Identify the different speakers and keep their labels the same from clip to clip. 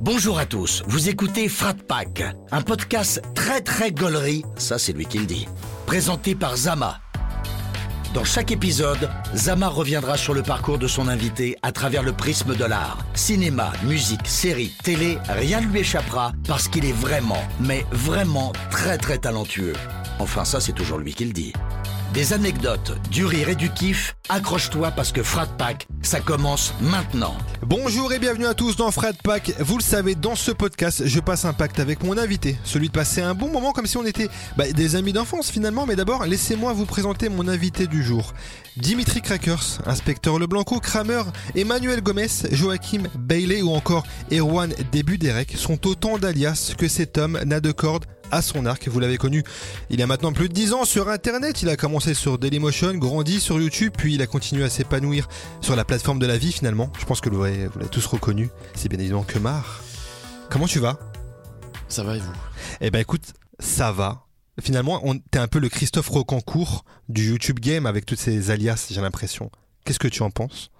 Speaker 1: Bonjour à tous, vous écoutez Frat Pack, un podcast très très gaulerie, ça c'est lui qui le dit, présenté par Zama. Dans chaque épisode, Zama reviendra sur le parcours de son invité à travers le prisme de l'art. Cinéma, musique, série, télé, rien ne lui échappera parce qu'il est vraiment, mais vraiment très très talentueux. Enfin ça c'est toujours lui qui le dit. Des anecdotes, du rire et du kiff, accroche-toi parce que Frat Pack, ça commence maintenant.
Speaker 2: Bonjour et bienvenue à tous dans Fred Pack. Vous le savez, dans ce podcast, je passe un pacte avec mon invité, celui de passer un bon moment comme si on était bah, des amis d'enfance finalement. Mais d'abord, laissez-moi vous présenter mon invité du jour. Dimitri Crackers, inspecteur Leblanco, Kramer, Emmanuel Gomez, Joachim Bailey ou encore Erwan Debuderek sont autant d'alias que cet homme n'a de corde à son arc. Vous l'avez connu il y a maintenant plus de 10 ans sur Internet. Il a commencé sur Dailymotion, grandi sur YouTube, puis il a continué à s'épanouir sur la plateforme de la vie finalement. Je pense que vous l'avez vous l'avez tous reconnu. C'est bien évidemment que Mar. Comment tu vas
Speaker 3: Ça va et vous
Speaker 2: Eh ben écoute, ça va. Finalement, on- t'es un peu le Christophe Rocancourt du YouTube Game avec toutes ces alias, j'ai l'impression. Qu'est-ce que tu en penses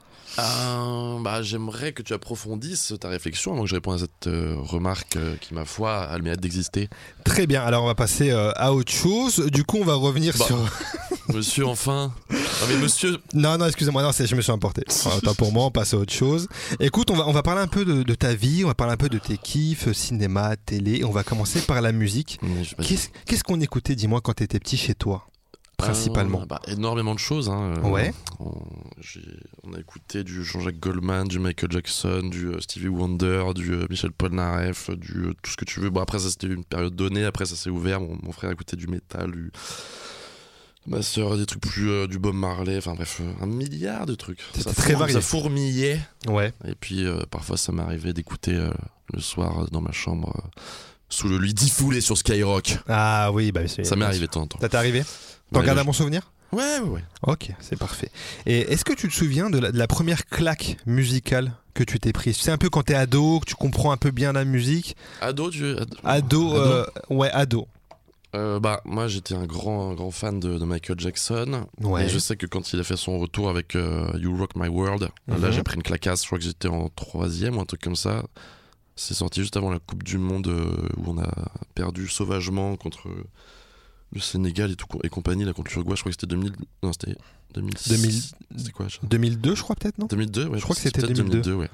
Speaker 3: Euh, bah, J'aimerais que tu approfondisses ta réflexion avant que je réponde à cette euh, remarque euh, qui, ma foi, a le mérite d'exister.
Speaker 2: Très bien, alors on va passer euh, à autre chose. Du coup, on va revenir
Speaker 3: Bah.
Speaker 2: sur...
Speaker 3: Monsieur, enfin Non mais monsieur,
Speaker 2: Non, non, excusez-moi, non, c'est- je me suis emporté. Enfin, Autant pour moi, on passe à autre chose. Écoute, on va, on va parler un peu de, de ta vie, on va parler un peu de tes kiffs, euh, cinéma, télé. On va commencer par la musique.
Speaker 3: Mais je-
Speaker 2: Qu'est-ce qu'est-ce qu'on écoutait, dis-moi, quand t'étais petit chez toi Principalement.
Speaker 3: Euh, bah, énormément de choses. hein. Euh,
Speaker 2: Ouais.
Speaker 3: On, j'ai- on a écouté du Jean-Jacques Goldman, du Michael Jackson, du euh, Stevie Wonder, du euh, Michel Polnareff, du euh, tout ce que tu veux. Bon, après, ça c'était une période donnée. Après, ça s'est ouvert. Mon, mon frère écoutait du métal, du. Ma sœur, des trucs plus. euh, du Bob Marley. Enfin, bref, euh, un milliard de trucs.
Speaker 2: C'était
Speaker 3: Ça
Speaker 2: très
Speaker 3: four-
Speaker 2: varié.
Speaker 3: Ça fourmillait.
Speaker 2: Ouais.
Speaker 3: Et puis, euh, parfois, ça m'arrivait d'écouter euh, le soir euh, dans ma chambre. euh, sous le lit diffoulé sur Skyrock.
Speaker 2: Ah oui, bah c'est-
Speaker 3: Ça m'est arrivé de temps en temps.
Speaker 2: Ça t'est arrivé T'en
Speaker 3: Ouais,
Speaker 2: gardes
Speaker 3: je-
Speaker 2: à mon souvenir
Speaker 3: Ouais, ouais, ouais.
Speaker 2: Ok, c'est parfait. Et est-ce que tu te souviens de la, de la première claque musicale que tu t'es prise C'est un peu quand t'es ado, que tu comprends un peu bien la musique.
Speaker 3: Ado, tu... Ado,
Speaker 2: Ado, euh, ouais, ado.
Speaker 3: Euh, bah, moi j'étais un grand, un grand fan de, de Michael Jackson.
Speaker 2: Ouais.
Speaker 3: Et je sais que quand il a fait son retour avec euh, You Rock My World,
Speaker 2: Mhm.
Speaker 3: là j'ai pris une claquasse, je crois que j'étais en troisième ou un truc comme ça. C'est sorti juste avant la Coupe du Monde euh, où on a perdu sauvagement contre le Sénégal et, tout, co- et compagnie, la contre l'Uruguay, je crois que c'était 2000. Non, c'était 2006.
Speaker 2: 2000
Speaker 3: C'était quoi je-
Speaker 2: 2002, je crois peut-être, non
Speaker 3: 2002, ouais,
Speaker 2: Je crois que
Speaker 3: c'est
Speaker 2: c'était
Speaker 3: peut-être
Speaker 2: 2002,
Speaker 3: ouais.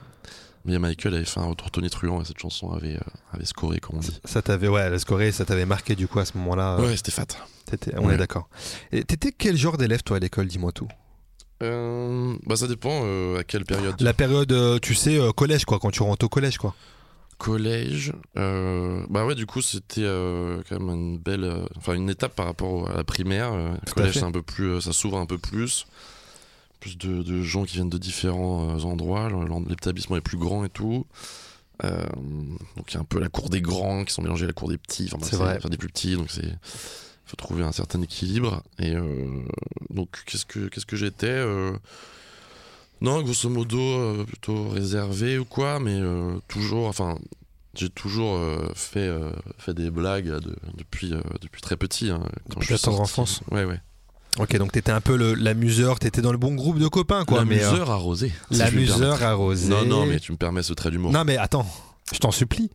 Speaker 3: Mais Michael avait fait un retour tonitruant et cette chanson avait, euh, avait scoré, comme on dit.
Speaker 2: Ça t'avait, ouais, la scorée, ça t'avait marqué du coup à ce moment-là. euh,
Speaker 3: Ouais, c'était fat.
Speaker 2: t'étais- on est
Speaker 3: Ouais.
Speaker 2: d'accord. Et t'étais quel genre d'élève toi à l'école, dis-moi tout
Speaker 3: Euh, bah ça dépend euh, à quelle période.
Speaker 2: La période, euh, tu sais, euh, collège quoi, quand tu rentres au collège quoi.
Speaker 3: Collège. euh, bah ouais, du coup c'était euh, quand même une belle, euh, enfin une étape par rapport au- à la primaire. euh,
Speaker 2: Tout à
Speaker 3: collège
Speaker 2: fait.
Speaker 3: c'est un peu plus, euh, ça s'ouvre un peu plus, plus de, de gens qui viennent de différents euh, endroits. le- l'en- L'établissement est plus grand et tout. Euh, donc il y a un peu la cour des grands qui sont mélangés à la cour des petits. Enfin, bref,
Speaker 2: C'est vrai.
Speaker 3: Enfin des plus petits, donc c'est faut trouver un certain équilibre. Et euh, donc qu'est-ce que qu'est-ce que j'étais. euh, Non, grosso modo, euh, plutôt réservé ou quoi, mais euh, toujours, enfin, j'ai toujours euh, fait, euh, fait des blagues euh, de- depuis, euh, depuis très petit. hein, quand
Speaker 2: Depuis
Speaker 3: je
Speaker 2: la
Speaker 3: suis
Speaker 2: tendre
Speaker 3: sorti.
Speaker 2: enfance.
Speaker 3: Ouais, ouais.
Speaker 2: Ok, donc t'étais un peu le- l'amuseur, t'étais dans le bon groupe de copains quoi. mais, euh,
Speaker 3: L'amuseur arrosé. si je puis me
Speaker 2: L'amuseur arrosé.
Speaker 3: permettre. Non, non, mais tu me permets ce trait d'humour.
Speaker 2: Non, mais attends, je t'en supplie.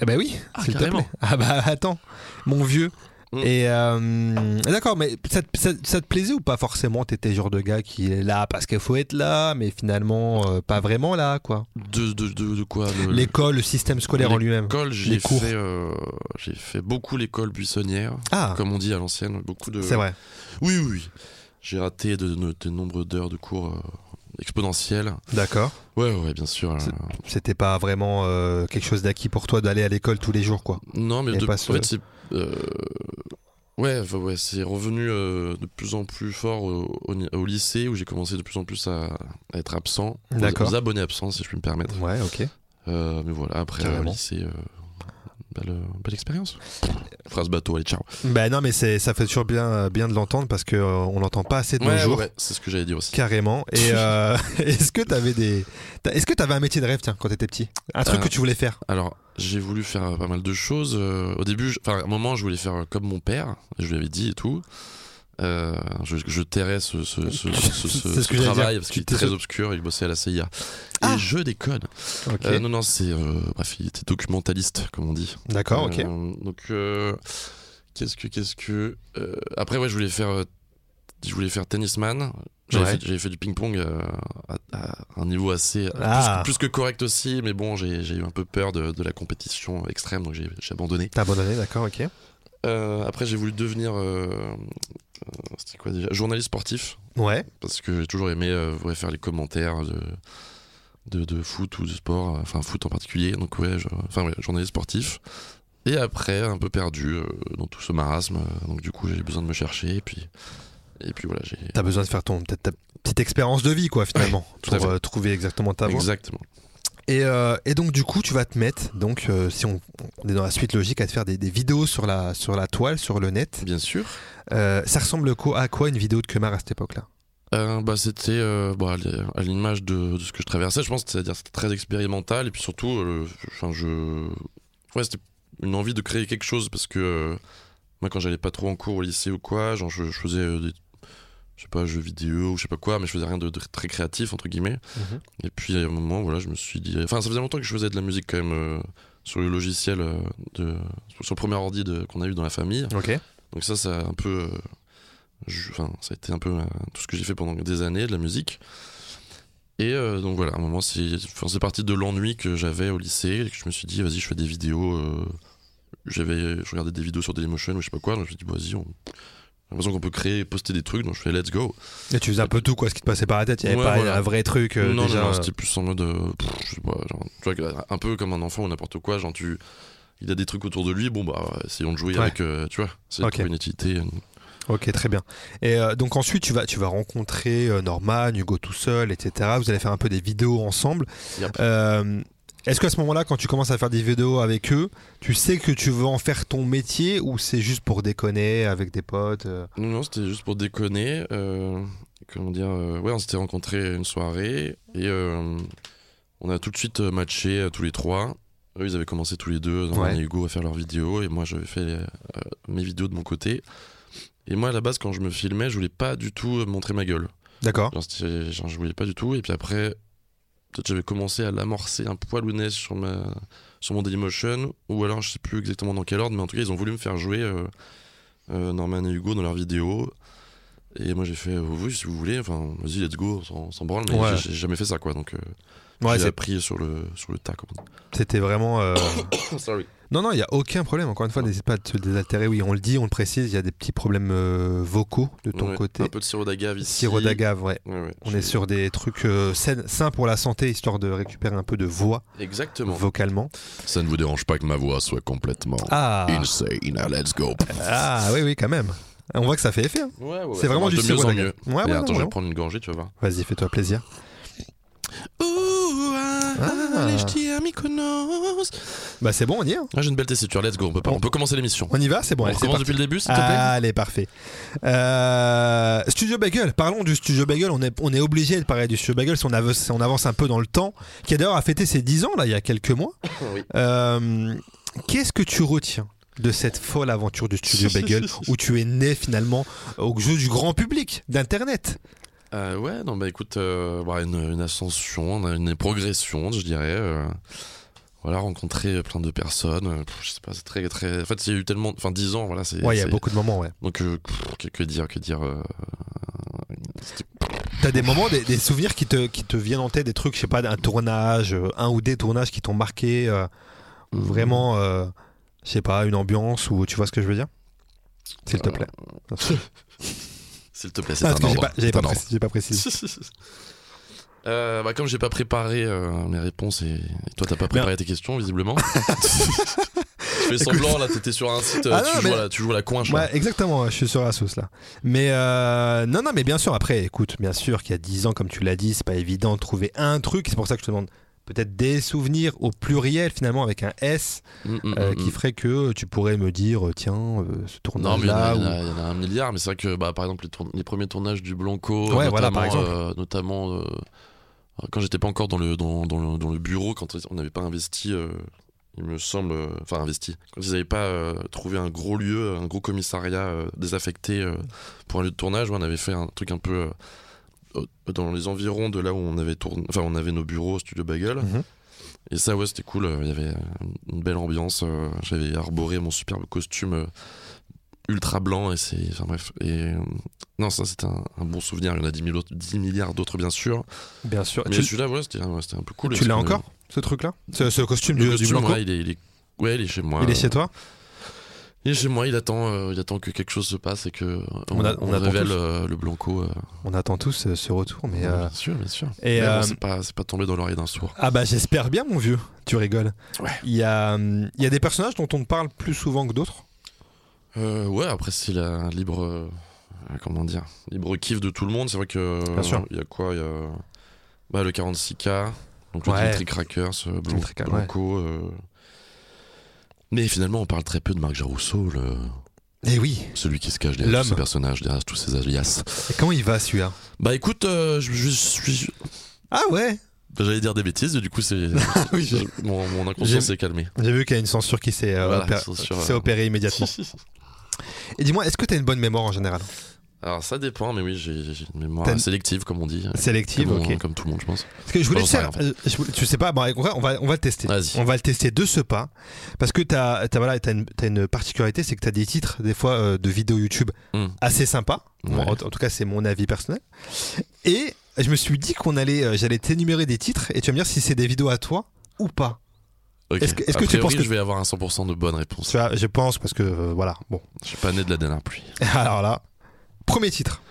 Speaker 2: Eh ben oui,
Speaker 3: Ah,
Speaker 2: s'il te
Speaker 3: carrément.
Speaker 2: plaît. Ah bah attends, mon vieux.
Speaker 3: Mm.
Speaker 2: Et euh, d'accord, mais ça, te- ça- ça te plaisait ou pas forcément T'étais le genre de gars qui est là parce qu'il faut être là, mais finalement euh, pas vraiment là, quoi.
Speaker 3: De, de, de, de quoi le-
Speaker 2: L'école, le système scolaire en lui-même.
Speaker 3: Mm. L'école,
Speaker 2: les
Speaker 3: j'ai
Speaker 2: cours.
Speaker 3: fait, euh, j'ai fait beaucoup l'école buissonnière,
Speaker 2: Ah,
Speaker 3: comme on dit à l'ancienne, beaucoup de.
Speaker 2: c'est vrai.
Speaker 3: Oui, oui, oui. J'ai raté de, de, de nombreux d'heures de cours euh, exponentielles.
Speaker 2: D'accord.
Speaker 3: Ouais, ouais, bien sûr.
Speaker 2: C'est-
Speaker 3: euh,
Speaker 2: C'était pas vraiment euh, quelque chose d'acquis pour toi d'aller à l'école tous les jours, quoi.
Speaker 3: Non, mais
Speaker 2: Et
Speaker 3: de-
Speaker 2: pas
Speaker 3: en
Speaker 2: ce-
Speaker 3: fait, c'est. euh, Ouais, enfin, ouais, c'est revenu euh, de plus en plus fort au, au ni- au lycée où j'ai commencé de plus en plus à, à être absent. Aux-
Speaker 2: D'accord.
Speaker 3: Aux abonnés absents, si je puis me permettre.
Speaker 2: Ouais, ok.
Speaker 3: Euh, mais voilà, après, au
Speaker 2: Carrément.
Speaker 3: lycée, euh, belle, euh, belle expérience. Phrase bateau, allez, ciao.
Speaker 2: Ben non, mais c'est- ça fait toujours bien, bien de l'entendre parce que euh, on l'entend pas assez de nos jours.
Speaker 3: ouais, c'est ce que j'allais dire aussi.
Speaker 2: Carrément. Et euh, est-ce que t'avais des, t'as- est-ce que t'avais un métier de rêve tiens quand t'étais petit, un truc
Speaker 3: Euh,
Speaker 2: que tu voulais faire
Speaker 3: Alors, j'ai voulu faire euh, pas mal de choses. euh, au début, je- enfin, à un moment, je voulais faire euh, comme mon père. Je lui avais dit et tout. Euh, je, je tairais ce, ce, ce- ce- ce-
Speaker 2: C'est ce que
Speaker 3: ce
Speaker 2: j'allais
Speaker 3: travail
Speaker 2: dire.
Speaker 3: parce
Speaker 2: Tu
Speaker 3: qu'il est
Speaker 2: t'es-
Speaker 3: très obscur, il bossait à la CIA.
Speaker 2: Ah.
Speaker 3: Et je déconne.
Speaker 2: Ok.
Speaker 3: Euh, non, non, c'est. euh, bref, il était documentaliste, comme on dit.
Speaker 2: D'accord, ok.
Speaker 3: Euh, donc, euh, qu'est-ce que. Qu'est-ce que euh, après, ouais, je voulais faire. euh, je voulais faire tennisman. J'avais
Speaker 2: Ouais.
Speaker 3: fait, j'avais fait du ping-pong euh, à, à un niveau assez.
Speaker 2: Ah.
Speaker 3: Plus, plus que correct aussi, mais bon, j'ai j'ai eu un peu peur de, de la compétition extrême, donc j'ai j'ai abandonné.
Speaker 2: T'as abandonné, d'accord, ok.
Speaker 3: Euh, après, j'ai voulu devenir. euh, euh, C'était quoi déjà Journaliste sportif
Speaker 2: Ouais.
Speaker 3: parce que j'ai toujours aimé euh, ouais, faire les commentaires de, de, de foot ou de sport, euh, enfin foot en particulier, donc ouais, je- enfin ouais, journaliste sportif. Et après, un peu perdu euh, dans tout ce marasme, euh, donc du coup j'ai eu besoin de me chercher, et puis, et puis voilà, j'ai...
Speaker 2: T'as besoin de faire ton peut-être ta petite expérience de vie, quoi, finalement,
Speaker 3: tout à
Speaker 2: pour
Speaker 3: fait.
Speaker 2: euh, trouver exactement ta voie.
Speaker 3: Exactement.
Speaker 2: Et, euh, et donc du coup, tu vas te mettre, donc euh, si on, on est dans la suite logique, à te faire des, des vidéos sur la sur la toile, sur le net.
Speaker 3: Bien sûr.
Speaker 2: Euh, ça ressemble co- à quoi une vidéo de Kemar à cette époque-là
Speaker 3: Euh, bah, c'était euh, bon, à l'é- à l'image de, de ce que je traversais, je pense, c'est-à-dire c'était très expérimental et puis surtout, euh, enfin, je, ouais, c'était une envie de créer quelque chose parce que euh, moi, quand j'allais pas trop en cours au lycée ou quoi, genre je, je faisais euh, des, je sais pas, jeux vidéo ou je sais pas quoi, mais je faisais rien de, de très créatif entre guillemets.
Speaker 2: Mhm.
Speaker 3: Et puis à un moment, voilà, je me suis dit, enfin, ça faisait longtemps que je faisais de la musique quand même euh, sur le logiciel euh, de, sur le premier ordi de- qu'on a eu dans la famille.
Speaker 2: Ok.
Speaker 3: Donc ça, ça a un peu, euh, ju- enfin, ça a été un peu euh, tout ce que j'ai fait pendant des années de la musique. Et euh, donc voilà, à un moment, c'est, enfin, c'est parti de l'ennui que j'avais au lycée, et que je me suis dit, vas-y, je fais des vidéos. euh, j'avais, je regardais des vidéos sur Dailymotion ou je sais pas quoi, donc je me suis dit, vas-y, on... j'ai l'impression qu'on peut créer, poster des trucs, donc je fais let's go.
Speaker 2: Et tu faisais un peu tout quoi, ce qui te passait par la tête. Il n'y avait
Speaker 3: Ouais,
Speaker 2: pas
Speaker 3: voilà.
Speaker 2: un vrai truc euh,
Speaker 3: non,
Speaker 2: déjà.
Speaker 3: non, non, c'était plus en mode, euh, pff, je sais pas, genre, tu vois, un peu comme un enfant ou n'importe quoi, genre tu, il a des trucs autour de lui, bon bah, essayons de jouer
Speaker 2: Ouais.
Speaker 3: avec, euh, tu vois, c'est
Speaker 2: Ok.
Speaker 3: une utilité, une-
Speaker 2: Ok, très bien. Et euh, donc ensuite, tu vas tu vas rencontrer euh, Norman, Hugo tout seul, etc. Vous allez faire un peu des vidéos ensemble.
Speaker 3: Yep.
Speaker 2: Euh, est-ce qu'à ce moment-là, quand tu commences à faire des vidéos avec eux, tu sais que tu veux en faire ton métier ou c'est juste pour déconner avec des potes euh
Speaker 3: Non, non, c'était juste pour déconner. euh, comment dire euh, Ouais, on s'était rencontrés une soirée et euh, on a tout de suite euh, matché euh, tous les trois. Eux, ils avaient commencé tous les deux, Norman
Speaker 2: Ouais.
Speaker 3: et Hugo, à faire leurs vidéos et moi, j'avais fait euh, mes vidéos de mon côté. Et moi, à la base, quand je me filmais, je voulais pas du tout euh, montrer ma gueule.
Speaker 2: D'accord.
Speaker 3: Genre, c'était- genre, je voulais pas du tout. Et puis après, peut-être j'avais commencé à l'amorcer un poil ou naze sur, ma, sur mon Dailymotion. Ou alors, je sais plus exactement dans quel ordre, mais en tout cas, ils ont voulu me faire jouer euh, euh, Norman et Hugo dans leur vidéo. Et moi, j'ai fait, euh, oui, si vous voulez, enfin, vas-y, let's go, on s'en- on s'en branle. Mais
Speaker 2: Ouais.
Speaker 3: j'ai j'ai jamais fait ça, quoi. Donc, euh,
Speaker 2: Ouais,
Speaker 3: j'ai
Speaker 2: c'est-
Speaker 3: appris sur le, sur le tas, comme on
Speaker 2: c'était vraiment. euh,
Speaker 3: dit. Sorry.
Speaker 2: Non, non, il n'y a aucun problème. Encore une fois, n'hésite pas à te désaltérer. Oui, on le dit, on le précise, il y a des petits problèmes euh, vocaux de ton
Speaker 3: Ouais,
Speaker 2: côté.
Speaker 3: Un peu de sirop d'agave ici.
Speaker 2: Sirop d'agave, ouais.
Speaker 3: Ouais, ouais.
Speaker 2: On
Speaker 3: J'ai-
Speaker 2: est sur des trucs euh, sains, sains pour la santé, histoire de récupérer un peu de voix
Speaker 3: Exactement.
Speaker 2: vocalement.
Speaker 3: Ça ne vous dérange pas que ma voix soit complètement
Speaker 2: Ah,
Speaker 3: insane. Let's go.
Speaker 2: ah oui, oui, quand même. On voit que ça fait effet. hein.
Speaker 3: Ouais, ouais, ouais.
Speaker 2: C'est vraiment
Speaker 3: Ça
Speaker 2: du
Speaker 3: marche de
Speaker 2: sirop
Speaker 3: mieux en
Speaker 2: d'agave.
Speaker 3: mieux.
Speaker 2: Ouais, ouais, non,
Speaker 3: Et attends, je
Speaker 2: vraiment.
Speaker 3: vais prendre une gorgée, tu vas voir.
Speaker 2: Vas-y, fais-toi plaisir.
Speaker 3: Ouh, ah,
Speaker 2: Ah.
Speaker 3: allez, je dis à Mykonos.
Speaker 2: Bah c'est bon, on y est. hein.
Speaker 3: Ah, j'ai une belle tessiture, let's go, on peut, pas- on peut commencer l'émission.
Speaker 2: On y va, c'est bon.
Speaker 3: on
Speaker 2: allez, c'est
Speaker 3: recommence
Speaker 2: parti. Ah.
Speaker 3: depuis le début, s'il te plaît
Speaker 2: Allez, parfait. Euh, Studio Bagel, parlons du Studio Bagel. On est, on est obligé de parler du Studio Bagel si on, avance, si on avance un peu dans le temps, qui a d'ailleurs a fêté ses 10 ans là, il y a quelques mois.
Speaker 3: Oui.
Speaker 2: Euh, Qu'est-ce que tu retiens de cette folle aventure du Studio Bagel où tu es né finalement au jeu du grand public d'Internet
Speaker 3: Euh, ouais, non, bah écoute, euh, bah, une, une ascension, une progression, je dirais. euh, voilà, rencontrer plein de personnes. euh, pff, je sais pas, c'est très, très. En fait, il y a eu tellement. Enfin, 10 ans, voilà, c'est.
Speaker 2: Ouais, il y a
Speaker 3: c'est-
Speaker 2: beaucoup de moments, ouais.
Speaker 3: Donc, euh, pff, que, que dire, que dire. euh, c'était-
Speaker 2: T'as des moments, des, des souvenirs qui te, qui te viennent en tête, des trucs, je sais pas, d'un tournage, euh, un ou des tournages qui t'ont marqué, euh, ou vraiment, euh, je sais pas, une ambiance, ou tu vois ce que je veux dire S'il te
Speaker 3: Euh,
Speaker 2: plaît.
Speaker 3: S'il te plaît, c'est
Speaker 2: Ah,
Speaker 3: un
Speaker 2: parce que j'ai
Speaker 3: ordre,
Speaker 2: pas, j'ai
Speaker 3: c'est
Speaker 2: pas
Speaker 3: un ordre.
Speaker 2: précisé, j'ai pas précisé.
Speaker 3: Euh, bah, comme j'ai pas préparé euh, mes réponses et, et toi t'as pas préparé tes questions visiblement. je fais semblant là, t'étais sur un site, euh,
Speaker 2: Ah
Speaker 3: tu,
Speaker 2: non,
Speaker 3: joues
Speaker 2: mais-
Speaker 3: à la, tu joues à la coinche. là.
Speaker 2: Ouais, exactement, je suis sur la sauce là. Mais euh, non, non, mais bien sûr, après, écoute, bien sûr qu'il y a 10 ans, comme tu l'as dit, c'est pas évident de trouver un truc, c'est pour ça que je te demande peut-être des souvenirs au pluriel finalement avec un S
Speaker 3: Mm, mm,
Speaker 2: euh,
Speaker 3: mm,
Speaker 2: qui
Speaker 3: mm.
Speaker 2: ferait que tiens, tu pourrais me dire, tiens, euh, ce
Speaker 3: Non
Speaker 2: tournage
Speaker 3: mais il y en
Speaker 2: là.
Speaker 3: a- il y, en a- il y en a un milliard, mais c'est vrai que bah, par exemple les, tourn- les premiers tournages du Blanco,
Speaker 2: Ouais,
Speaker 3: euh, notamment,
Speaker 2: voilà, par exemple.
Speaker 3: euh, notamment euh, quand j'étais pas encore dans le, dans, dans le, dans le bureau, quand on n'avait pas investi euh, il me semble, euh, enfin investi. Quand ils n'avaient pas euh, trouvé un gros lieu, un gros commissariat euh, désaffecté euh, pour un lieu de tournage, on avait fait un truc un peu euh, euh, dans les environs de là où on avait tourné, enfin on avait nos bureaux, studio Bagel.
Speaker 2: Mhm.
Speaker 3: Et ça, ouais, c'était cool. Il y avait euh, une belle ambiance. euh, J'avais arboré mon superbe costume euh, ultra blanc. Et c'est. Enfin bref. Et, euh, non, ça, c'était un, un bon souvenir. Il y en a 10, 000 autres- 10 milliards d'autres, bien sûr.
Speaker 2: Bien sûr.
Speaker 3: Mais
Speaker 2: Bah, Tu,
Speaker 3: celui-là, ouais, c'était ouais, c'était un peu cool.
Speaker 2: tu l'as
Speaker 3: Parce que
Speaker 2: encore, ce truc-là ce, ce costume
Speaker 3: Le
Speaker 2: du, du
Speaker 3: costume, euh.
Speaker 2: Blanco
Speaker 3: ouais, il est, il est- ouais, il est chez moi.
Speaker 2: Il est chez toi
Speaker 3: Il est chez moi, il attend, euh, il attend que quelque chose se passe et que euh, on,
Speaker 2: On a-
Speaker 3: on
Speaker 2: on attend
Speaker 3: révèle
Speaker 2: tous.
Speaker 3: euh, le Blanco. euh.
Speaker 2: On attend tous euh, ce retour, mais. euh,
Speaker 3: Bien sûr, bien sûr.
Speaker 2: Et.
Speaker 3: Mais bon,
Speaker 2: euh,
Speaker 3: c'est pas, c'est pas tombé dans l'oreille d'un sourd.
Speaker 2: Ah bah j'espère bien mon vieux, tu rigoles.
Speaker 3: Ouais.
Speaker 2: Il y a, hum, il y a des personnages dont on ne parle plus souvent que d'autres.
Speaker 3: Euh, ouais, après c'est la libre, euh, euh, comment dire, libre kiff de tout le monde. C'est vrai que euh,
Speaker 2: Bien sûr.
Speaker 3: il y a quoi, il y a bah, le 46K, donc
Speaker 2: Ouais.
Speaker 3: le Dimitri Crackers, euh, Blan-
Speaker 2: Dimitri Crackers,
Speaker 3: Blanco. euh. Mais finalement, on parle très peu de Marc Jarousseau, le-
Speaker 2: Eh oui.
Speaker 3: celui qui se cache derrière tous
Speaker 2: L'homme.
Speaker 3: ses personnages, derrière tous ses alias.
Speaker 2: Et comment il va celui-là
Speaker 3: Bah écoute, euh, je, je suis, bah,
Speaker 2: Ah ouais
Speaker 3: j'allais dire des bêtises, du coup c'est
Speaker 2: Ah Oui, j'ai-
Speaker 3: mon, mon
Speaker 2: J'ai-
Speaker 3: inconscient s'est calmé.
Speaker 2: J'ai vu qu'il y a une censure qui s'est euh,
Speaker 3: Voilà,
Speaker 2: opé-
Speaker 3: censure,
Speaker 2: qui s'est
Speaker 3: euh,
Speaker 2: opérée immédiatement. Et dis-moi, est-ce que t'as une bonne mémoire en général
Speaker 3: Alors ça dépend, mais oui, j'ai j'ai une mémoire
Speaker 2: T'as-
Speaker 3: sélective comme on dit,
Speaker 2: Sélective,
Speaker 3: comme, on-
Speaker 2: ok.
Speaker 3: comme tout le monde je pense.
Speaker 2: Parce que je voulais
Speaker 3: J'en
Speaker 2: te
Speaker 3: sais
Speaker 2: faire,
Speaker 3: rien,
Speaker 2: euh, je voulais- tu sais pas, bon, on va, on va- on va le tester.
Speaker 3: Vas-y.
Speaker 2: On va le tester de ce pas, parce que t'as as, voilà, t'as une, t'as une particularité, c'est que t'as des titres des fois euh, de vidéos YouTube
Speaker 3: Hmm.
Speaker 2: assez sympas. Bon,
Speaker 3: Ouais.
Speaker 2: en, en tout cas, c'est mon avis personnel. Et je me suis dit qu'on allait, euh, j'allais t'énumérer des titres et tu vas me dire si c'est des vidéos à toi ou pas.
Speaker 3: Ok.
Speaker 2: Est-ce que- est-ce que
Speaker 3: A
Speaker 2: tu
Speaker 3: priori,
Speaker 2: penses que-
Speaker 3: je vais avoir un 100% de bonnes réponses
Speaker 2: Tu vois, je pense parce que euh, voilà, bon.
Speaker 3: Je suis pas né de la dernière pluie.
Speaker 2: Alors là, premier titre.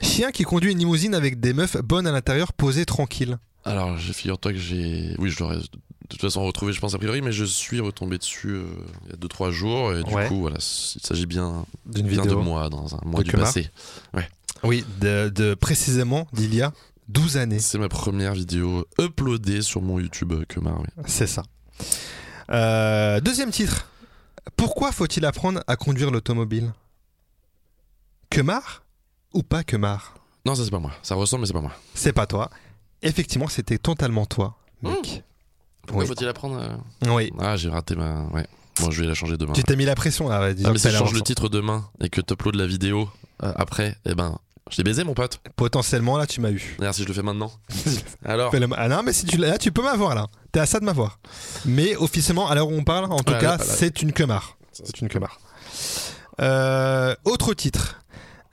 Speaker 2: Chien qui conduit une limousine avec des meufs bonnes à l'intérieur, posées tranquilles.
Speaker 3: Alors, j'ai- figure-toi que j'ai. Oui, je l'aurais de toute façon retrouvé, je pense, a priori, mais je suis retombé dessus euh, il y a 2-3 jours, et du
Speaker 2: Ouais.
Speaker 3: coup, voilà, s- il s'agit bien,
Speaker 2: D'une
Speaker 3: bien de moi, dans un mois
Speaker 2: De
Speaker 3: du
Speaker 2: Kemar.
Speaker 3: passé.
Speaker 2: Oui, de, de- précisément d'il y a 12 années.
Speaker 3: C'est ma première vidéo uploadée sur mon YouTube euh, Kemar, oui.
Speaker 2: C'est ça. Euh, deuxième titre. Pourquoi faut-il apprendre à conduire l'automobile Que marre ou pas que marre
Speaker 3: Non, ça c'est pas moi. Ça ressemble, mais c'est pas moi.
Speaker 2: C'est pas toi. Effectivement, c'était totalement toi, mec.
Speaker 3: Pourquoi
Speaker 2: Mmh. Oui.
Speaker 3: faut-il apprendre euh
Speaker 2: Oui.
Speaker 3: Ah, j'ai raté ma. Ouais. Bon, je vais la changer demain.
Speaker 2: Tu t'es mis la pression là. disons
Speaker 3: Ah, mais
Speaker 2: que
Speaker 3: si
Speaker 2: t'as
Speaker 3: je
Speaker 2: la
Speaker 3: change le
Speaker 2: rançon.
Speaker 3: titre demain et que t'uploades la vidéo euh, après, eh ben, je t'ai baisé, mon pote.
Speaker 2: Potentiellement, là, tu m'as eu.
Speaker 3: Regarde, si je le fais maintenant. Alors.
Speaker 2: Ah non, mais si tu, l'as- là, tu peux m'avoir là. T'es à ça de m'avoir. Mais officiellement, à l'heure où on parle, en tout
Speaker 3: Ouais,
Speaker 2: cas,
Speaker 3: là, là.
Speaker 2: c'est une quemarre. C'est une quemarre. Euh, autre titre.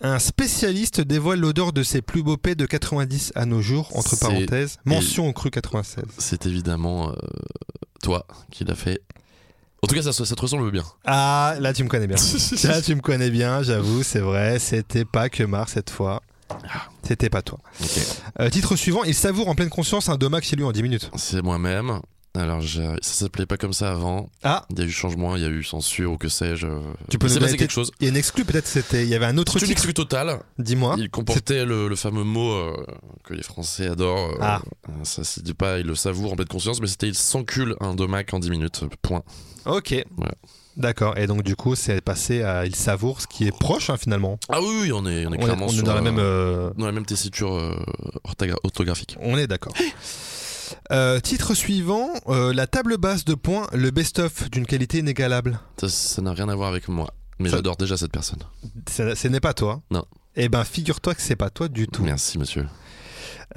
Speaker 2: Un spécialiste dévoile l'odeur de ses plus beaux pets de 90 à nos jours, entre
Speaker 3: C'est-
Speaker 2: parenthèses. Mention au cru 96.
Speaker 3: c'est évidemment euh, toi qui l'as fait. En tout cas, ça, se- ça te ressemble bien.
Speaker 2: Ah, là, tu me connais bien. là, tu me connais bien, j'avoue, c'est vrai. C'était pas quemarre cette fois. C'était pas toi.
Speaker 3: Ah. Ok.
Speaker 2: Euh, titre suivant, il savoure en pleine conscience un domac chez lui en 10 minutes.
Speaker 3: C'est moi-même. Alors, j'ai- ça s'appelait pas comme ça avant.
Speaker 2: Ah.
Speaker 3: Il y a eu changement, il y a eu censure ou que sais-je.
Speaker 2: Tu peux nous
Speaker 3: Il s'est
Speaker 2: donner
Speaker 3: passé quelque chose.
Speaker 2: Il y a une exclue, peut-être c'était. Il y avait un autre
Speaker 3: C'est une
Speaker 2: titre, Hein
Speaker 3: exclu totale.
Speaker 2: dis-moi.
Speaker 3: il comportait le, le fameux mot euh, que les Français adorent. euh,
Speaker 2: Ah.
Speaker 3: Ça se dit pas, il le savoure en pleine conscience, mais c'était il s'encule un domac en 10 minutes. Point.
Speaker 2: Ok.
Speaker 3: Voilà.
Speaker 2: D'accord. Et donc du coup, c'est passé à il savoure, ce qui est proche hein, finalement.
Speaker 3: Ah oui, oui, on est,
Speaker 2: On
Speaker 3: on est
Speaker 2: est,
Speaker 3: clairement
Speaker 2: on est
Speaker 3: sur,
Speaker 2: dans la
Speaker 3: euh,
Speaker 2: même. euh,
Speaker 3: dans la même tessiture euh, orthogra- orthographique.
Speaker 2: On est d'accord. Euh, titre suivant, euh, la table basse de points, le best-of d'une qualité inégalable.
Speaker 3: Ça- Ça n'a rien à voir avec moi. Mais
Speaker 2: Ça-
Speaker 3: j'adore déjà cette personne.
Speaker 2: Ça- Ce n'est pas toi.
Speaker 3: Non.
Speaker 2: Eh ben, figure-toi que c'est pas toi du tout.
Speaker 3: Merci, monsieur.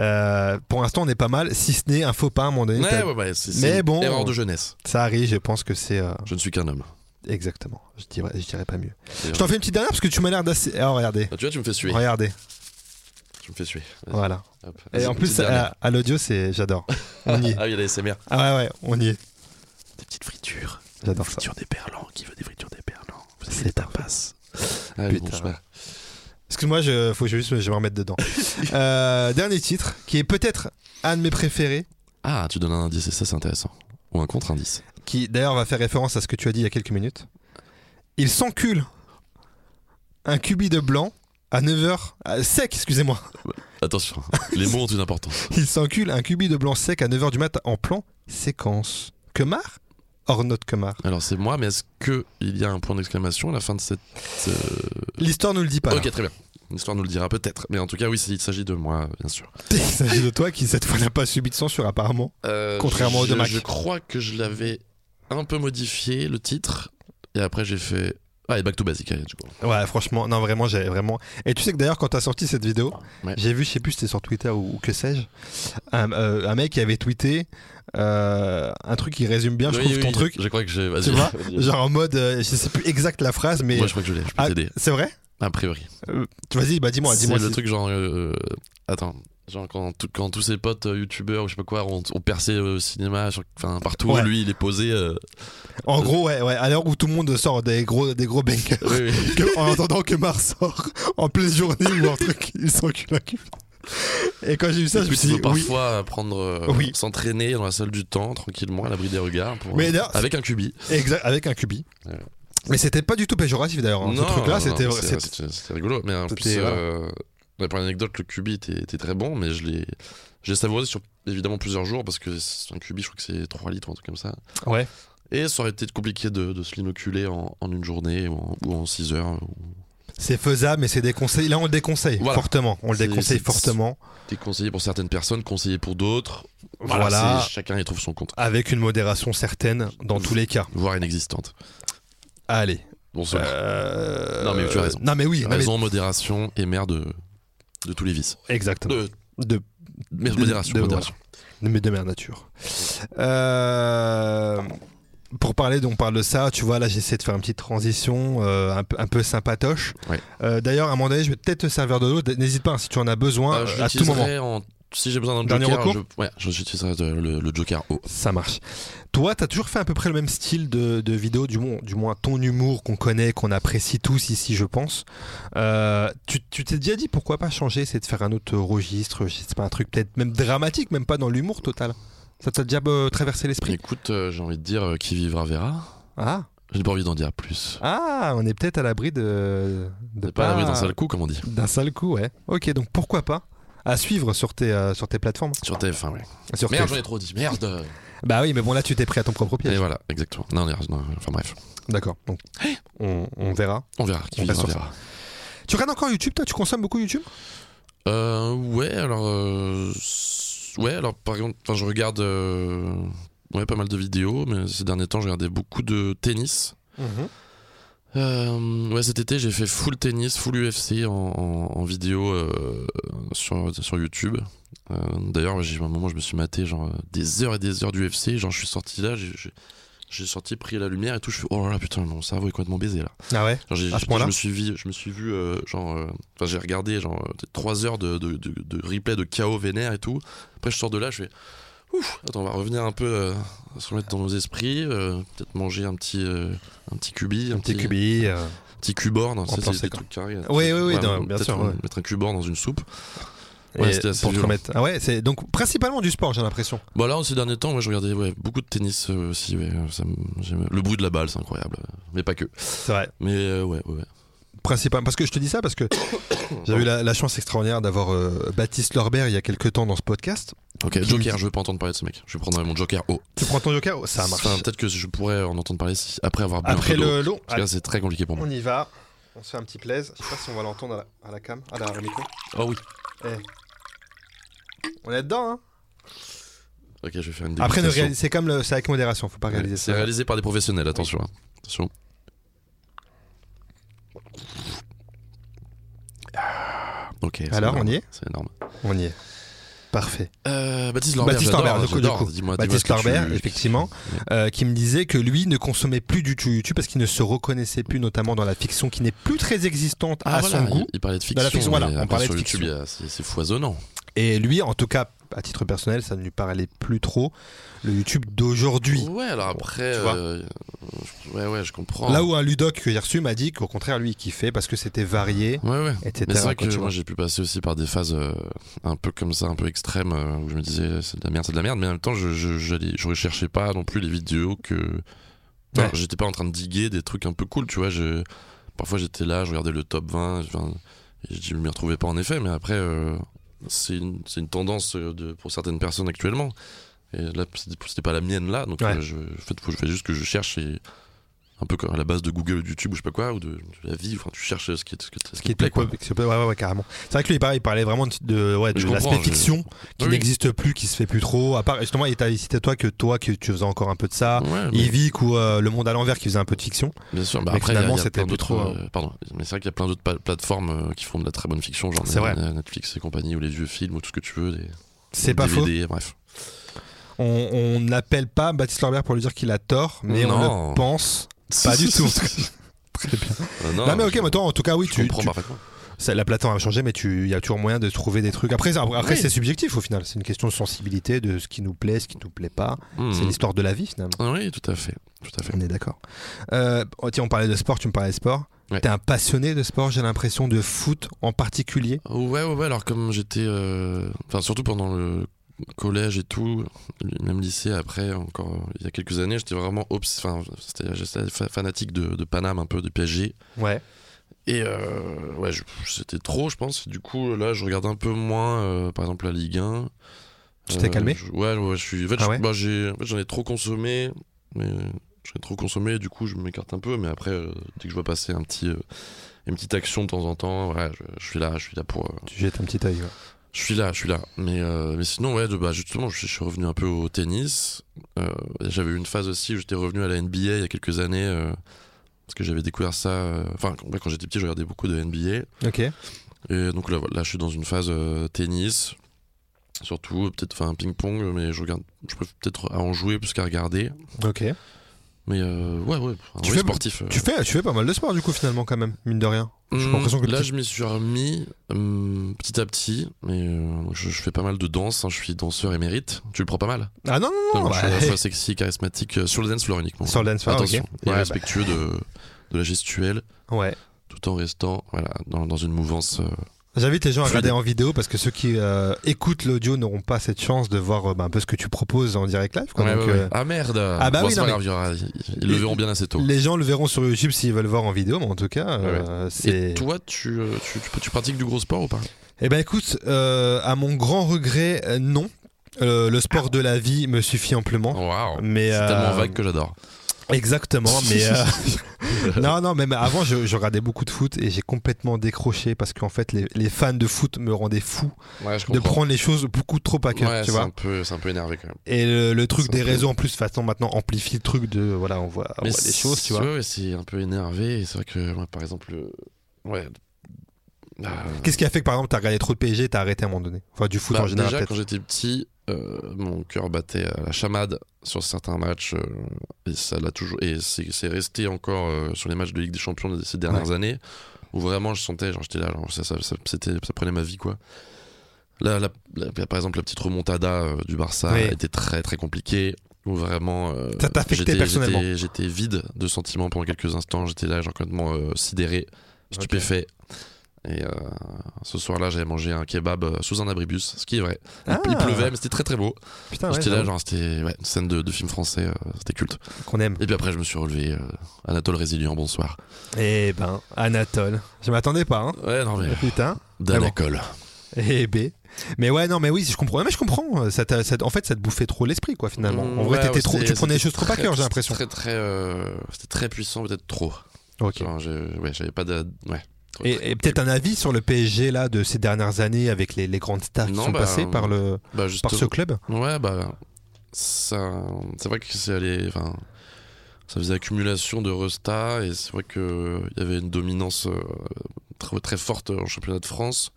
Speaker 2: Euh, pour l'instant, on est pas mal, si ce n'est un faux pas à un moment donné.
Speaker 3: Ouais,
Speaker 2: t'as-
Speaker 3: ouais, ouais, c'est,
Speaker 2: Mais
Speaker 3: c'est une
Speaker 2: bon.
Speaker 3: erreur de jeunesse.
Speaker 2: Ça arrive, je pense que c'est euh,
Speaker 3: Je ne suis qu'un homme.
Speaker 2: exactement. Je dirais, je dirais pas mieux.
Speaker 3: Et,
Speaker 2: Je t'en fais une petite dernière parce que tu m'as l'air d'assez. Ah, regardez.
Speaker 3: euh, Tu vois, tu me fais suer.
Speaker 2: Regardez.
Speaker 3: Tu me fais suer. Vas-y,
Speaker 2: Voilà.
Speaker 3: hop.
Speaker 2: Et
Speaker 3: Vas-y,
Speaker 2: en
Speaker 3: petite
Speaker 2: plus,
Speaker 3: dernière.
Speaker 2: à, à l'audio, c'est j'adore. On y est.
Speaker 3: Ah oui, la SMR.
Speaker 2: Ah ouais, ouais, on y est.
Speaker 3: Des petites fritures.
Speaker 2: J'adore ça.
Speaker 3: Friture des perlans. Qui veut des fritures des perlans Vous
Speaker 2: C'est
Speaker 3: avez les tapas. Allez, Ah, bon,
Speaker 2: Putain.
Speaker 3: je sais pas.
Speaker 2: Excuse-moi, je, faut que je, juste, je vais me remettre dedans. Euh, dernier titre, qui est peut-être un de mes préférés,
Speaker 3: Ah, tu donnes un indice et ça, c'est intéressant. Ou un contre-indice.
Speaker 2: qui d'ailleurs va faire référence à ce que tu as dit il y a quelques minutes. Il s'encule un cubi de blanc à 9h. sec, excusez-moi.
Speaker 3: Attention, hein. les mots ont une importance.
Speaker 2: Il s'encule un cubi de blanc sec à 9h du matin en plan séquence. Quemar Or not Quemar
Speaker 3: Alors, c'est moi, mais est-ce que il y a un point d'exclamation à la fin de cette. euh,
Speaker 2: L'histoire ne le dit pas. là.
Speaker 3: Ok, très bien. L'histoire nous le dira peut-être. Mais en tout cas, oui, il s'agit de moi, bien sûr.
Speaker 2: Il s'agit de toi qui, cette fois, n'a pas subi de censure, apparemment.
Speaker 3: Euh,
Speaker 2: Contrairement au
Speaker 3: je-
Speaker 2: de Mac.
Speaker 3: Je crois que je l'avais un peu modifié, le titre. Et après, j'ai fait. Ah, et Back to Basic, allez, du coup.
Speaker 2: Ouais, franchement, non, vraiment, j'avais vraiment. Et tu sais que d'ailleurs, quand t'as sorti cette vidéo,
Speaker 3: Ouais.
Speaker 2: j'ai vu, je sais plus, c'était sur Twitter ou, ou que sais-je, un, euh, un mec qui avait tweeté euh, un truc qui résume bien, je
Speaker 3: Oui,
Speaker 2: trouve,
Speaker 3: oui,
Speaker 2: ton
Speaker 3: oui,
Speaker 2: truc.
Speaker 3: Je crois que j'ai. vas-y.
Speaker 2: Tu vois
Speaker 3: Vas-y.
Speaker 2: Genre en mode, euh, je sais plus exact la phrase, mais.
Speaker 3: Moi, je crois que je l'ai. Je peux
Speaker 2: Ah,
Speaker 3: t'aider,
Speaker 2: c'est vrai
Speaker 3: a priori.
Speaker 2: Tu Vas-y, bah dis-moi,
Speaker 3: C'est
Speaker 2: dis-moi.
Speaker 3: le
Speaker 2: si-
Speaker 3: truc, genre. euh, Attends. Genre, quand, tout- quand tous ses potes euh, youtubeurs ou je sais pas quoi ont, ont percé euh, au cinéma, genre, enfin, partout,
Speaker 2: Ouais.
Speaker 3: lui, il est posé. euh,
Speaker 2: En gros, ouais, ouais, à l'heure où tout le monde sort des gros, des gros bangers,
Speaker 3: oui, oui.
Speaker 2: que- en attendant que Mars sort en pleine journée ou un truc, ils sont cul à cul. Et quand j'ai vu ça,
Speaker 3: Et
Speaker 2: je me
Speaker 3: puis,
Speaker 2: suis
Speaker 3: il
Speaker 2: dit,
Speaker 3: faut
Speaker 2: oui.
Speaker 3: parfois euh, prendre, euh,
Speaker 2: Oui.
Speaker 3: s'entraîner dans la salle du temps, tranquillement, à l'abri des regards, pour,
Speaker 2: Mais
Speaker 3: euh,
Speaker 2: d'ailleurs,
Speaker 3: avec un cubi.
Speaker 2: Exact, avec un cubi.
Speaker 3: Ouais.
Speaker 2: Mais c'était pas du tout péjoratif d'ailleurs. hein. ce truc-là,
Speaker 3: non,
Speaker 2: c'était
Speaker 3: non,
Speaker 2: vrai-
Speaker 3: c'est-
Speaker 2: c'était-
Speaker 3: C'était c'était rigolo. Mais en
Speaker 2: c'était-
Speaker 3: plus,
Speaker 2: voilà.
Speaker 3: euh, ouais, pour l'anecdote, le cubi était, était très bon, mais je l'ai je l'ai savouré sur évidemment plusieurs jours parce que c'est- un cubi, je crois que c'est 3 litres ou un truc comme ça.
Speaker 2: Ouais.
Speaker 3: Et ça aurait été compliqué de, de se l'inoculer en, en une journée ou en- ou en 6 heures. ou-
Speaker 2: C'est faisable, mais c'est déconseillé. Là, on le déconseille
Speaker 3: Voilà.
Speaker 2: fortement. On le
Speaker 3: C'est-
Speaker 2: déconseille
Speaker 3: c'est-
Speaker 2: fortement.
Speaker 3: T'es conseillé pour certaines personnes, conseillé pour d'autres. Voilà.
Speaker 2: Voilà.
Speaker 3: c'est- Chacun y trouve son compte,
Speaker 2: Avec une modération certaine dans tous les cas.
Speaker 3: voire inexistante.
Speaker 2: Allez.
Speaker 3: Bon, ça.
Speaker 2: Euh,
Speaker 3: Non, mais tu as raison.
Speaker 2: Non, mais oui. non, mais-
Speaker 3: raison, modération et mère de, de tous les vices.
Speaker 2: Exactement.
Speaker 3: De,
Speaker 2: De,
Speaker 3: mais
Speaker 2: de-
Speaker 3: modération,
Speaker 2: de-
Speaker 3: modération.
Speaker 2: voilà. Mais de mère nature. Euh, Pour parler, donc on parle de ça, tu vois, là j'essaie de faire une petite transition euh, un, peu, un peu sympatoche.
Speaker 3: Ouais.
Speaker 2: Euh, D'ailleurs, à un moment donné, je vais peut-être te servir de l'eau, n'hésite pas hein, si tu en as besoin,
Speaker 3: Ah, je
Speaker 2: euh, à tout moment.
Speaker 3: l'utiliserai en- Si j'ai besoin d'un
Speaker 2: Dernier
Speaker 3: joker,
Speaker 2: recours
Speaker 3: je... ouais, je- j'utiliserai de- le, le joker haut.
Speaker 2: Ça marche. Toi, t'as toujours fait à peu près le même style de, de vidéo, du moins, du moins ton humour qu'on connaît, qu'on apprécie tous ici, je pense. Euh, tu tu t'es déjà dit pourquoi pas changer, c'est de faire un autre registre, je sais pas, un truc peut-être même dramatique, même pas dans l'humour total. Ça t'a déjà euh, traversé l'esprit
Speaker 3: Écoute, euh, j'ai envie de dire euh, qui vivra verra.
Speaker 2: Ah
Speaker 3: J'ai pas envie d'en dire plus.
Speaker 2: Ah, on est peut-être à l'abri de. de
Speaker 3: C'est pas à l'abri d'un seul coup, comme on dit.
Speaker 2: d'un seul coup, ouais. Ok, donc pourquoi pas à suivre sur tes, euh, sur tes plateformes.
Speaker 3: Sur TF1, ouais.
Speaker 2: Sur
Speaker 3: Merde,
Speaker 2: tes-
Speaker 3: j'en ai trop dit. Merde.
Speaker 2: Bah oui, mais bon, là, tu t'es pris à ton propre
Speaker 3: Et
Speaker 2: piège.
Speaker 3: voilà, exactement. Non, on est- non, enfin bref,
Speaker 2: D'accord, donc on, on verra.
Speaker 3: on verra qui
Speaker 2: On
Speaker 3: vivra
Speaker 2: reste sur
Speaker 3: verra.
Speaker 2: Tu regardes encore YouTube, toi Tu consommes beaucoup YouTube
Speaker 3: Euh, ouais, alors. euh, s- Ouais, alors par exemple, enfin, je regarde. euh, Ouais, pas mal de vidéos, mais ces derniers temps, je regardais beaucoup de tennis. Mhm. Euh, ouais, cet été, j'ai fait full tennis, full UFC en, en- en vidéo euh, sur, sur YouTube. Euh, D'ailleurs, ouais, j'ai eu un moment, je me suis maté genre euh, des heures et des heures d'UFC. Genre, je suis sorti là, j'ai- j'ai- j'ai sorti, pris la lumière et tout. Je fais oh là là, putain, mon cerveau est complètement baisé là.
Speaker 2: Ah ouais
Speaker 3: Genre, j'ai-
Speaker 2: À ce
Speaker 3: j'ai-
Speaker 2: point-là
Speaker 3: je me suis vu, je me suis vu euh, genre, euh, enfin, j'ai regardé genre euh, peut-être trois heures de, de, de- de replay de chaos vénère et tout. Après, je sors de là, je fais ouf. Attends, on va revenir un peu, euh, se remettre dans nos esprits, euh, peut-être manger un petit, euh, un petit cubi,
Speaker 2: Un petit cubi. euh,
Speaker 3: petit cubord, hein,
Speaker 2: En
Speaker 3: tu sais,
Speaker 2: plan
Speaker 3: c'est des
Speaker 2: séquent.
Speaker 3: trucs carrés. là.
Speaker 2: Oui, oui, oui,
Speaker 3: Ouais,
Speaker 2: non,
Speaker 3: on-
Speaker 2: bien
Speaker 3: peut-être
Speaker 2: sûr,
Speaker 3: on-
Speaker 2: ouais.
Speaker 3: Mettre un cubord dans une soupe.
Speaker 2: et
Speaker 3: Ouais, c'était assez
Speaker 2: pour te
Speaker 3: violent.
Speaker 2: remettre. Ah ouais, c'est donc principalement du sport, j'ai l'impression.
Speaker 3: Bon, Bah, là, en ces derniers temps, moi, je regardais ouais, beaucoup de tennis euh, aussi. ouais, ça me- j'aime- le bruit de la balle, c'est incroyable. Mais pas que.
Speaker 2: C'est vrai.
Speaker 3: Mais euh, ouais, ouais. ouais.
Speaker 2: Principalement. Parce que je te dis ça parce que j'ai eu la, la chance extraordinaire d'avoir euh, Baptiste Lorbert il y a quelques temps dans ce podcast.
Speaker 3: Ok,
Speaker 2: Qui-
Speaker 3: Joker, je veux pas entendre parler de ce mec. Je prendrai mon Joker haut.
Speaker 2: Tu prends ton joker Oh, Ça marche.
Speaker 3: Enfin, peut-être que je pourrais en entendre parler si- après avoir bu un
Speaker 2: Après
Speaker 3: peu d'eau.
Speaker 2: le Ah. lot,
Speaker 3: Parce que là, c'est très compliqué pour moi.
Speaker 2: on y va. On se fait un petit plaise. Je sais pas si on va l'entendre à la, à la cam, à la au micro.
Speaker 3: Oh oui.
Speaker 2: On est dedans, hein
Speaker 3: Ok, je vais faire une
Speaker 2: Après, ne
Speaker 3: dégustation.
Speaker 2: réalis- c'est comme le... c'est avec modération, faut pas
Speaker 3: Ouais,
Speaker 2: réaliser
Speaker 3: C'est
Speaker 2: ça.
Speaker 3: réalisé par des professionnels, attention. hein. Attention. Ah, Ok. c'est
Speaker 2: Alors,
Speaker 3: énorme.
Speaker 2: on y est
Speaker 3: C'est énorme.
Speaker 2: On y est. Parfait.
Speaker 3: Euh, Baptiste Lambert.
Speaker 2: Baptiste
Speaker 3: j'adore,
Speaker 2: Lambert, du coup,
Speaker 3: j'adore.
Speaker 2: du coup.
Speaker 3: Dis-moi, dis-moi
Speaker 2: Baptiste
Speaker 3: ce que Bah, tu-
Speaker 2: Larbert, effectivement, euh, qui me disait que lui ne consommait plus du tout YouTube parce qu'il ne se reconnaissait plus, notamment dans la fiction qui n'est plus très existante
Speaker 3: Ah,
Speaker 2: à
Speaker 3: voilà,
Speaker 2: son
Speaker 3: il-
Speaker 2: goût.
Speaker 3: Il, parlait de fiction.
Speaker 2: Dans la fiction, voilà,
Speaker 3: mais
Speaker 2: on
Speaker 3: après,
Speaker 2: parlait
Speaker 3: sur
Speaker 2: de
Speaker 3: YouTube, il y a- c'est c'est foisonnant.
Speaker 2: Et lui, en tout cas, à titre personnel, ça ne lui parlait plus trop, le YouTube d'aujourd'hui.
Speaker 3: Ouais, alors après.
Speaker 2: Tu vois.
Speaker 3: euh, je- ouais, ouais, je comprends.
Speaker 2: Là où un Ludoc que j'ai reçu m'a dit qu'au contraire, lui, il kiffait parce que c'était varié,
Speaker 3: Ouais, ouais.
Speaker 2: etc.
Speaker 3: Mais c'est vrai que
Speaker 2: quoi, tu
Speaker 3: moi
Speaker 2: vois.
Speaker 3: j'ai pu passer aussi par des phases euh, un peu comme ça, un peu extrêmes, euh, où je me disais c'est de la merde, c'est de la merde, mais en même temps je, je, j'allais- je recherchais pas non plus les vidéos que. Enfin,
Speaker 2: Ouais.
Speaker 3: J'étais pas en train de diguer des trucs un peu cool, tu vois. Je... Parfois j'étais là, je regardais le top 20, enfin, et je ne m'y retrouvais pas en effet, mais après euh, c'est, une, c'est une tendance euh, de, pour certaines personnes actuellement. Et là c'était c'était pas la mienne là, donc
Speaker 2: Ouais.
Speaker 3: euh, je, en fait, faut- je fais juste que je cherche et un peu comme à la base de Google, de YouTube ou je sais pas quoi, ou de, de la vie, enfin tu cherches ce qui, est- ce que t- ce
Speaker 2: Ce
Speaker 3: qui
Speaker 2: qui
Speaker 3: te plaît.
Speaker 2: était
Speaker 3: Quoi.
Speaker 2: quoi, ce qui- ouais, ouais, ouais, carrément. C'est vrai que lui, pareil, il parlait vraiment de, de- ouais, de
Speaker 3: Je
Speaker 2: l'aspect
Speaker 3: comprends, je-
Speaker 2: fiction qui
Speaker 3: Oui.
Speaker 2: n'existe plus, qui se fait plus trop. À part, justement, il t'a cité toi que toi, que tu faisais encore un peu de ça.
Speaker 3: Ouais, Ah, mais-
Speaker 2: Yvick ou euh, Le Monde à l'envers qui faisait un peu de fiction.
Speaker 3: Bien sûr, bah
Speaker 2: Mais
Speaker 3: après, il y a-
Speaker 2: finalement,
Speaker 3: il y a
Speaker 2: c'était
Speaker 3: plein d'autres.
Speaker 2: plutôt,
Speaker 3: euh, pardon, mais c'est vrai qu'il y a plein d'autres pa- plateformes euh, qui font de la très bonne fiction, genre
Speaker 2: C'est vrai.
Speaker 3: euh, Netflix et compagnie, ou les vieux films, ou tout ce que tu veux, des
Speaker 2: C'est pas faux.
Speaker 3: DVD, bref.
Speaker 2: On- On n'appelle pas Baptiste Lambert pour lui dire qu'il a tort, mais on
Speaker 3: Non.
Speaker 2: le pense. Pas du tout. Très bien.
Speaker 3: Euh, non,
Speaker 2: Non, mais ok,
Speaker 3: je-
Speaker 2: mais toi, en tout cas, oui,
Speaker 3: je
Speaker 2: tu,
Speaker 3: comprends
Speaker 2: tu-
Speaker 3: parfaitement.
Speaker 2: ça, la plateforme a changé, mais tu- il y a toujours moyen de trouver des trucs. Après, ça- après
Speaker 3: Oui.
Speaker 2: c'est subjectif au final. C'est une question de sensibilité, de ce qui nous plaît, ce qui nous plaît pas.
Speaker 3: Mhm.
Speaker 2: C'est l'histoire de la vie finalement.
Speaker 3: Ah Oui, tout à fait. Tout à fait.
Speaker 2: On est d'accord. Euh, oh, tiens, on parlait de sport, tu me parlais de sport.
Speaker 3: Ouais.
Speaker 2: T'es un passionné de sport, j'ai l'impression, de foot en particulier.
Speaker 3: Ouais, ouais, ouais. Alors, comme j'étais. euh, Enfin, surtout pendant le collège et tout, même lycée après, encore euh, il y a quelques années, j'étais vraiment obs enfin, c'était- j'étais fa- fanatique de, de Paname, un peu, de PSG.
Speaker 2: Ouais.
Speaker 3: Et euh, ouais, je- c'était trop, je pense. Du coup, là, je regarde un peu moins, euh, par exemple, la Ligue 1.
Speaker 2: Tu t'es calmé
Speaker 3: je- Ouais, ouais, je suis. En fait,
Speaker 2: Ah
Speaker 3: je-
Speaker 2: ouais
Speaker 3: bah, j'ai- en fait, j'en ai trop consommé. Mais j'en ai trop consommé, du coup, je m'écarte un peu. Mais après, euh, dès que je vois passer un petit, euh, une petite action de temps en temps, ouais, je, je suis là, je suis là pour. euh,
Speaker 2: Tu jettes un petit œil. ouais.
Speaker 3: je suis là, je suis là. Mais, euh, mais sinon, ouais, de, bah, justement, je, je suis revenu un peu au tennis. Euh, j'avais eu une phase aussi où j'étais revenu à la NBA il y a quelques années. euh, parce que j'avais découvert ça. euh, Enfin, quand- ouais, quand j'étais petit, je regardais beaucoup de NBA.
Speaker 2: Ok.
Speaker 3: Et donc là, voilà, là, je suis dans une phase euh, tennis. Surtout, euh, peut-être enfin, ping-pong, mais je regarde. Je préfère peut-être à en jouer plus qu'à regarder.
Speaker 2: Ok.
Speaker 3: Mais euh, ouais, ouais, un
Speaker 2: Tu
Speaker 3: vrai
Speaker 2: fais-
Speaker 3: sportif. euh.
Speaker 2: Tu fais, tu fais pas mal de sport du coup finalement quand même, mine de rien. J'ai
Speaker 3: Hum,
Speaker 2: l'impression que le
Speaker 3: là,
Speaker 2: petit-
Speaker 3: je m'y suis remis hum, petit à petit. Mais euh, je, je fais pas mal de danse. hein, je suis danseur émérite. Tu le prends pas mal
Speaker 2: Ah non non non.
Speaker 3: Non,
Speaker 2: bah,
Speaker 3: je suis à la fois sexy, charismatique, euh, sur le dance floor uniquement.
Speaker 2: Sur le dance floor,
Speaker 3: Attention,
Speaker 2: ok.
Speaker 3: et
Speaker 2: Ouais,
Speaker 3: respectueux de, de la gestuelle,
Speaker 2: ouais.
Speaker 3: tout en restant voilà, dans, dans une mouvance. euh,
Speaker 2: J'invite les gens à
Speaker 3: Fluide.
Speaker 2: regarder en vidéo parce que ceux qui euh, écoutent l'audio n'auront pas cette chance de voir euh, bah, un peu ce que tu proposes en direct live. quoi.
Speaker 3: ouais,
Speaker 2: Donc,
Speaker 3: ouais, ouais.
Speaker 2: euh,
Speaker 3: Ah merde
Speaker 2: Ah bah
Speaker 3: Bon,
Speaker 2: oui,
Speaker 3: c'est
Speaker 2: non,
Speaker 3: pas
Speaker 2: mais-
Speaker 3: grave, il y aura- ils, ils le
Speaker 2: Et-
Speaker 3: verront bien assez tôt.
Speaker 2: Les gens le verront sur YouTube s'ils veulent voir en vidéo, mais en tout cas, euh, c'est.
Speaker 3: Et toi, tu, euh, tu, tu- tu pratiques du gros sport ou pas
Speaker 2: Eh ben écoute, euh, à mon grand regret, euh, non. Euh, le sport de la vie me suffit amplement.
Speaker 3: Waouh
Speaker 2: Mais
Speaker 3: C'est
Speaker 2: euh,
Speaker 3: tellement vague que j'adore.
Speaker 2: Exactement, mais euh, non, non, même avant, je, je regardais beaucoup de foot et j'ai complètement décroché parce qu'en fait, les, les fans de foot me rendaient fou
Speaker 3: Ouais, je
Speaker 2: de prendre les choses beaucoup trop à cœur,
Speaker 3: Ouais,
Speaker 2: tu
Speaker 3: c'est
Speaker 2: vois.
Speaker 3: un, peu- c'est un peu énervé quand même.
Speaker 2: Et le, le truc
Speaker 3: c'est
Speaker 2: des
Speaker 3: un peu-
Speaker 2: réseaux en plus, de toute façon, maintenant amplifie le truc de voilà, on voit, on voit Ah, des
Speaker 3: c'est-
Speaker 2: choses, tu vois.
Speaker 3: ouais, ouais, c'est un peu énervé. et C'est vrai que, moi, par exemple, euh, ouais. euh,
Speaker 2: Qu'est-ce qui a fait que par exemple, t'as regardé trop de PSG, t'as arrêté à un moment donné Enfin, du foot
Speaker 3: Bah,
Speaker 2: en général,
Speaker 3: déjà,
Speaker 2: peut-être.
Speaker 3: quand j'étais petit, euh, mon cœur battait à la chamade sur certains matchs. euh, et ça l'a toujours. Et c'est c'est resté encore euh, sur les matchs de Ligue des Champions de ces dernières années, où vraiment je sentais, genre j'étais là, genre, ça, ça, ça- c'était- ça prenait ma vie, quoi. Là, la- la- par exemple, la petite remontada euh, du Barça
Speaker 2: Oui.
Speaker 3: était très très compliquée. Où vraiment. euh,
Speaker 2: Ça t'affectait
Speaker 3: j'étais-
Speaker 2: personnellement.
Speaker 3: j'étais- J'étais vide de sentiments pendant quelques instants. J'étais là, genre complètement euh, sidéré, stupéfait. Et euh, ce soir-là, j'avais mangé un kebab euh, sous un abribus, ce qui est vrai. Il- Il
Speaker 2: Ah.
Speaker 3: pleuvait, mais c'était très très beau.
Speaker 2: Putain, ouais,
Speaker 3: J'étais là,
Speaker 2: j'avoue,
Speaker 3: genre, c'était ouais, une scène de, de film français, euh, c'était culte.
Speaker 2: qu'on aime.
Speaker 3: Et puis après, je me suis relevé, euh, Anatole Résilient, bonsoir.
Speaker 2: Eh ben, Anatole. Je m'attendais pas, hein.
Speaker 3: Ah Ouais, non mais,
Speaker 2: Putain.
Speaker 3: d'Anacole.
Speaker 2: Eh B. Mais ouais, non, mais oui, je comprends. Non, mais je comprends. Ça t'a- ça t- en fait, ça te bouffait trop l'esprit, quoi, finalement. En vrai,
Speaker 3: Mm, Ouais,
Speaker 2: t'étais
Speaker 3: ouais,
Speaker 2: trop, tu
Speaker 3: c'était-
Speaker 2: prenais les choses
Speaker 3: c'était
Speaker 2: trop à
Speaker 3: très-
Speaker 2: cœur, j'ai l'impression.
Speaker 3: C'était très, très, euh, c'était très puissant, peut-être trop.
Speaker 2: Ok.
Speaker 3: Genre, je- ouais, j'avais pas de. Ouais. Trop-
Speaker 2: Et, et peut-être un avis sur le PSG là de ces dernières années avec les, les grandes stars qui
Speaker 3: Non,
Speaker 2: sont
Speaker 3: bah,
Speaker 2: passées par le
Speaker 3: Bah, juste,
Speaker 2: par ce club.
Speaker 3: Ouais, bah. Ça... C'est vrai que c'est allé. Enfin. Ça faisait accumulation de restats et c'est vrai qu'il y avait une dominance euh, très, très forte en championnat de France.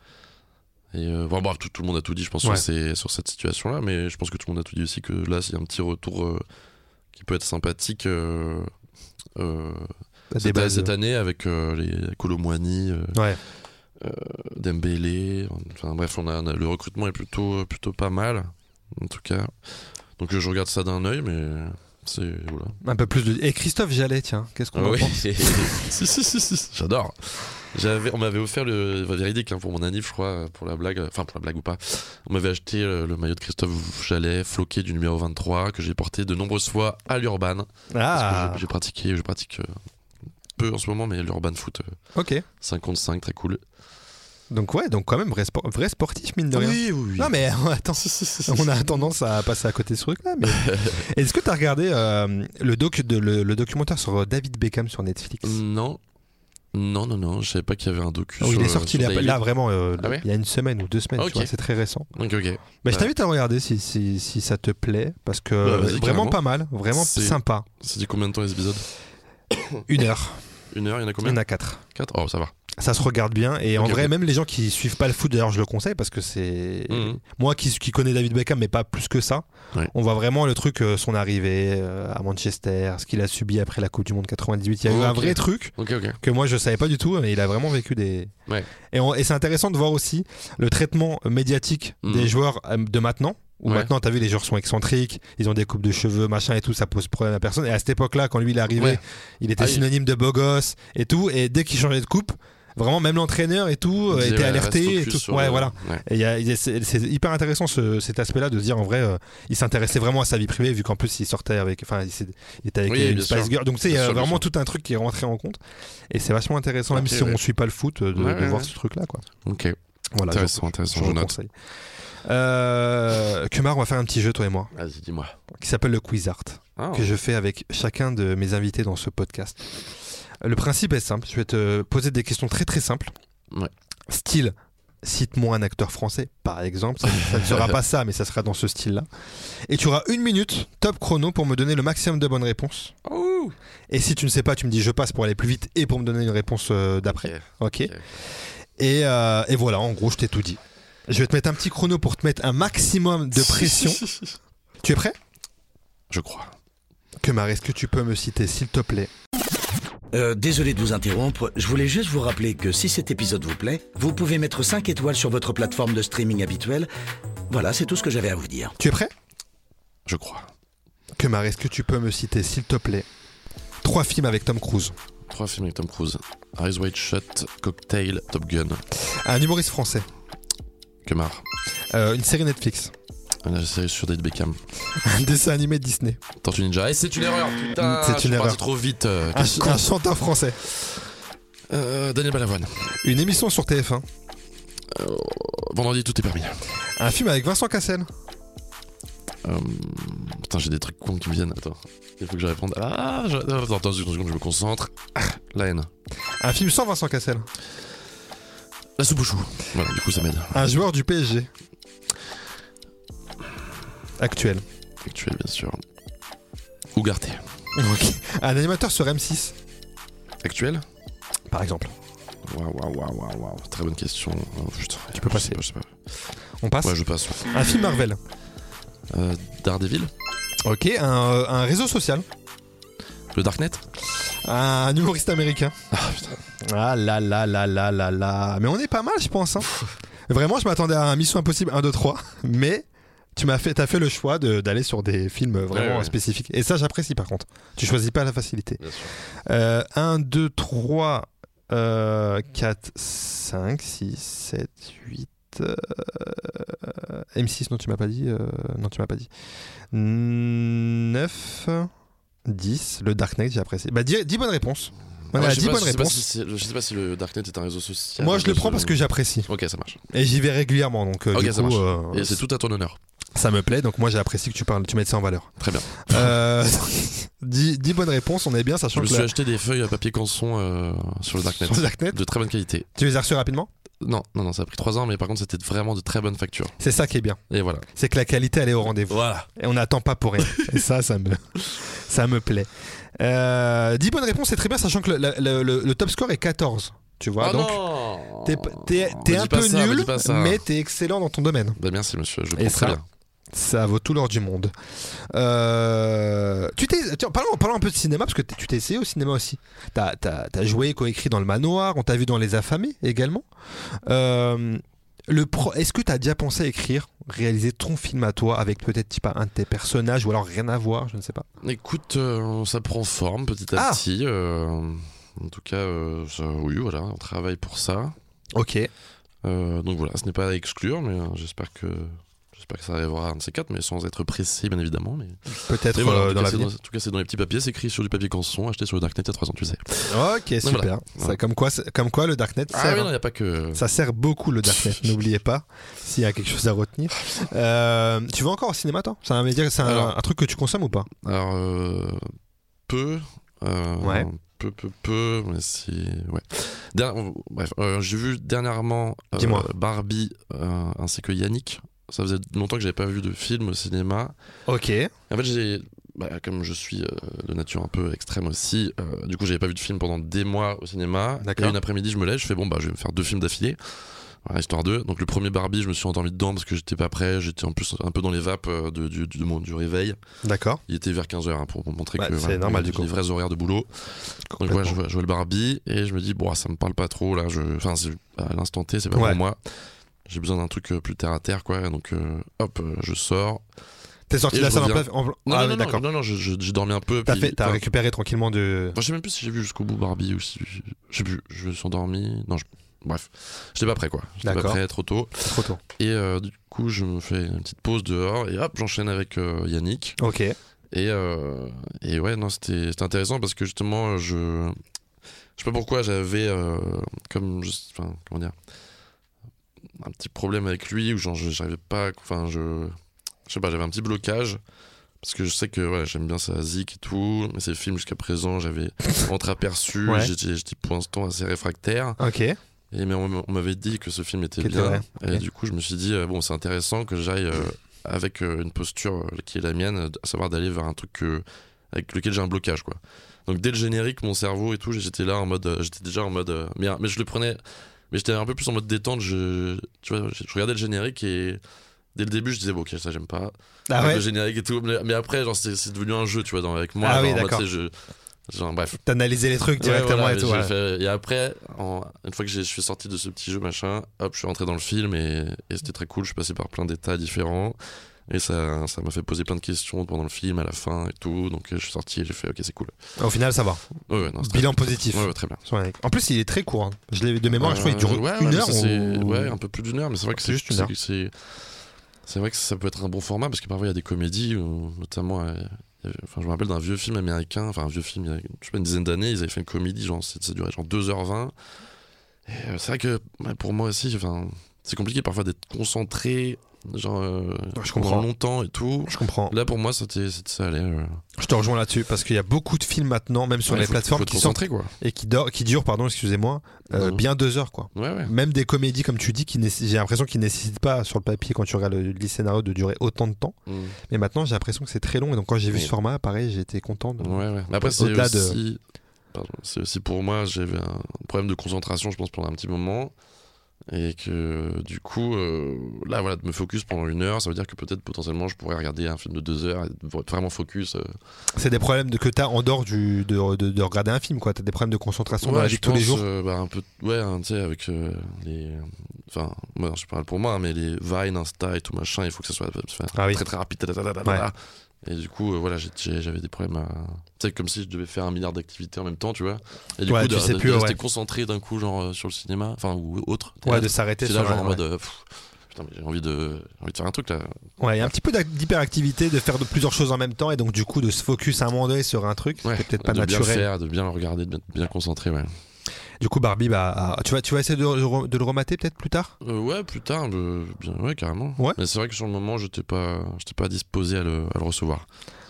Speaker 3: Et euh, bon, bref, tout, tout le monde a tout dit, je pense,
Speaker 2: Ouais.
Speaker 3: sur, ces- sur cette situation-là, mais je pense que tout le monde a tout dit aussi que là, il y a un petit retour euh, qui peut être sympathique euh, euh,
Speaker 2: Des
Speaker 3: cette,
Speaker 2: bases.
Speaker 3: cette année avec euh, les Colomwani, euh,
Speaker 2: Ouais.
Speaker 3: Dembélé, E. enfin bref, on a, on a- le recrutement est plutôt euh, plutôt pas mal en tout cas. Donc euh, je regarde ça d'un œil, mais c'est voilà.
Speaker 2: Un peu plus de. Et Christophe Jallet, tiens, qu'est-ce qu'on en pense
Speaker 3: Si, si, si, si, j'adore. J'avais, on m'avait offert le va véridique hein, pour mon anniv, je crois, pour la blague, enfin pour la blague ou pas. On m'avait acheté euh, le maillot de Christophe Jallet, floqué du numéro 23, que j'ai porté de nombreuses fois à l'Urban. Parce que
Speaker 2: Ah,
Speaker 3: j'ai- j'ai pratiqué, je pratique euh, peu en ce moment, mais l'Urban Foot, euh,
Speaker 2: ok.
Speaker 3: 55, très cool.
Speaker 2: Donc ouais, donc quand même vrai, spo- vrai sportif mine de rien.
Speaker 3: Oui, oui, oui.
Speaker 2: Non mais attends, on a tendance à passer à côté de ce truc-là. mais- Est-ce que tu as regardé euh, le, doc de- le, le documentaire sur euh, David Beckham sur Netflix
Speaker 3: Non. Non, non, non, je savais pas qu'il y avait un docu.
Speaker 2: Oh, Il
Speaker 3: sur,
Speaker 2: est sorti là,
Speaker 3: sur Daily.
Speaker 2: là, vraiment euh,
Speaker 3: Ah ouais
Speaker 2: il y a une semaine ou deux semaines, tu
Speaker 3: Ok.
Speaker 2: vois, c'est très récent.
Speaker 3: Ok, ok.
Speaker 2: Bah, je
Speaker 3: Ouais.
Speaker 2: t'invite à regarder si, si, si ça te plaît, parce que
Speaker 3: Bah, vas-y,
Speaker 2: vraiment
Speaker 3: carrément.
Speaker 2: pas mal, vraiment
Speaker 3: C'est- Mm.
Speaker 2: sympa.
Speaker 3: Ça dit combien de temps les épisodes
Speaker 2: Une heure,
Speaker 3: Une heure, il y en
Speaker 2: il
Speaker 3: a
Speaker 2: y
Speaker 3: combien
Speaker 2: en a quatre.
Speaker 3: Quatre Oh, ça va.
Speaker 2: Ça se regarde bien, et en
Speaker 3: Ok,
Speaker 2: vrai,
Speaker 3: ok.
Speaker 2: même les gens qui suivent pas le foot, d'ailleurs, je le conseille, parce que c'est.
Speaker 3: Mhm.
Speaker 2: Moi qui, qui connais David Beckham, mais pas plus que ça,
Speaker 3: Ouais.
Speaker 2: on voit vraiment le truc, euh, son arrivée euh, à Manchester, ce qu'il a subi après la Coupe du Monde 98. Il y a eu
Speaker 3: Oh,
Speaker 2: un
Speaker 3: ok.
Speaker 2: vrai truc
Speaker 3: Ok, ok.
Speaker 2: que moi je savais pas du tout, mais il a vraiment vécu des.
Speaker 3: Ouais.
Speaker 2: Et, on- et c'est intéressant de voir aussi le traitement médiatique
Speaker 3: Mhm.
Speaker 2: des joueurs euh, de maintenant. Où
Speaker 3: Ouais.
Speaker 2: maintenant, t'as vu, les joueurs sont excentriques, ils ont des coupes de cheveux, machin et tout, ça pose problème à personne. Et à cette époque-là, quand lui il est arrivé,
Speaker 3: Ouais.
Speaker 2: il était
Speaker 3: Ah, il-
Speaker 2: synonyme de beau gosse et tout. Et dès qu'il changeait de coupe, vraiment, même l'entraîneur et tout euh,
Speaker 3: Disait,
Speaker 2: était
Speaker 3: ouais, reste
Speaker 2: alerté. Et
Speaker 3: focus
Speaker 2: tout.
Speaker 3: sur
Speaker 2: Ouais,
Speaker 3: le-
Speaker 2: voilà.
Speaker 3: Ouais.
Speaker 2: Et il y a- il y a- c'est c'est hyper intéressant ce- cet aspect-là de se dire en vrai, euh, il s'intéressait vraiment à sa vie privée vu qu'en plus il sortait avec, enfin il, s'est- il était avec
Speaker 3: Oui,
Speaker 2: une
Speaker 3: bien
Speaker 2: Spice
Speaker 3: sûr.
Speaker 2: Girl. Donc tu sais, il y
Speaker 3: Bien
Speaker 2: a
Speaker 3: sûr, bien
Speaker 2: vraiment tout un truc qui est rentré en compte et c'est vachement intéressant même
Speaker 3: Ok,
Speaker 2: si
Speaker 3: ouais.
Speaker 2: on suit pas le foot euh, de,
Speaker 3: Ouais,
Speaker 2: de
Speaker 3: ouais,
Speaker 2: voir
Speaker 3: ouais.
Speaker 2: ce truc-là quoi.
Speaker 3: Ok,
Speaker 2: Voilà. je-
Speaker 3: intéressant,
Speaker 2: je
Speaker 3: intéressant,
Speaker 2: vous
Speaker 3: je note.
Speaker 2: conseille. Euh, Kumar, on va faire un petit jeu toi et moi
Speaker 3: Vas-y, dis-moi.
Speaker 2: qui s'appelle le Quiz Art
Speaker 3: Ah,
Speaker 2: que je fais avec chacun de mes invités dans ce podcast. Le principe est simple, je vais te poser des questions très très simples.
Speaker 3: Ouais.
Speaker 2: Style, cite-moi un acteur français, par exemple. Ça, ça ne sera pas ça, mais ça sera dans ce style-là. Et tu auras une minute, top chrono, pour me donner le maximum de bonnes réponses.
Speaker 3: Ouh.
Speaker 2: Et si tu ne sais pas, tu me dis je passe pour aller plus vite et pour me donner une réponse euh, d'après.
Speaker 3: Ok.
Speaker 2: Ok. Et, euh, et voilà, en gros, je t'ai tout dit. Je vais te mettre un petit chrono pour te mettre un maximum de pression. tu es prêt
Speaker 3: Je crois.
Speaker 2: Kemar, est-ce que tu peux me citer, s'il te plaît
Speaker 1: Euh, désolé de vous interrompre, je voulais juste vous rappeler que si cet épisode vous plaît, vous pouvez mettre 5 étoiles sur votre plateforme de streaming habituelle. Voilà, c'est tout ce que j'avais à vous dire.
Speaker 2: Tu es prêt
Speaker 3: Je crois.
Speaker 2: Kemar, est-ce que tu peux me citer, s'il te plaît, trois films avec Tom Cruise
Speaker 3: Trois films avec Tom Cruise. Eyes Wide Shut, Cocktail, Top Gun,
Speaker 2: Un humoriste français,
Speaker 3: Kemar,
Speaker 2: euh, une série Netflix,
Speaker 3: une série sur David Beckham,
Speaker 2: un dessin animé Disney,
Speaker 3: Tortue Ninja. Et c'est une erreur, putain
Speaker 2: C'est
Speaker 3: je suis
Speaker 2: une
Speaker 3: parti
Speaker 2: erreur. Ah,
Speaker 3: trop vite. euh,
Speaker 2: un,
Speaker 3: qu'est-ce-
Speaker 2: un chanteur français,
Speaker 3: Euh, Daniel Balavoine.
Speaker 2: une émission sur TF1,
Speaker 3: Vendredi, tout est permis.
Speaker 2: un film avec Vincent Cassel,
Speaker 3: Euh, putain, j'ai des trucs cons qui me viennent. Attends, il faut que je réponde. Ah, je... attends, attends, une seconde, une seconde, je me concentre. Ah, la haine.
Speaker 2: un film sans Vincent Cassel,
Speaker 3: La soupe au chou. Voilà, du coup, ça m'aide.
Speaker 2: un joueur du PSG. Actuel.
Speaker 3: Actuel, bien sûr. Ougarté.
Speaker 2: Un animateur sur M6,
Speaker 3: Actuel
Speaker 2: par exemple.
Speaker 3: Waouh, waouh, waouh, waouh, waouh. Très bonne question. Oh, putain,
Speaker 2: Tu peux
Speaker 3: je
Speaker 2: passer.
Speaker 3: sais pas, je sais pas.
Speaker 2: On passe.
Speaker 3: Ouais, je passe.
Speaker 2: Un film Marvel.
Speaker 3: Euh, Daredevil
Speaker 2: Ok. Un, euh, un réseau social.
Speaker 3: Le Darknet
Speaker 2: Un humoriste américain.
Speaker 3: Ah putain.
Speaker 2: Ah là là là là là là. Mais on est pas mal, je pense. hein. Vraiment, je m'attendais à un Mission Impossible 1, 2, 3. Mais tu m'as fait, t'as fait le choix de- d'aller sur des films vraiment
Speaker 3: Ouais, ouais.
Speaker 2: spécifiques. Et ça, j'apprécie par contre. Tu choisis pas la facilité.
Speaker 3: Bien sûr.
Speaker 2: Euh, 1, 2, 3, euh, 4, 5, 6, 7, 8. euh, M6, non, tu m'as pas dit. euh, non, tu m'as pas dit. 9, 10. Le Dark Knight, j'ai apprécié. Bah, 10, bonnes réponses. On a
Speaker 3: je,
Speaker 2: 10
Speaker 3: sais pas,
Speaker 2: bonnes
Speaker 3: je sais pas
Speaker 2: réponses.
Speaker 3: si c'est- je sais pas si le Darknet est un réseau social.
Speaker 2: Moi, je le prends parce que j'apprécie.
Speaker 3: Ok, ça marche.
Speaker 2: Et j'y vais régulièrement, donc euh,
Speaker 3: Ok,
Speaker 2: du
Speaker 3: ça
Speaker 2: coup,
Speaker 3: marche.
Speaker 2: euh,
Speaker 3: Et c'est tout à ton honneur.
Speaker 2: ça me plaît. Donc moi, j'ai apprécié que tu parles, tu mettes ça en valeur.
Speaker 3: Très bien.
Speaker 2: Euh, 10, bonnes réponses, on est bien,
Speaker 3: Je
Speaker 2: sachant
Speaker 3: me
Speaker 2: que
Speaker 3: suis
Speaker 2: la-
Speaker 3: acheté des feuilles à papier canson euh, sur le Darknet.
Speaker 2: sur le Darknet,
Speaker 3: De très bonne qualité.
Speaker 2: tu les as reçues rapidement.
Speaker 3: Non, non, non, ça a pris 3 ans, mais par contre, c'était vraiment de très bonne facture.
Speaker 2: C'est ça qui est bien,
Speaker 3: Et voilà.
Speaker 2: c'est que la qualité elle est au rendez-vous.
Speaker 3: Voilà.
Speaker 2: Et on n'attend pas pour rien. Et ça, ça me, ça me plaît. Euh, 10 bonnes réponses, c'est très bien, sachant que le, le- le- le top score est 14. Tu vois,
Speaker 3: Ah
Speaker 2: donc
Speaker 3: non Oh,
Speaker 2: t'es t'es-
Speaker 3: Me
Speaker 2: t'es
Speaker 3: dis
Speaker 2: un
Speaker 3: pas
Speaker 2: peu
Speaker 3: ça, me
Speaker 2: nul,
Speaker 3: dis pas ça.
Speaker 2: mais t'es excellent dans ton domaine.
Speaker 3: Bah, merci, monsieur, je le
Speaker 2: Et
Speaker 3: prends
Speaker 2: ça
Speaker 3: très bien.
Speaker 2: Ça vaut tout l'or du monde. Euh, tu t'es, tiens, parlons, parlons un peu de cinéma parce que t'es- tu t'es essayé au cinéma aussi. T'as, t'as- t'as joué, coécrit dans Le Manoir, on t'a vu dans Les Affamés également. Euh, le pro- est-ce que t'as déjà pensé à écrire, réaliser ton film à toi avec peut-être je sais pas, un de tes personnages ou alors rien à voir, je ne sais pas.
Speaker 3: Écoute, euh, ça prend forme petit à
Speaker 2: Ah.
Speaker 3: petit. euh, en tout cas, euh, ça- oui, voilà, on travaille pour ça.
Speaker 2: Ok.
Speaker 3: Euh, donc voilà, ce n'est pas à exclure, mais euh, j'espère que j'espère que ça arrivera un de ces quatre, mais sans être pressé, bien évidemment. Mais
Speaker 2: Peut-être
Speaker 3: Mais voilà,
Speaker 2: euh,
Speaker 3: en, tout
Speaker 2: dans
Speaker 3: cas, c'est
Speaker 2: l'avenir.
Speaker 3: en tout cas, c'est dans les petits papiers, c'est écrit sur du papier canson, acheté sur le Darknet à 300, tu sais.
Speaker 2: Ok, super.
Speaker 3: voilà.
Speaker 2: Ça, comme, quoi, c'est- comme quoi, le Darknet
Speaker 3: Ah,
Speaker 2: sert.
Speaker 3: oui, non, il n'y a pas que.
Speaker 2: Ça sert beaucoup le Darknet, n'oubliez pas, s'il y a quelque chose à retenir. Euh, tu vas encore au cinéma, toi C'est un média, c'est un,
Speaker 3: Alors.
Speaker 2: un truc que tu consommes ou pas
Speaker 3: Alors, euh, peu. euh,
Speaker 2: Ouais.
Speaker 3: Peu, peu, peu. Mais si. Ouais. Dernier- bref, euh, j'ai vu dernièrement euh,
Speaker 2: Dis-moi.
Speaker 3: Barbie euh, ainsi que Yannick. Ça faisait longtemps que j'avais pas vu de film au cinéma.
Speaker 2: Ok.
Speaker 3: En fait, j'ai. bah, comme je suis euh, de nature un peu extrême aussi, euh, du coup, j'avais pas vu de film pendant des mois au cinéma.
Speaker 2: D'accord.
Speaker 3: Et une après-midi, je me lève, je fais bon, bah, je vais me faire deux films d'affilée. Voilà, histoire deux. Donc, le premier Barbie, je me suis endormi dedans parce que j'étais pas prêt. J'étais en plus un peu dans les vapes euh, de- du, du, mon- du réveil.
Speaker 2: D'accord.
Speaker 3: Il était vers 15h pour vous montrer
Speaker 2: Bah,
Speaker 3: que
Speaker 2: c'est normal,
Speaker 3: les,
Speaker 2: du coup.
Speaker 3: les vrais horaires de boulot. Donc voilà, je vois, je vois le Barbie et je me dis, bon, ah, ça me parle pas trop là. Je... Enfin, c'est- à l'instant T, c'est pas
Speaker 2: Ouais.
Speaker 3: pour moi. J'ai besoin d'un truc euh, plus terre à terre, quoi. Et Donc, euh, hop, euh, je sors.
Speaker 2: T'es sorti
Speaker 3: Et
Speaker 2: de la
Speaker 3: je
Speaker 2: salle en
Speaker 3: reviens.
Speaker 2: plein. en-
Speaker 3: Non,
Speaker 2: ah,
Speaker 3: non,
Speaker 2: oui,
Speaker 3: non,
Speaker 2: d'accord.
Speaker 3: non, non, je- je- j'ai dormi un peu.
Speaker 2: T'as
Speaker 3: puis-
Speaker 2: fait- t'as
Speaker 3: enfin,
Speaker 2: récupéré tranquillement de.
Speaker 3: enfin, je sais même plus si j'ai vu jusqu'au bout Barbie ou si. Je sais plus, je me suis endormi. Non, je- bref, j'étais pas prêt, quoi. J'étais pas
Speaker 2: D'accord.
Speaker 3: prêt, trop tôt.
Speaker 2: Trop tôt.
Speaker 3: Et euh, du coup, je me fais une petite pause dehors et hop, j'enchaîne avec euh, Yannick.
Speaker 2: Ok.
Speaker 3: Et, euh, et ouais, non, c'était c'était intéressant parce que justement, euh, je. Je sais pas pourquoi j'avais. euh, comme. je- Enfin, comment dire. Un petit problème avec lui où genre, je- j'arrivais pas. à- Enfin, je. Je sais pas, j'avais un petit blocage. Parce que je sais que ouais, j'aime bien sa zik et tout. Mais ses films jusqu'à présent, j'avais entreaperçu.
Speaker 2: Ouais.
Speaker 3: J'étais j'étais pour l'instant assez réfractaire.
Speaker 2: Ok.
Speaker 3: Et mais on, on m'avait dit que ce film était
Speaker 2: Qu'il était
Speaker 3: bien.
Speaker 2: vrai,
Speaker 3: Et
Speaker 2: ok.
Speaker 3: du coup, je me suis dit, euh, bon, c'est intéressant que j'aille euh, avec euh, une posture euh, qui est la mienne, euh, à savoir d'aller vers un truc euh, avec lequel j'ai un blocage, quoi. Donc dès le générique, mon cerveau et tout, j'étais là en mode, euh, j'étais déjà en mode, euh, mais, mais je le prenais, mais j'étais un peu plus en mode détente. Je, tu vois, je, je regardais le générique et dès le début, je disais, bon, ok, ça j'aime pas.
Speaker 2: Ah
Speaker 3: Avec
Speaker 2: ouais
Speaker 3: Le générique et tout, mais, mais après, genre, c'est c'est devenu un jeu, tu vois, dans, avec moi.
Speaker 2: Ah
Speaker 3: genre,
Speaker 2: oui,
Speaker 3: en mode,
Speaker 2: d'accord.
Speaker 3: tu sais, je- genre, bref.
Speaker 2: T'as analysé les trucs directement
Speaker 3: Ouais, voilà,
Speaker 2: et tout.
Speaker 3: j'ai
Speaker 2: ouais.
Speaker 3: fait- et après, en- une fois que j'ai- je suis sorti de ce petit jeu, machin, hop, je suis rentré dans le film et, et c'était très cool. Je suis passé par plein d'états différents et ça ça m'a fait poser plein de questions pendant le film, à la fin et tout. Donc euh, je suis sorti et j'ai fait, ok, c'est cool.
Speaker 2: Au final, ça va.
Speaker 3: Ouais, ouais, non, c'est très-
Speaker 2: Bilan positif.
Speaker 3: Ouais, ouais, très bien.
Speaker 2: Ouais. En plus, il est très court. hein. Je l'ai de mémoire, je crois qu'il dure
Speaker 3: Euh, ouais,
Speaker 2: une
Speaker 3: ouais,
Speaker 2: heure.
Speaker 3: mais ça, c'est-
Speaker 2: ou-
Speaker 3: Ouais, un peu plus d'une heure, mais c'est vrai que
Speaker 2: C'est
Speaker 3: c'est
Speaker 2: juste une
Speaker 3: c'est-
Speaker 2: heure.
Speaker 3: C'est c'est vrai que ça peut être un bon format parce que parfois il y a des comédies, où, notamment. euh, il y avait- Enfin, je me rappelle d'un vieux film américain, enfin un vieux film, il y a je sais pas, une dizaine d'années, ils avaient fait une comédie, genre, c'est- ça durait genre 2h20. Et euh, c'est vrai que ouais, pour moi aussi, enfin, c'est compliqué parfois d'être concentré, genre, euh,
Speaker 2: je
Speaker 3: pendant
Speaker 2: comprends.
Speaker 3: longtemps et tout.
Speaker 2: Je comprends.
Speaker 3: Là pour moi, c'était c'était- ça allait. euh.
Speaker 2: Je te rejoins là-dessus parce qu'il y a beaucoup de films maintenant, même sur
Speaker 3: Ouais,
Speaker 2: les
Speaker 3: faut-
Speaker 2: plateformes
Speaker 3: faut
Speaker 2: qui
Speaker 3: être
Speaker 2: sortent
Speaker 3: concentré, quoi.
Speaker 2: et qui, dor- qui durent, pardon, excusez-moi, euh,
Speaker 3: Mhm.
Speaker 2: bien deux heures quoi.
Speaker 3: Ouais, ouais.
Speaker 2: Même des comédies, comme tu dis, qui nécess- j'ai l'impression qu'ils nécessitent pas sur le papier quand tu regardes le, les scénarios de durer autant de temps.
Speaker 3: Mm.
Speaker 2: Mais maintenant, j'ai l'impression que c'est très long. Et donc, quand j'ai vu
Speaker 3: Oui.
Speaker 2: ce format, pareil, j'étais content. de-
Speaker 3: Ouais, ouais. Mais Après, c'est
Speaker 2: Au-delà de-
Speaker 3: aussi... pardon, c'est aussi pour moi, j'avais un problème de concentration, je pense, pendant un petit moment. Et que du coup, euh, là, voilà, de me focus pendant une heure, ça veut dire que peut-être potentiellement je pourrais regarder un film de deux heures et être vraiment focus. euh.
Speaker 2: C'est des problèmes de, que t'as en dehors du, de, de- de regarder un film. quoi. T'as des problèmes de concentration dans
Speaker 3: Ouais,
Speaker 2: la
Speaker 3: je
Speaker 2: vie de tous les
Speaker 3: pense,
Speaker 2: jours.
Speaker 3: euh, bah, un peu, ouais, hein, tu sais, avec euh, les. Enfin, moi, je parle pour moi, hein, mais les Vine, Insta et tout machin, il faut que ça soit ça soit
Speaker 2: Ah oui.
Speaker 3: euh, très très rapide. tadadadadada. Et du coup, euh, voilà, j'ai- j'ai- j'avais des problèmes à. Tu sais, comme si je devais faire un milliard d'activités en même temps, tu vois. Et du
Speaker 2: Ouais,
Speaker 3: coup,
Speaker 2: tu
Speaker 3: de,
Speaker 2: sais
Speaker 3: de-
Speaker 2: plus,
Speaker 3: de rester
Speaker 2: ouais.
Speaker 3: concentré d'un coup, genre euh, sur le cinéma, enfin, ou autre.
Speaker 2: Ouais,
Speaker 3: théâtre.
Speaker 2: de s'arrêter
Speaker 3: C'est
Speaker 2: sur
Speaker 3: là, genre
Speaker 2: un-
Speaker 3: en mode. euh, pff, putain, mais j'ai envie de, j'ai envie de faire un truc là.
Speaker 2: Ouais, il y a un petit peu d'ac- d'hyperactivité, de faire de plusieurs choses en même temps. Et donc, du coup, de se focus à un moment donné sur un truc
Speaker 3: Ouais,
Speaker 2: qui est peut-être pas
Speaker 3: de bien le
Speaker 2: naturel.
Speaker 3: faire, de bien le regarder, de bien concentré, ouais.
Speaker 2: Du coup, Barbie, bah, ah, tu, vas, tu vas essayer de, de re- de le remater peut-être plus tard
Speaker 3: Euh, ouais, plus tard, euh, bien, ouais, carrément.
Speaker 2: Ouais.
Speaker 3: Mais c'est vrai que sur le moment, j'étais pas, j'étais pas disposé à le, à le recevoir.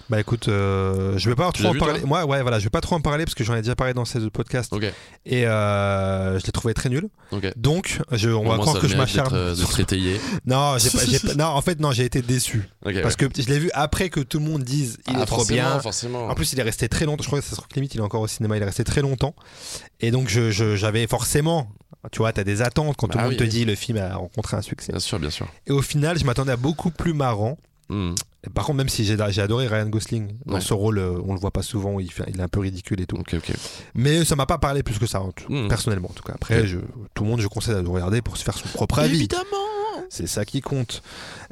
Speaker 2: Bah écoute, euh, je vais pas
Speaker 3: Tu
Speaker 2: trop
Speaker 3: l'as
Speaker 2: en
Speaker 3: vu,
Speaker 2: parler.
Speaker 3: toi
Speaker 2: Moi, ouais, voilà, je vais pas trop en parler parce que j'en ai déjà parlé dans ces deux podcasts
Speaker 3: Ok,
Speaker 2: et euh, je l'ai trouvé très nul.
Speaker 3: ok.
Speaker 2: Donc, je, on va
Speaker 3: Au moins,
Speaker 2: croire
Speaker 3: ça
Speaker 2: que je
Speaker 3: mérite d'être,
Speaker 2: m'acharne.
Speaker 3: euh, de
Speaker 2: sur-
Speaker 3: très étayé.
Speaker 2: Non, j'ai pas, j'ai pas- non, en fait, non, j'ai été déçu
Speaker 3: Ok, ouais.
Speaker 2: parce que je l'ai vu après que tout le monde dise il
Speaker 3: Ah,
Speaker 2: est trop
Speaker 3: forcément,
Speaker 2: bien.
Speaker 3: Forcément.
Speaker 2: En plus, il est resté très longtemps. Je crois que ça se trouve que limite, il est encore au cinéma. Il est resté très longtemps. Et donc, je- je- j'avais forcément, tu vois, t'as des attentes quand tout
Speaker 3: Bah
Speaker 2: le monde
Speaker 3: oui, Euh.
Speaker 2: te
Speaker 3: oui.
Speaker 2: dit le film a rencontré un succès.
Speaker 3: Bien sûr, bien sûr.
Speaker 2: Et au final, je m'attendais à beaucoup plus marrant.
Speaker 3: Hmm.
Speaker 2: Et Par contre, même si j'ai j'ai adoré Ryan Gosling dans
Speaker 3: Ouais.
Speaker 2: ce rôle, euh, on le voit pas souvent, où il, fait- il est un peu ridicule et tout.
Speaker 3: Ok, ok.
Speaker 2: Mais ça m'a pas parlé plus que ça, en tout-
Speaker 3: Mhm.
Speaker 2: personnellement en tout cas. Après, je- tout le monde, je conseille de regarder pour se faire son propre avis. C'est ça qui compte.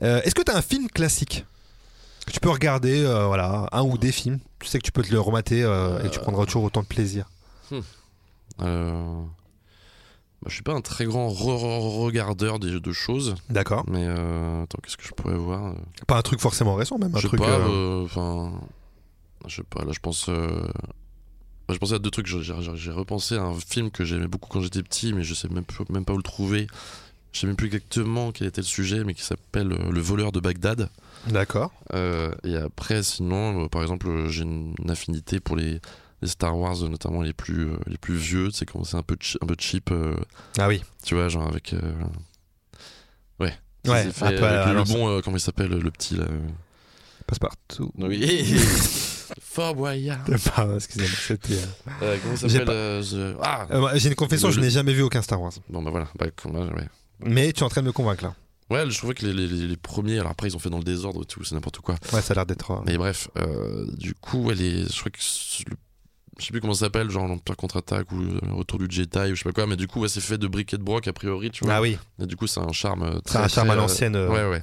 Speaker 2: Euh, Est-ce que t'as un film classique que tu peux regarder, euh, voilà, un ou des films Tu sais que tu peux te
Speaker 3: Euh.
Speaker 2: le remater euh, et tu prendras toujours autant de plaisir.
Speaker 3: Euh, Bah, je suis pas un très grand re- re- regardeur des- de choses,
Speaker 2: D'accord.
Speaker 3: mais euh, attends, qu'est-ce que je pourrais voir euh,
Speaker 2: Pas un truc forcément récent, même un
Speaker 3: Je sais
Speaker 2: truc.
Speaker 3: pas,
Speaker 2: euh,
Speaker 3: euh, enfin, je sais pas. Là, je pense, euh, bah, je pensais à deux trucs. J'ai- J'ai j'ai repensé à un film que j'aimais beaucoup quand j'étais petit, mais je sais même, plus- même pas où le trouver. Je sais même plus exactement quel était le sujet, mais qui s'appelle euh, Le voleur de Bagdad.
Speaker 2: D'accord.
Speaker 3: Euh, et après, sinon, euh, par exemple, euh, j'ai une affinité pour les, les Star Wars, euh, notamment les plus, euh, les plus vieux. C'est quand c'est un peu, chi- un peu cheap, euh,
Speaker 2: Ah oui.
Speaker 3: tu vois, genre avec. euh, ouais.
Speaker 2: Ouais,
Speaker 3: C'est fait
Speaker 2: un peu à
Speaker 3: avec le, le
Speaker 2: l'ancienne.
Speaker 3: bon, euh, comment il s'appelle, le petit là. euh,
Speaker 2: Passe partout.
Speaker 3: oui. Fort Boyard.
Speaker 2: Pardon, excusez-moi, c'était, euh,
Speaker 3: Euh, comment ça
Speaker 2: J'ai
Speaker 3: s'appelle euh, The- Ah
Speaker 2: euh, moi, J'ai une confession,
Speaker 3: Le-
Speaker 2: je n'ai jamais vu aucun Star Wars.
Speaker 3: Bon, bah voilà. Bah, comme là, ouais.
Speaker 2: Mais tu es en train de me convaincre là.
Speaker 3: ouais, je trouvais que les, les- les- les premiers. Alors après, ils ont fait dans le désordre et tout, c'est n'importe quoi.
Speaker 2: Ouais, ça a l'air d'être. euh,
Speaker 3: Mais bref, euh, du coup, elle est. Je crois que. c'est le- Je sais plus comment ça s'appelle, genre l'Empire contre-attaque ou le Retour du Jedi ou je sais pas quoi, mais du coup, ouais, c'est fait de briquet de broc a priori, tu vois.
Speaker 2: Ah oui,
Speaker 3: Et du coup, c'est un charme euh,
Speaker 2: c'est
Speaker 3: très.
Speaker 2: un charme
Speaker 3: très,
Speaker 2: à
Speaker 3: euh,
Speaker 2: l'ancienne. euh,
Speaker 3: Ouais, ouais.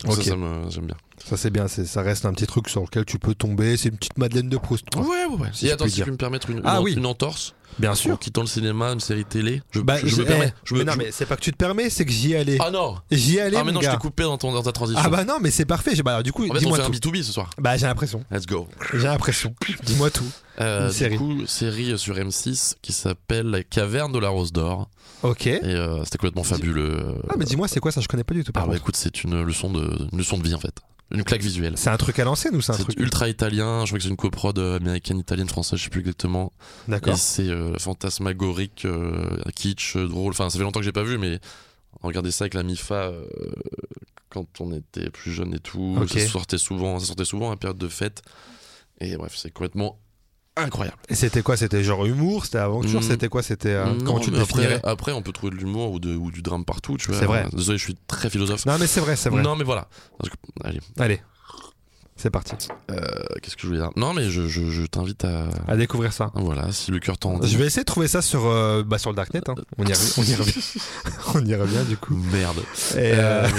Speaker 3: Donc
Speaker 2: Ok.
Speaker 3: ça, ça me- j'aime bien.
Speaker 2: Ça c'est bien, c'est- ça reste un petit truc sur lequel tu peux tomber. C'est une petite Madeleine de Proust. quoi.
Speaker 3: Ouais, ouais, ouais.
Speaker 2: Si
Speaker 3: Et
Speaker 2: je
Speaker 3: attends,
Speaker 2: puis
Speaker 3: si
Speaker 2: dire.
Speaker 3: tu peux me permettre une,
Speaker 2: Ah
Speaker 3: une-
Speaker 2: oui.
Speaker 3: une entorse,
Speaker 2: Bien
Speaker 3: en quittant le cinéma, une série télé, je,
Speaker 2: Bah,
Speaker 3: je,
Speaker 2: je-
Speaker 3: me
Speaker 2: eh,
Speaker 3: permets. Je me-
Speaker 2: mais non,
Speaker 3: je-
Speaker 2: mais c'est pas que tu te permets, c'est que j'y allais.
Speaker 3: Ah non
Speaker 2: J'y allais,
Speaker 3: Ah, mais
Speaker 2: mon
Speaker 3: non, je
Speaker 2: gars.
Speaker 3: t'ai coupé dans, ton, dans ta transition.
Speaker 2: ah bah non, mais c'est parfait. J'ai- Bah, alors, du coup,
Speaker 3: En fait, on
Speaker 2: dis-moi
Speaker 3: fait un
Speaker 2: tout.
Speaker 3: B2B ce soir.
Speaker 2: Bah, j'ai l'impression.
Speaker 3: Let's go. Euh,
Speaker 2: J'ai l'impression. dis-moi tout. Une série.
Speaker 3: Du coup, série sur M6 qui s'appelle La Caverne de la Rose d'Or.
Speaker 2: Ok.
Speaker 3: Et euh, c'était complètement fabuleux.
Speaker 2: Ah, mais dis-moi, c'est quoi ça Je connais pas du tout. Par
Speaker 3: Ah bah
Speaker 2: contre.
Speaker 3: écoute, c'est une leçon de une leçon de vie en fait, une claque visuelle.
Speaker 2: C'est un truc à l'ancienne ou c'est un
Speaker 3: C'est
Speaker 2: truc
Speaker 3: ultra italien, je crois que c'est une coprode euh, américaine, italienne, française, je sais plus exactement. Et
Speaker 2: D'accord.
Speaker 3: c'est euh, fantasmagorique, euh, kitsch, euh, drôle. Enfin, ça fait longtemps que j'ai pas vu, mais regardez ça avec la MIFA euh, quand on était plus jeune et tout.
Speaker 2: Ok.
Speaker 3: Ça sortait souvent, ça sortait souvent à la période de fête. Et bref, c'est complètement incroyable.
Speaker 2: Et c'était quoi C'était genre humour C'était aventure
Speaker 3: Mm.
Speaker 2: C'était quoi C'était euh,
Speaker 3: Non,
Speaker 2: comment tu
Speaker 3: mais
Speaker 2: le définirais
Speaker 3: après, après, on peut trouver de l'humour ou, de- ou du drame partout, tu vois.
Speaker 2: C'est vrai.
Speaker 3: Désolé, je suis très philosophe.
Speaker 2: Non, mais c'est vrai, c'est vrai.
Speaker 3: Non, mais voilà. Parce que- allez,
Speaker 2: Allez, c'est parti.
Speaker 3: euh, qu'est-ce que je voulais dire Non, mais je, je- je t'invite à.
Speaker 2: À découvrir ça.
Speaker 3: Voilà, si le cœur t'en
Speaker 2: Je vais essayer de trouver ça sur, euh, bah, sur le Darknet. hein. On, y rev- on y revient. on y revient du coup.
Speaker 3: Merde.
Speaker 2: Et, euh,
Speaker 3: Euh, Mm.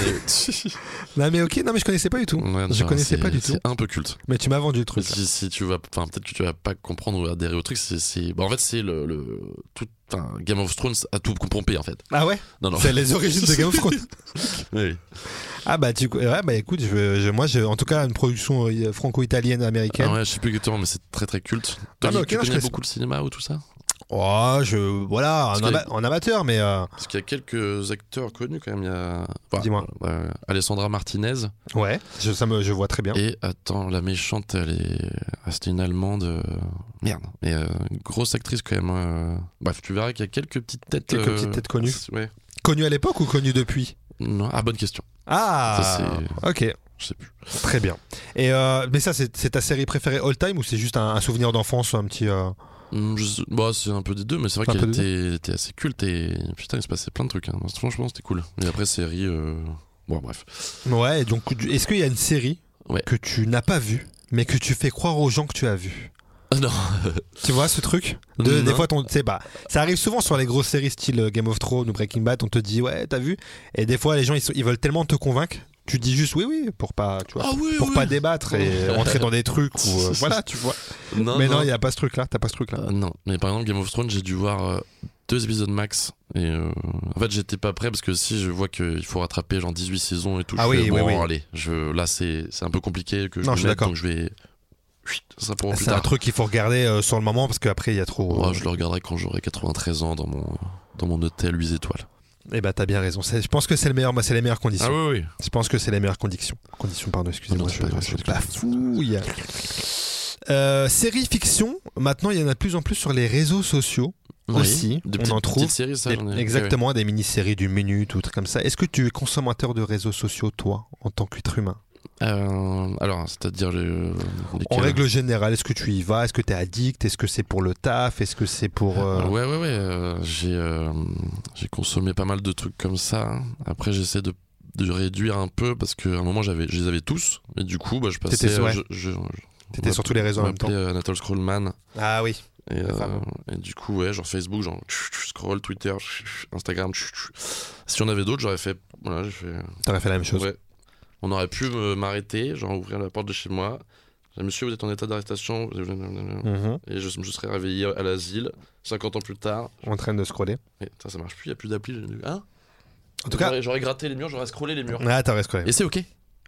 Speaker 3: mais-
Speaker 2: Non, mais ok, non, mais je connaissais pas du tout.
Speaker 3: Ouais,
Speaker 2: je
Speaker 3: non,
Speaker 2: connaissais
Speaker 3: c'est-
Speaker 2: pas du tout.
Speaker 3: C'est un peu culte.
Speaker 2: Mais tu m'as vendu le truc.
Speaker 3: Si, si tu vas, enfin peut-être que tu vas pas comprendre ou adhérer au truc, c'est, c'est- bah, en fait c'est le, le- tout, enfin, Game of Thrones a tout pompé en fait.
Speaker 2: Ah ouais
Speaker 3: Non non.
Speaker 2: C'est les origines de Game of Thrones.
Speaker 3: Oui.
Speaker 2: Ah bah, tu... ouais, bah écoute, je, je- moi, je, en tout cas, une production euh, franco-italienne américaine.
Speaker 3: Ah ouais, je sais plus exactement, mais c'est très très culte.
Speaker 2: Ah,
Speaker 3: Toi,
Speaker 2: mais ok,
Speaker 3: tu
Speaker 2: non, je
Speaker 3: connais
Speaker 2: connais
Speaker 3: beaucoup le cinéma ou tout ça
Speaker 2: Oh, je. Voilà,
Speaker 3: Parce
Speaker 2: en,
Speaker 3: que-
Speaker 2: ama- en amateur, mais. euh,
Speaker 3: Parce qu'il y a quelques acteurs connus quand même. Il y a,
Speaker 2: Dis-moi.
Speaker 3: euh, Alessandra Martinez
Speaker 2: Ouais, je, ça me, je vois très bien.
Speaker 3: et attends la méchante, elle est, ah, c'était une allemande. euh, Merde. Mais euh, une grosse actrice quand même. euh. Bref, tu verras qu'il y a quelques petites têtes.
Speaker 2: Quelques
Speaker 3: euh,
Speaker 2: petites têtes connues.
Speaker 3: Ouais.
Speaker 2: Connu à l'époque ou connu depuis
Speaker 3: Non, ah bonne question.
Speaker 2: Ah
Speaker 3: Ça,
Speaker 2: Ok,
Speaker 3: Je sais plus.
Speaker 2: très bien. Et euh, mais ça, c'est c'est ta série préférée all time ou c'est juste un, un souvenir d'enfance, un petit. euh,
Speaker 3: Hmm, je sais- bah, c'est un peu des deux, mais c'est vrai
Speaker 2: Un peu
Speaker 3: qu'elle
Speaker 2: des
Speaker 3: était, était assez culte et putain, il se passait plein de trucs. hein. Non, Franchement, c'était cool. Et après, série. euh, Bon, bref.
Speaker 2: Ouais, donc du- est-ce qu'il y a une série
Speaker 3: Ouais.
Speaker 2: que tu n'as pas vue, mais que tu fais croire aux gens que tu as vue
Speaker 3: Ah, non.
Speaker 2: Tu vois ce truc de, Des
Speaker 3: Non.
Speaker 2: fois, ton- tu sais pas. Ça arrive souvent sur les grosses séries style euh, Game of Thrones ou Breaking Bad, on te dit ouais, t'as vu Et des fois, les gens ils, sont- ils veulent tellement te convaincre, tu dis juste oui, oui, pour pas, tu vois,
Speaker 3: Ah oui,
Speaker 2: pour
Speaker 3: oui.
Speaker 2: pas débattre et rentrer dans des trucs ou euh, voilà, tu vois.
Speaker 3: Non,
Speaker 2: mais non,
Speaker 3: Ah, non.
Speaker 2: il y a pas ce truc-là, t'as pas ce truc-là.
Speaker 3: Ah, non. mais par exemple, Game of Thrones, j'ai dû voir euh, deux épisodes max. Et euh, en fait, j'étais pas prêt parce que si je vois qu'il faut rattraper genre 18 saisons et tout,
Speaker 2: Ah
Speaker 3: je
Speaker 2: oui,
Speaker 3: fais,
Speaker 2: oui,
Speaker 3: bon,
Speaker 2: oui.
Speaker 3: allez, je, là, c'est c'est un peu compliqué que je
Speaker 2: Non,
Speaker 3: me
Speaker 2: je suis
Speaker 3: mette,
Speaker 2: d'accord. Ah,
Speaker 3: donc je vais. Chut, Ça pour plus
Speaker 2: C'est un
Speaker 3: tard.
Speaker 2: truc qu'il faut regarder euh, sur le moment parce qu'après il y a trop. euh,
Speaker 3: Moi, je le regarderai quand j'aurai 93 ans dans mon, dans mon hôtel 8 étoiles.
Speaker 2: Et bah t'as bien raison. C'est- Je pense que c'est le meilleur, moi, c'est les meilleures conditions.
Speaker 3: Ah oui, oui.
Speaker 2: Je pense que c'est les meilleures conditions. Conditions, pardon, excusez-moi.
Speaker 3: Non, c'est pas grave,
Speaker 2: je, je
Speaker 3: c'est pas grave.
Speaker 2: bafouille. Euh, série fiction, maintenant il y en a de plus en plus sur les réseaux sociaux aussi.
Speaker 3: Des
Speaker 2: on
Speaker 3: petites-
Speaker 2: en trouve.
Speaker 3: petites séries, ça,
Speaker 2: des-
Speaker 3: j'en ai-
Speaker 2: exactement, des mini-séries d'une minute ou trucs comme ça. Est-ce que tu es consommateur de réseaux sociaux, toi, en tant qu'être humain
Speaker 3: Euh, alors, c'est-à-dire les. euh,
Speaker 2: En
Speaker 3: lesquels
Speaker 2: règle générale, est-ce que tu y vas Est-ce que tu es addict Est-ce que c'est pour le taf Est-ce que c'est pour. euh,
Speaker 3: Ouais, ouais, ouais. euh, j'ai, euh, j'ai consommé pas mal de trucs comme ça. hein. Après, j'essaie de, de réduire un peu parce qu'à un moment, j'avais, je les avais tous. Et du coup, bah, je passais.
Speaker 2: T'étais-
Speaker 3: euh,
Speaker 2: ouais.
Speaker 3: je, je- je
Speaker 2: T'étais
Speaker 3: m'appelais-
Speaker 2: sur tous les réseaux en même temps.
Speaker 3: m'appelais, euh, Anatole Scrollman.
Speaker 2: Ah oui.
Speaker 3: Et,
Speaker 2: Le
Speaker 3: euh,
Speaker 2: fameux.
Speaker 3: et du coup, ouais, genre Facebook, genre tch, tch, scroll, Twitter, tch, tch, Instagram. tch, tch. Si on avait d'autres, j'aurais fait. Voilà, j'ai fait.
Speaker 2: T'aurais fait la même chose.
Speaker 3: euh, Ouais. On aurait pu me- m'arrêter, genre ouvrir la porte de chez moi, Monsieur, vous êtes en état d'arrestation.
Speaker 2: Mhm.
Speaker 3: Et je, je serai réveillé à l'asile 50 ans plus tard.
Speaker 2: En train de scroller.
Speaker 3: Et, putain, ça marche plus, il n'y a plus d'appli. j'ai- Hein
Speaker 2: En tout cas.
Speaker 3: J'aurais- J'aurais gratté les murs, j'aurais scrollé les murs.
Speaker 2: Ah, t'as scrollé.
Speaker 3: Et c'est ok.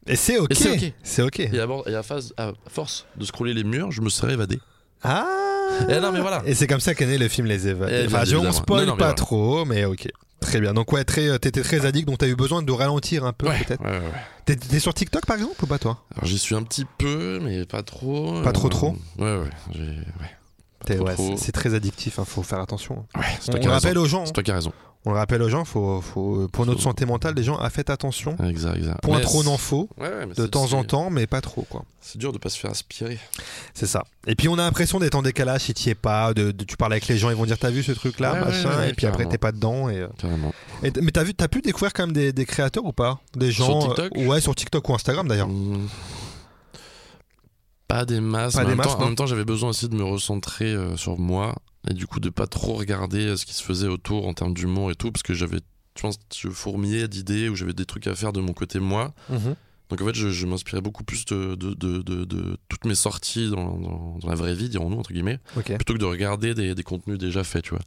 Speaker 2: Et c'est ok.
Speaker 3: Et c'est ok.
Speaker 2: C'est ok.
Speaker 3: Et à, bord- et à phase- à force de scroller les murs, je me serais évadé.
Speaker 2: Ah.
Speaker 3: Eh non, mais voilà.
Speaker 2: Et c'est comme ça qu'est né le film Les
Speaker 3: Eh
Speaker 2: Évadés.
Speaker 3: bien,
Speaker 2: Enfin, je- on
Speaker 3: évidemment.
Speaker 2: spoil
Speaker 3: Non, non, mais
Speaker 2: pas
Speaker 3: voilà.
Speaker 2: trop, mais ok. Très bien. Donc ouais, très, euh, t'étais très addict, donc t'as eu besoin de ralentir un peu
Speaker 3: Ouais,
Speaker 2: peut-être.
Speaker 3: ouais, ouais.
Speaker 2: T'es, t'es sur TikTok par exemple ou pas toi
Speaker 3: Alors j'y suis un petit peu, mais pas trop.
Speaker 2: Pas trop,
Speaker 3: Euh,
Speaker 2: trop
Speaker 3: Ouais, ouais. j'ai- ouais. Pas
Speaker 2: T'es-
Speaker 3: trop,
Speaker 2: ouais,
Speaker 3: trop.
Speaker 2: c'est, c'est très addictif, hein, faut faire attention.
Speaker 3: Ouais, c'est
Speaker 2: On,
Speaker 3: toi
Speaker 2: on
Speaker 3: qui
Speaker 2: le
Speaker 3: as raison.
Speaker 2: rappelle aux gens.
Speaker 3: C'est
Speaker 2: hein.
Speaker 3: toi qui as raison.
Speaker 2: On le rappelle aux gens, faut, faut, pour notre
Speaker 3: Faut-
Speaker 2: santé mentale, les gens, ah, faites attention.
Speaker 3: Exact, exact.
Speaker 2: Point
Speaker 3: Mais
Speaker 2: trop
Speaker 3: c'est-
Speaker 2: n'en faut,
Speaker 3: Ouais, ouais,
Speaker 2: de
Speaker 3: mais c'est-
Speaker 2: temps en
Speaker 3: c'est-
Speaker 2: temps, mais pas trop quoi.
Speaker 3: C'est dur de pas se faire aspirer.
Speaker 2: C'est ça. Et puis on a l'impression d'être en décalage si t'y es pas, de, de- tu parles avec les gens, ils vont dire t'as vu ce truc là,
Speaker 3: Ouais,
Speaker 2: machin,
Speaker 3: ouais, ouais,
Speaker 2: et puis après
Speaker 3: carrément.
Speaker 2: t'es pas dedans. Et, euh,
Speaker 3: Carrément.
Speaker 2: et t- mais t'as vu, t'as pu découvrir quand même des, des créateurs ou pas Des
Speaker 3: Sur
Speaker 2: gens. euh,
Speaker 3: TikTok
Speaker 2: ouais, sur TikTok ou Instagram d'ailleurs.
Speaker 3: Mmh. Pas des masses.
Speaker 2: Pas
Speaker 3: mais
Speaker 2: des
Speaker 3: en, même
Speaker 2: masses,
Speaker 3: temps,
Speaker 2: non.
Speaker 3: en même temps, j'avais besoin aussi de me recentrer euh, sur moi et du coup de pas trop regarder euh, ce qui se faisait autour en termes d'humour et tout, parce que j'avais, je pense, je fourmillais d'idées où j'avais des trucs à faire de mon côté moi. Donc en fait, je, je m'inspirais beaucoup plus de, de, de- de- de toutes mes sorties dans, dans- dans la vraie vie, dirons-nous, entre guillemets,
Speaker 2: Ok.
Speaker 3: plutôt que de regarder des, des contenus déjà faits, tu vois.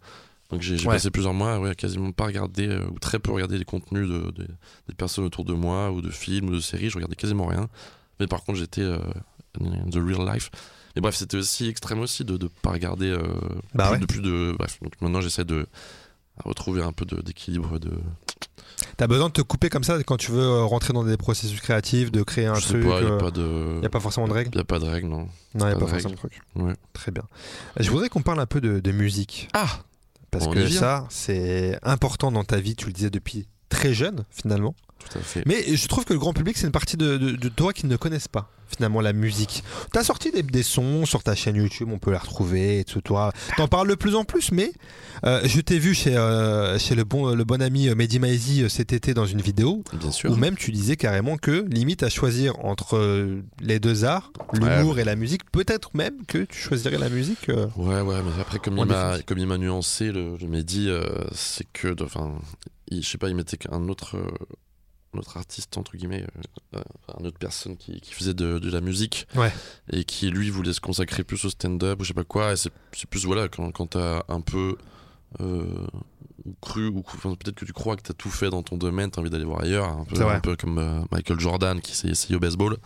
Speaker 3: Donc j'ai j'ai
Speaker 2: Ouais.
Speaker 3: passé plusieurs mois ouais, à quasiment pas regarder, euh, ou très peu regarder des contenus de, de- des personnes autour de moi, ou de films, ou de séries, je regardais quasiment rien. Mais par contre, j'étais euh, in the real life. Mais bref, c'était aussi extrême aussi de ne pas regarder euh,
Speaker 2: Bah
Speaker 3: plus,
Speaker 2: ouais.
Speaker 3: de, plus de... Bref, donc maintenant j'essaie de retrouver un peu de- d'équilibre, de...
Speaker 2: T'as besoin de te couper comme ça quand tu veux euh, rentrer dans des processus créatifs, de créer un
Speaker 3: je sais
Speaker 2: truc.
Speaker 3: pas, il
Speaker 2: euh,
Speaker 3: a pas de...
Speaker 2: y a pas forcément de règles.
Speaker 3: Y a pas de règles, non.
Speaker 2: Non, il
Speaker 3: pas
Speaker 2: a
Speaker 3: de
Speaker 2: pas
Speaker 3: règles.
Speaker 2: forcément de trucs.
Speaker 3: Ouais.
Speaker 2: Très bien. Je voudrais qu'on parle un peu de, de musique.
Speaker 3: Ah
Speaker 2: Parce
Speaker 3: On y
Speaker 2: que
Speaker 3: vient.
Speaker 2: ça, c'est important dans ta vie, tu le disais depuis très jeune, finalement.
Speaker 3: Tout à fait.
Speaker 2: Mais je trouve que le grand public, c'est une partie de, de- de toi qui ne connaissent pas, finalement, la musique. T'as sorti des, des sons sur ta chaîne YouTube, on peut la retrouver, et tout, toi. T'en parles de plus en plus, mais euh, je t'ai vu chez, euh, chez le, bon, le bon ami euh, Mehdi Maizi euh, cet été dans une vidéo
Speaker 3: Bien sûr.
Speaker 2: Ou même tu disais carrément que limite à choisir entre euh, les deux arts, l'humour et la musique, peut-être même que tu choisirais la musique. euh.
Speaker 3: Ouais, ouais, mais après, comme
Speaker 2: On
Speaker 3: il m'a,
Speaker 2: défonce.
Speaker 3: comme il m'a nuancé le, le Mehdi, euh, c'est que, de- enfin, il- je sais pas, il mettait un autre, euh, un autre artiste, entre guillemets, euh, euh, enfin, une autre personne qui, qui faisait de, de la musique.
Speaker 2: Ouais.
Speaker 3: Et qui, lui, voulait se consacrer plus au stand-up ou je sais pas quoi. Et c'est, c'est plus, voilà, quand, quand t'as un peu. euh, ou cru, ou cou- enfin, peut-être que tu crois que t'as tout fait dans ton domaine, t'as envie d'aller voir ailleurs, un
Speaker 2: C'est
Speaker 3: peu,
Speaker 2: vrai.
Speaker 3: un peu comme euh, Michael Jordan qui s'est essayé au baseball,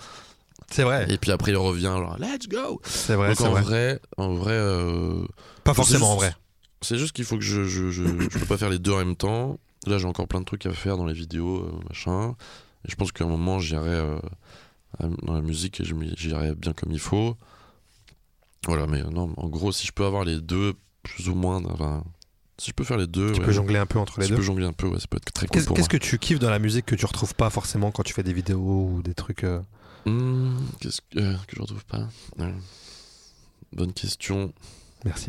Speaker 2: C'est vrai,
Speaker 3: et puis après il revient, genre, let's go!
Speaker 2: c'est vrai,
Speaker 3: Donc
Speaker 2: c'est
Speaker 3: en
Speaker 2: vrai.
Speaker 3: vrai, en vrai, euh,
Speaker 2: Pas forcément en
Speaker 3: juste-
Speaker 2: vrai.
Speaker 3: c'est juste qu'il faut que je, je, je, je peux pas faire les deux en même temps. Là, j'ai encore plein de trucs à faire dans les vidéos, euh, machin. Et je pense qu'à un moment, j'irai euh, à- dans la musique et je m'y- j'irai bien comme il faut. Voilà, mais non, en gros, si je peux avoir les deux, plus ou moins, enfin, si je peux faire les deux,
Speaker 2: Tu
Speaker 3: ouais,
Speaker 2: peux jongler un peu entre les
Speaker 3: si je
Speaker 2: deux.
Speaker 3: peux jongler un peu, ouais, ça peut être très cool
Speaker 2: Qu'est-ce
Speaker 3: pour
Speaker 2: qu'est-ce que tu kiffes dans la musique que tu retrouves pas forcément quand tu fais des vidéos ou des trucs euh,
Speaker 3: moi. Hmm, Qu'est-ce que, euh, que je retrouve pas Euh, Bonne question.
Speaker 2: Merci.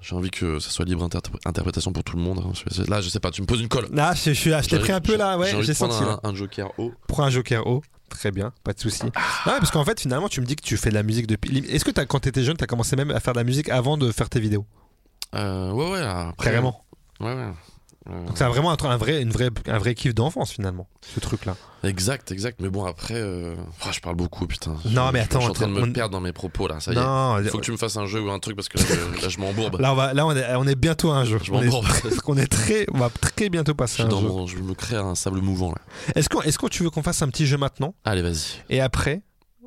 Speaker 3: J'ai envie que ça soit libre interpr- interprétation pour tout le monde. hein. Je- Là, je sais pas, tu me poses une colle.
Speaker 2: Là, Ah, je, je suis- je t'ai pris un peu là, ouais,
Speaker 3: J'ai envie
Speaker 2: j'ai
Speaker 3: de prendre
Speaker 2: senti. là.
Speaker 3: un, un joker haut.
Speaker 2: Prends un joker haut. Très bien, pas de souci. Ah ouais, parce qu'en fait, finalement, tu me dis que tu fais de la musique depuis. Est-ce que t'as- quand t'étais jeune, t'as commencé même à faire de la musique avant de faire tes vidéos
Speaker 3: Euh, ouais, ouais. après-
Speaker 2: Carrément.
Speaker 3: Ouais, ouais. Euh,
Speaker 2: Donc c'est vraiment un, tr- un vrai, une vraie, un vrai kiff d'enfance finalement, ce truc-là.
Speaker 3: exact, exact. Mais bon, après, euh, oh, je parle beaucoup, putain.
Speaker 2: Non,
Speaker 3: Je-
Speaker 2: mais attends,
Speaker 3: je suis en train de me
Speaker 2: on-
Speaker 3: perdre dans mes propos là. Ça
Speaker 2: non, euh,
Speaker 3: y est. Faut que tu me fasses un jeu ou un truc parce que là, je, là, je m'embourbe.
Speaker 2: là on va, là on est, on est bientôt à un jeu.
Speaker 3: Je
Speaker 2: on, est,
Speaker 3: m'embourbe.
Speaker 2: on est très, on va très bientôt
Speaker 3: Je,
Speaker 2: passer
Speaker 3: suis
Speaker 2: à un
Speaker 3: dans
Speaker 2: jeu.
Speaker 3: mon- je me crée un sable mouvant là.
Speaker 2: Est-ce qu'on, est-ce que tu veux qu'on fasse un petit jeu maintenant
Speaker 3: Allez, vas-y.
Speaker 2: et après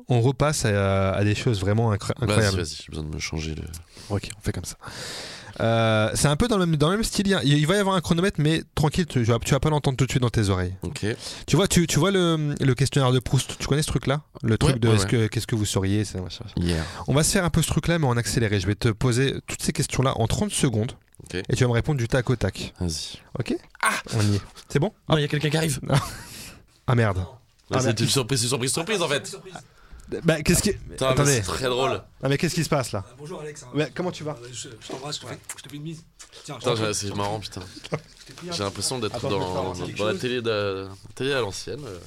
Speaker 2: on repasse à, à des choses vraiment incro-
Speaker 3: Vas-y,
Speaker 2: incroyables.
Speaker 3: vas-y. J'ai besoin de me changer. Le...
Speaker 2: ok, on fait comme ça. Euh, c'est un peu dans le même, dans le même style. Il, y a- il va y avoir un chronomètre, mais tranquille, tu, tu vas, tu vas pas l'entendre tout de suite dans tes oreilles.
Speaker 3: Ok.
Speaker 2: Tu vois, tu, tu vois le, le questionnaire de Proust. Tu connais ce truc-là Le truc
Speaker 3: Ouais,
Speaker 2: de
Speaker 3: ouais,
Speaker 2: est-ce
Speaker 3: ouais.
Speaker 2: que- qu'est-ce que vous seriez c'est machin.
Speaker 3: Yeah.
Speaker 2: On va se faire un peu ce truc-là, mais en accéléré. Je vais te poser toutes ces questions-là en 30 secondes.
Speaker 3: Ok.
Speaker 2: Et tu vas me répondre du tac au tac.
Speaker 3: Vas-y.
Speaker 2: Ok On y est. C'est bon
Speaker 3: Ah, il y a quelqu'un qui arrive.
Speaker 2: Ah merde. Ah,
Speaker 3: c'est
Speaker 2: merde.
Speaker 3: une surprise, c'est une surprise, surprise en fait.
Speaker 2: Bah, qu'est-ce qui.
Speaker 3: Putain, mais
Speaker 2: Attendez.
Speaker 3: c'est très drôle.
Speaker 2: Ah, mais qu'est-ce qui se passe là
Speaker 4: Bonjour Alex. hein.
Speaker 2: Ouais, comment tu vas
Speaker 4: Euh, Je, je t'embrasse, je, te fais- je te fais une mise. Tiens,
Speaker 3: Putain, j'ai- c'est marrant, putain. J'ai l'impression d'être
Speaker 2: Attends, je vais faire un
Speaker 3: dans,
Speaker 2: petit quelque
Speaker 3: dans la télé, de, télé à l'ancienne. euh,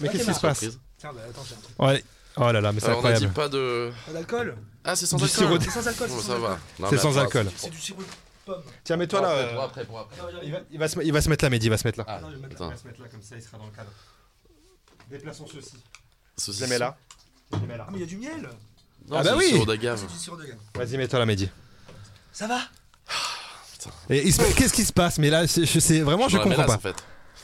Speaker 2: Mais
Speaker 4: Ouais,
Speaker 2: qu'est-ce
Speaker 4: t'es
Speaker 2: qui se passe
Speaker 3: surprise.
Speaker 4: Tiens, bah, attends, j'ai un truc.
Speaker 2: Ouais. Oh là là, mais c'est
Speaker 3: Alors, on a dit
Speaker 2: incroyable.
Speaker 3: pas de.
Speaker 4: Pas d'alcool
Speaker 3: Ah, c'est sans
Speaker 2: Du sirop
Speaker 3: alcool.
Speaker 2: de-
Speaker 4: C'est sans alcool,
Speaker 3: Bon,
Speaker 4: c'est sans
Speaker 3: ça
Speaker 4: alcool.
Speaker 3: va. Non,
Speaker 2: C'est
Speaker 3: mais
Speaker 2: sans
Speaker 3: attends,
Speaker 2: alcool.
Speaker 4: C'est du sirop de pomme.
Speaker 2: Tiens, mets-toi
Speaker 3: Pour
Speaker 2: là.
Speaker 3: après, pour
Speaker 2: euh,
Speaker 3: après, pour après.
Speaker 4: Non, j'arrive.
Speaker 2: Il va, il va se, il va se mettre là, Mehdi, il va se mettre là.
Speaker 3: Ah,
Speaker 4: non, je vais mettre
Speaker 3: putain.
Speaker 2: se mettre là, comme ça, il sera dans le cadre. Déplaçons ceci.
Speaker 3: Saucisson.
Speaker 2: Je les mets là.
Speaker 5: Je les mets là.
Speaker 4: Ah, mais il y a du miel
Speaker 3: Non,
Speaker 2: Ah bah
Speaker 3: c'est du
Speaker 2: oui.
Speaker 3: sirop d'agave.
Speaker 4: C'est du sirop de gamme.
Speaker 5: Vas-y, mets-toi la Mehdi.
Speaker 4: Ça va
Speaker 2: Et il se- Qu'est-ce qui se passe Mais là, c'est- je sais vraiment, je
Speaker 3: Dans la
Speaker 2: comprends
Speaker 3: mélasse,
Speaker 2: pas.
Speaker 3: en fait.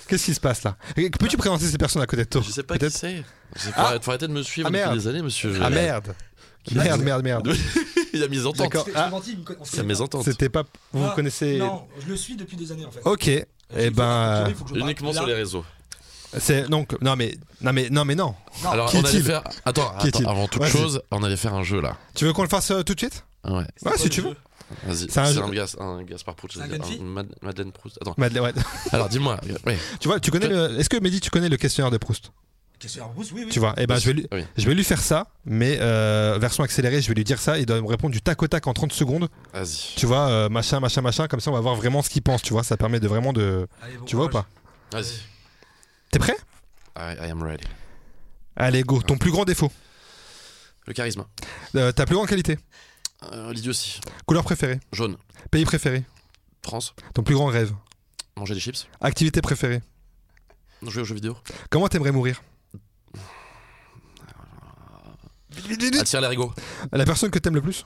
Speaker 2: Qu'est-ce qui se passe là Et Peux-tu présenter ces personnes à côté de toi
Speaker 3: Je sais pas qui
Speaker 2: peut-être
Speaker 3: c'est. Je sais
Speaker 2: Ah.
Speaker 3: pas, Faut arrêter de me suivre
Speaker 2: Ah,
Speaker 3: depuis
Speaker 2: merde.
Speaker 3: des années, monsieur.
Speaker 2: Ah merde Merde, merde, merde.
Speaker 3: Il y a mes ententes.
Speaker 2: D'accord.
Speaker 4: Je t'ai
Speaker 2: Ah,
Speaker 4: menti, il me conna- on se
Speaker 3: Il y a
Speaker 4: connaît
Speaker 3: mes
Speaker 4: pas.
Speaker 3: ententes.
Speaker 2: c'était pas. Vous
Speaker 4: Ah,
Speaker 2: connaissez.
Speaker 4: Non, je le suis depuis des années en fait.
Speaker 2: Ok. Eh ben,
Speaker 4: Il faut que je parle.
Speaker 3: Uniquement sur
Speaker 4: Là,
Speaker 3: les réseaux.
Speaker 2: c'est donc non mais non mais non mais non.
Speaker 4: Non,
Speaker 3: Alors,
Speaker 2: Ah, qui
Speaker 3: on allait
Speaker 2: est-il
Speaker 3: faire. Attends,
Speaker 2: Qui est-il
Speaker 3: attends, avant toute
Speaker 2: Vas-y.
Speaker 3: chose, on allait faire un jeu là. Ah
Speaker 2: Tu veux qu'on le fasse euh, tout de suite
Speaker 3: Ouais,
Speaker 4: c'est
Speaker 2: Ouais,
Speaker 4: quoi
Speaker 2: Ah, si
Speaker 4: le
Speaker 2: tu
Speaker 4: jeu
Speaker 2: veux.
Speaker 3: vas-y.
Speaker 2: C'est
Speaker 3: C'est
Speaker 2: un
Speaker 3: un,
Speaker 2: jeu-
Speaker 3: Gaspar un Gaspard Proust.
Speaker 4: C'est un
Speaker 3: j'allais dire,
Speaker 4: Ganfi
Speaker 3: Mad- Madeleine Proust. Attends,
Speaker 2: Madeleine, ouais.
Speaker 3: alors dis-moi. Ouais.
Speaker 2: Tu vois, tu connais le. Est-ce que Mehdi, tu connais le questionnaire de Proust
Speaker 4: Qu'est-ce que c'est, un rousse Oui, oui.
Speaker 2: Tu vois Eh ben, je vais lui,
Speaker 3: Oui.
Speaker 2: je vais lui faire ça, mais euh, version accélérée. Je vais lui dire ça. Il doit me répondre du tac au tac en 30 secondes.
Speaker 3: Vas-y.
Speaker 2: Tu vois, euh, machin, machin, machin. Comme ça, on va voir vraiment ce qu'il pense. Tu vois, ça permet de vraiment de.
Speaker 4: Allez, bon
Speaker 2: Tu vois ou
Speaker 4: courage.
Speaker 2: pas
Speaker 3: Vas-y.
Speaker 2: T'es prêt
Speaker 3: I, I am ready.
Speaker 2: Allez, go. Ton plus grand défaut.
Speaker 3: Le charisme.
Speaker 2: Euh, ta plus grande qualité.
Speaker 3: Euh, L'idiotie.
Speaker 2: Couleur préférée.
Speaker 3: Jaune.
Speaker 2: Pays préféré.
Speaker 3: France.
Speaker 2: Ton plus grand rêve.
Speaker 3: Manger des chips.
Speaker 2: Activité préférée.
Speaker 3: Jouer aux jeux vidéo.
Speaker 2: Comment t'aimerais mourir
Speaker 3: Attire les rigots.
Speaker 2: La personne que t'aimes le plus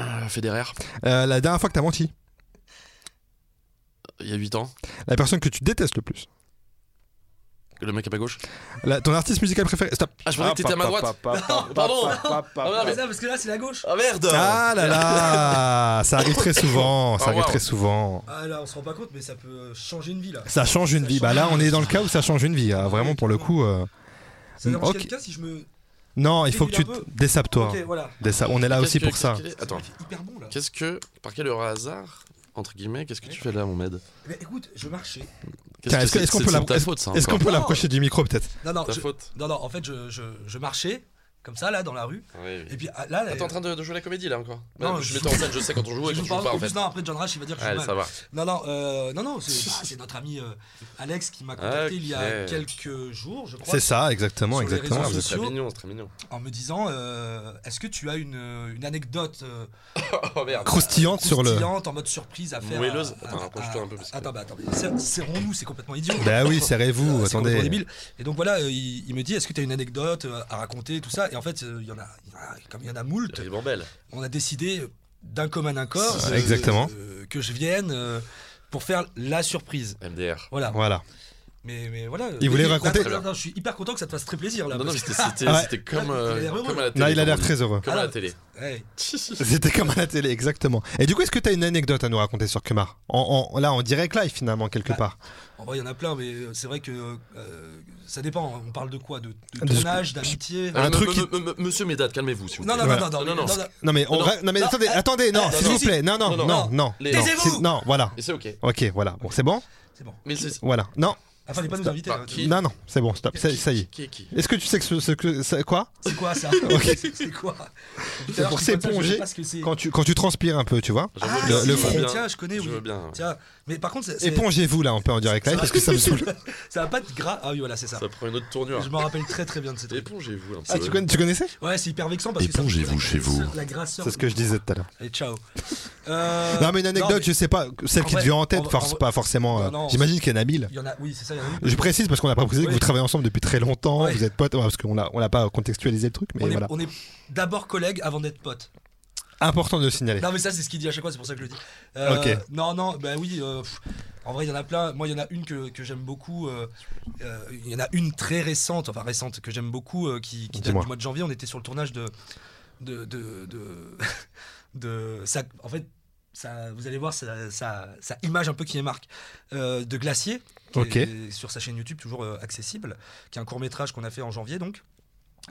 Speaker 3: Euh, Federer.
Speaker 2: Euh, La dernière fois que t'as menti
Speaker 3: Il y a 8 ans.
Speaker 2: La personne que tu détestes le plus
Speaker 3: Le mec à ma gauche.
Speaker 2: La- Ton artiste musical préféré Stop
Speaker 3: Ah, je pensais que t'étais à ma droite. Pardon. Ah,
Speaker 4: Mais
Speaker 3: merde.
Speaker 4: ça, parce que là, c'est la gauche.
Speaker 3: Ah merde.
Speaker 2: Ah là là Ça arrive très souvent Ça
Speaker 3: Oh,
Speaker 2: arrive
Speaker 3: wow.
Speaker 2: très souvent
Speaker 4: Ah là, on se rend pas compte, mais ça peut changer une vie là.
Speaker 2: ça change une
Speaker 4: Ça
Speaker 2: vie. Bah
Speaker 4: change
Speaker 2: là,
Speaker 4: une
Speaker 2: on est
Speaker 4: vie.
Speaker 2: dans le cas où ça change une vie. ah, vraiment pour le coup. euh.
Speaker 4: Ça dérange
Speaker 2: Ok.
Speaker 4: quelqu'un si je me.
Speaker 2: Non, il faut que tu
Speaker 4: Débile un peu.
Speaker 2: désapes toi.
Speaker 4: Ok, voilà.
Speaker 2: Dessa- On est là
Speaker 3: Qu'est-ce
Speaker 2: aussi
Speaker 3: que-
Speaker 2: pour ça.
Speaker 3: qu'est-ce qu'il est Attends.
Speaker 4: C'est hyper bon là.
Speaker 3: Qu'est-ce que. Par quel heureux hasard, entre guillemets, qu'est-ce que tu fais là, mon med
Speaker 4: Mais Eh ben, écoute, je marchais.
Speaker 3: Qu'est-ce
Speaker 2: Tiens, est-ce que-
Speaker 3: c'est-
Speaker 2: est-ce qu'on
Speaker 3: c'est-
Speaker 2: peut
Speaker 3: c'est
Speaker 2: la-
Speaker 3: ta faute, ça
Speaker 2: Est-ce qu'on
Speaker 3: encore
Speaker 2: peut
Speaker 4: Non.
Speaker 2: l'approcher du micro peut-être
Speaker 4: Non, non,
Speaker 3: Ta
Speaker 4: je-
Speaker 3: faute.
Speaker 4: non, non, en fait, je, je, je marchais comme ça là dans la rue.
Speaker 3: Oui, oui.
Speaker 4: Et puis ah, là.
Speaker 3: Ah, T'es en train de, de jouer la comédie là encore
Speaker 4: Non,
Speaker 3: je
Speaker 4: je-
Speaker 3: m'étais en scène, je sais quand on joue et
Speaker 4: je
Speaker 3: quand
Speaker 4: vous
Speaker 3: tu joues
Speaker 4: parle
Speaker 3: pas en
Speaker 4: en plus,
Speaker 3: fait.
Speaker 4: non, après John Rush, il va dire que je
Speaker 3: Allez,
Speaker 4: suis
Speaker 3: ça
Speaker 4: mal.
Speaker 3: va.
Speaker 4: Non, non, euh, non, non, c'est bah, c'est notre ami euh, Alex qui m'a contacté il y a
Speaker 3: Ok.
Speaker 4: quelques jours, je crois,
Speaker 2: C'est ça, exactement,
Speaker 4: Sur les
Speaker 2: exactement.
Speaker 3: Ah,
Speaker 4: réseaux
Speaker 3: c'est très
Speaker 4: sociaux.
Speaker 3: mignon, c'est très mignon.
Speaker 4: en me disant euh, Est-ce que tu as une, une anecdote euh,
Speaker 3: Oh merde.
Speaker 2: Croustillante sur le.
Speaker 4: croustillante, en mode surprise à faire
Speaker 3: Moelleuse.
Speaker 4: à-
Speaker 3: Attends,
Speaker 4: à-
Speaker 3: rapproche-toi
Speaker 4: à-
Speaker 3: un peu, parce que-
Speaker 4: Attends, bah, attends, mais ser- serrons-nous, c'est complètement idiot.
Speaker 2: Bah oui,
Speaker 4: Euh,
Speaker 2: serrez-vous.
Speaker 4: c'est complètement
Speaker 2: Attendez.
Speaker 4: débile. Et donc voilà, euh, il, il me dit est-ce que tu as une anecdote euh, à raconter, tout ça Et en fait, euh, il y en a, il y en a- comme il y en a moult,
Speaker 3: Ribambelle.
Speaker 4: on a décidé euh, d'un commun accord
Speaker 2: C'est- exactement.
Speaker 4: euh, que je vienne euh, pour faire la surprise.
Speaker 3: MDR.
Speaker 4: Voilà.
Speaker 2: Voilà.
Speaker 4: Mais, mais voilà.
Speaker 2: Il
Speaker 4: euh,
Speaker 2: voulait
Speaker 4: mais-
Speaker 2: raconter-
Speaker 4: Attends, attends, je suis hyper content que ça te fasse très plaisir là.
Speaker 3: Non, non,
Speaker 4: parce
Speaker 3: mais
Speaker 4: que-
Speaker 3: c'était- c'était
Speaker 2: Ah ouais.
Speaker 3: c'était comme, euh,
Speaker 4: Il a l'air heureux.
Speaker 3: comme à la télé.
Speaker 2: Là, il a l'air
Speaker 3: comme on dit.
Speaker 2: très heureux.
Speaker 3: Comme à la
Speaker 4: Ah.
Speaker 3: télé.
Speaker 4: Hey,
Speaker 2: C'était comme à la télé, exactement. Et du coup, est-ce que tu as une anecdote à nous raconter sur Kumar en, en- Là, en direct live, finalement, quelque
Speaker 4: Ah,
Speaker 2: part.
Speaker 4: en vrai, il y en a plein, mais euh, c'est vrai que euh, ça dépend. hein. On parle de quoi De, de
Speaker 2: De-
Speaker 4: tournage, d'amitié
Speaker 2: Un
Speaker 3: Ah, me-
Speaker 2: truc
Speaker 3: me-
Speaker 2: qui-
Speaker 3: me- me- Monsieur Médad, calmez-vous s'il vous
Speaker 4: Non,
Speaker 3: plaît.
Speaker 4: non,
Speaker 2: Voilà.
Speaker 4: non, non,
Speaker 3: Non,
Speaker 4: non,
Speaker 3: non,
Speaker 4: non.
Speaker 2: Non, mais on
Speaker 3: Non,
Speaker 2: ra- non, mais
Speaker 4: non,
Speaker 2: attendez,
Speaker 4: euh,
Speaker 2: attendez, non,
Speaker 4: euh,
Speaker 2: s'il
Speaker 4: non,
Speaker 2: vous
Speaker 4: si,
Speaker 2: plaît, non, non, non,
Speaker 3: non,
Speaker 2: non,
Speaker 4: non.
Speaker 2: non,
Speaker 3: Les-
Speaker 2: non,
Speaker 4: Taisez-vous
Speaker 2: c'est- non, voilà,
Speaker 3: Et c'est ok.
Speaker 2: ok, voilà, bon, c'est bon,
Speaker 4: C'est bon.
Speaker 3: Mais c'est.
Speaker 2: voilà, non,
Speaker 4: Ah, fallait pas nous
Speaker 2: Stop.
Speaker 4: inviter.
Speaker 3: Bah,
Speaker 4: là.
Speaker 3: qui-
Speaker 2: non, non, c'est bon, stop, ça, ça y est.
Speaker 3: Qui est qui
Speaker 2: Est-ce que tu sais que ce, ce que ça- quoi
Speaker 4: C'est quoi ça C'est quoi Tout à l'heure,
Speaker 2: pour
Speaker 4: je suis comme ça, je
Speaker 2: s'éponger
Speaker 4: sais pas ce que c'est.
Speaker 2: quand tu quand tu transpires un peu, tu vois
Speaker 3: J'avoue,
Speaker 4: Ah,
Speaker 2: le-
Speaker 4: si,
Speaker 2: le
Speaker 4: si,
Speaker 2: front.
Speaker 3: bien.
Speaker 4: Tiens, je connais,
Speaker 3: Je
Speaker 4: oui.
Speaker 3: veux bien.
Speaker 4: Tiens, mais par contre, c'est- c'est-
Speaker 2: Épongez-vous là, un peu en direct live
Speaker 4: Ça-
Speaker 2: parce que ça me saoule.
Speaker 4: ça va pas être gras. Ah oui, voilà, c'est ça.
Speaker 3: Ça prend une autre tournure.
Speaker 4: Je m'en rappelle très très bien de cette
Speaker 3: Épongez-vous un peu.
Speaker 2: Ah, tu, connais- tu connaissais
Speaker 4: Ouais, c'est hyper vexant parce que.
Speaker 3: Épongez-vous
Speaker 4: ça-
Speaker 3: chez vous.
Speaker 4: La grasseur.
Speaker 2: C'est ce que je disais tout à l'heure.
Speaker 4: Allez, ciao. Euh,
Speaker 2: Non, mais une anecdote,
Speaker 4: non, mais
Speaker 2: je sais pas, celle
Speaker 4: en
Speaker 2: qui te
Speaker 4: vrai-
Speaker 2: vient en
Speaker 4: en
Speaker 2: tête,
Speaker 4: vrai-
Speaker 2: force
Speaker 4: en
Speaker 2: pas forcément.
Speaker 4: Non,
Speaker 2: euh,
Speaker 4: non,
Speaker 2: J'imagine qu'il y en a mille.
Speaker 4: Il y en a, oui, c'est ça, il y en a une.
Speaker 2: Je précise parce qu'on n'a pas précisé que
Speaker 4: Oui.
Speaker 2: vous travaillez ensemble depuis très longtemps,
Speaker 4: Ouais.
Speaker 2: vous êtes potes, ouais, parce qu'on l'a on l'a pas contextualisé le truc, mais
Speaker 4: On est,
Speaker 2: voilà.
Speaker 4: on est d'abord collègues avant d'être potes.
Speaker 2: Important de le signaler.
Speaker 4: Non, mais ça, c'est ce qu'il dit à chaque fois, c'est pour ça que je le dis. Euh,
Speaker 2: Ok.
Speaker 4: Non, non, bah oui. euh, pff, en vrai, il y en a plein. Moi, il y en a une que, que j'aime beaucoup. euh, euh, Il y en a une très récente, enfin récente, que j'aime beaucoup, euh, qui, qui date
Speaker 2: Dis-moi.
Speaker 4: du mois de janvier. On était sur le tournage de. de, de, de, de- ça, en fait, ça, vous allez voir sa, sa- sa image un peu qui est marque euh, de Glacier, qui
Speaker 2: Ok.
Speaker 4: est sur sa chaîne YouTube, toujours euh, accessible, qui est un court métrage qu'on a fait en janvier donc.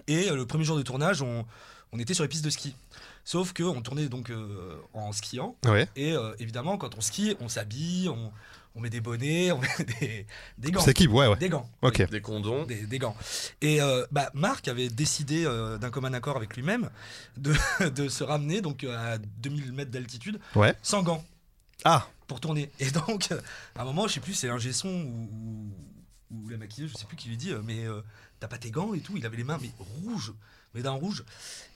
Speaker 4: Et euh, le premier jour de tournage, on, on était sur les pistes de ski. Sauf que on tournait donc euh, en skiant.
Speaker 2: Ouais.
Speaker 4: Et euh, évidemment, quand on skie, on s'habille, on, on met des bonnets, on met des, des gants.
Speaker 2: C'est qui Ouais, ouais.
Speaker 4: Des gants.
Speaker 2: Ok.
Speaker 3: Des condons.
Speaker 4: Des, des gants. Et euh, bah, Marc avait décidé euh, d'un commun accord avec lui-même de, de se ramener donc euh, à 2000 mètres d'altitude
Speaker 2: Ouais.
Speaker 4: sans gants
Speaker 2: Ah,
Speaker 4: pour tourner. Et donc, euh, à un moment, je sais plus, c'est un son ou, ou- ou la maquilleuse, je sais plus, qui lui dit euh, Mais euh, t'as pas tes gants et tout. Il avait les mains, mais rouges, mais d'un rouge.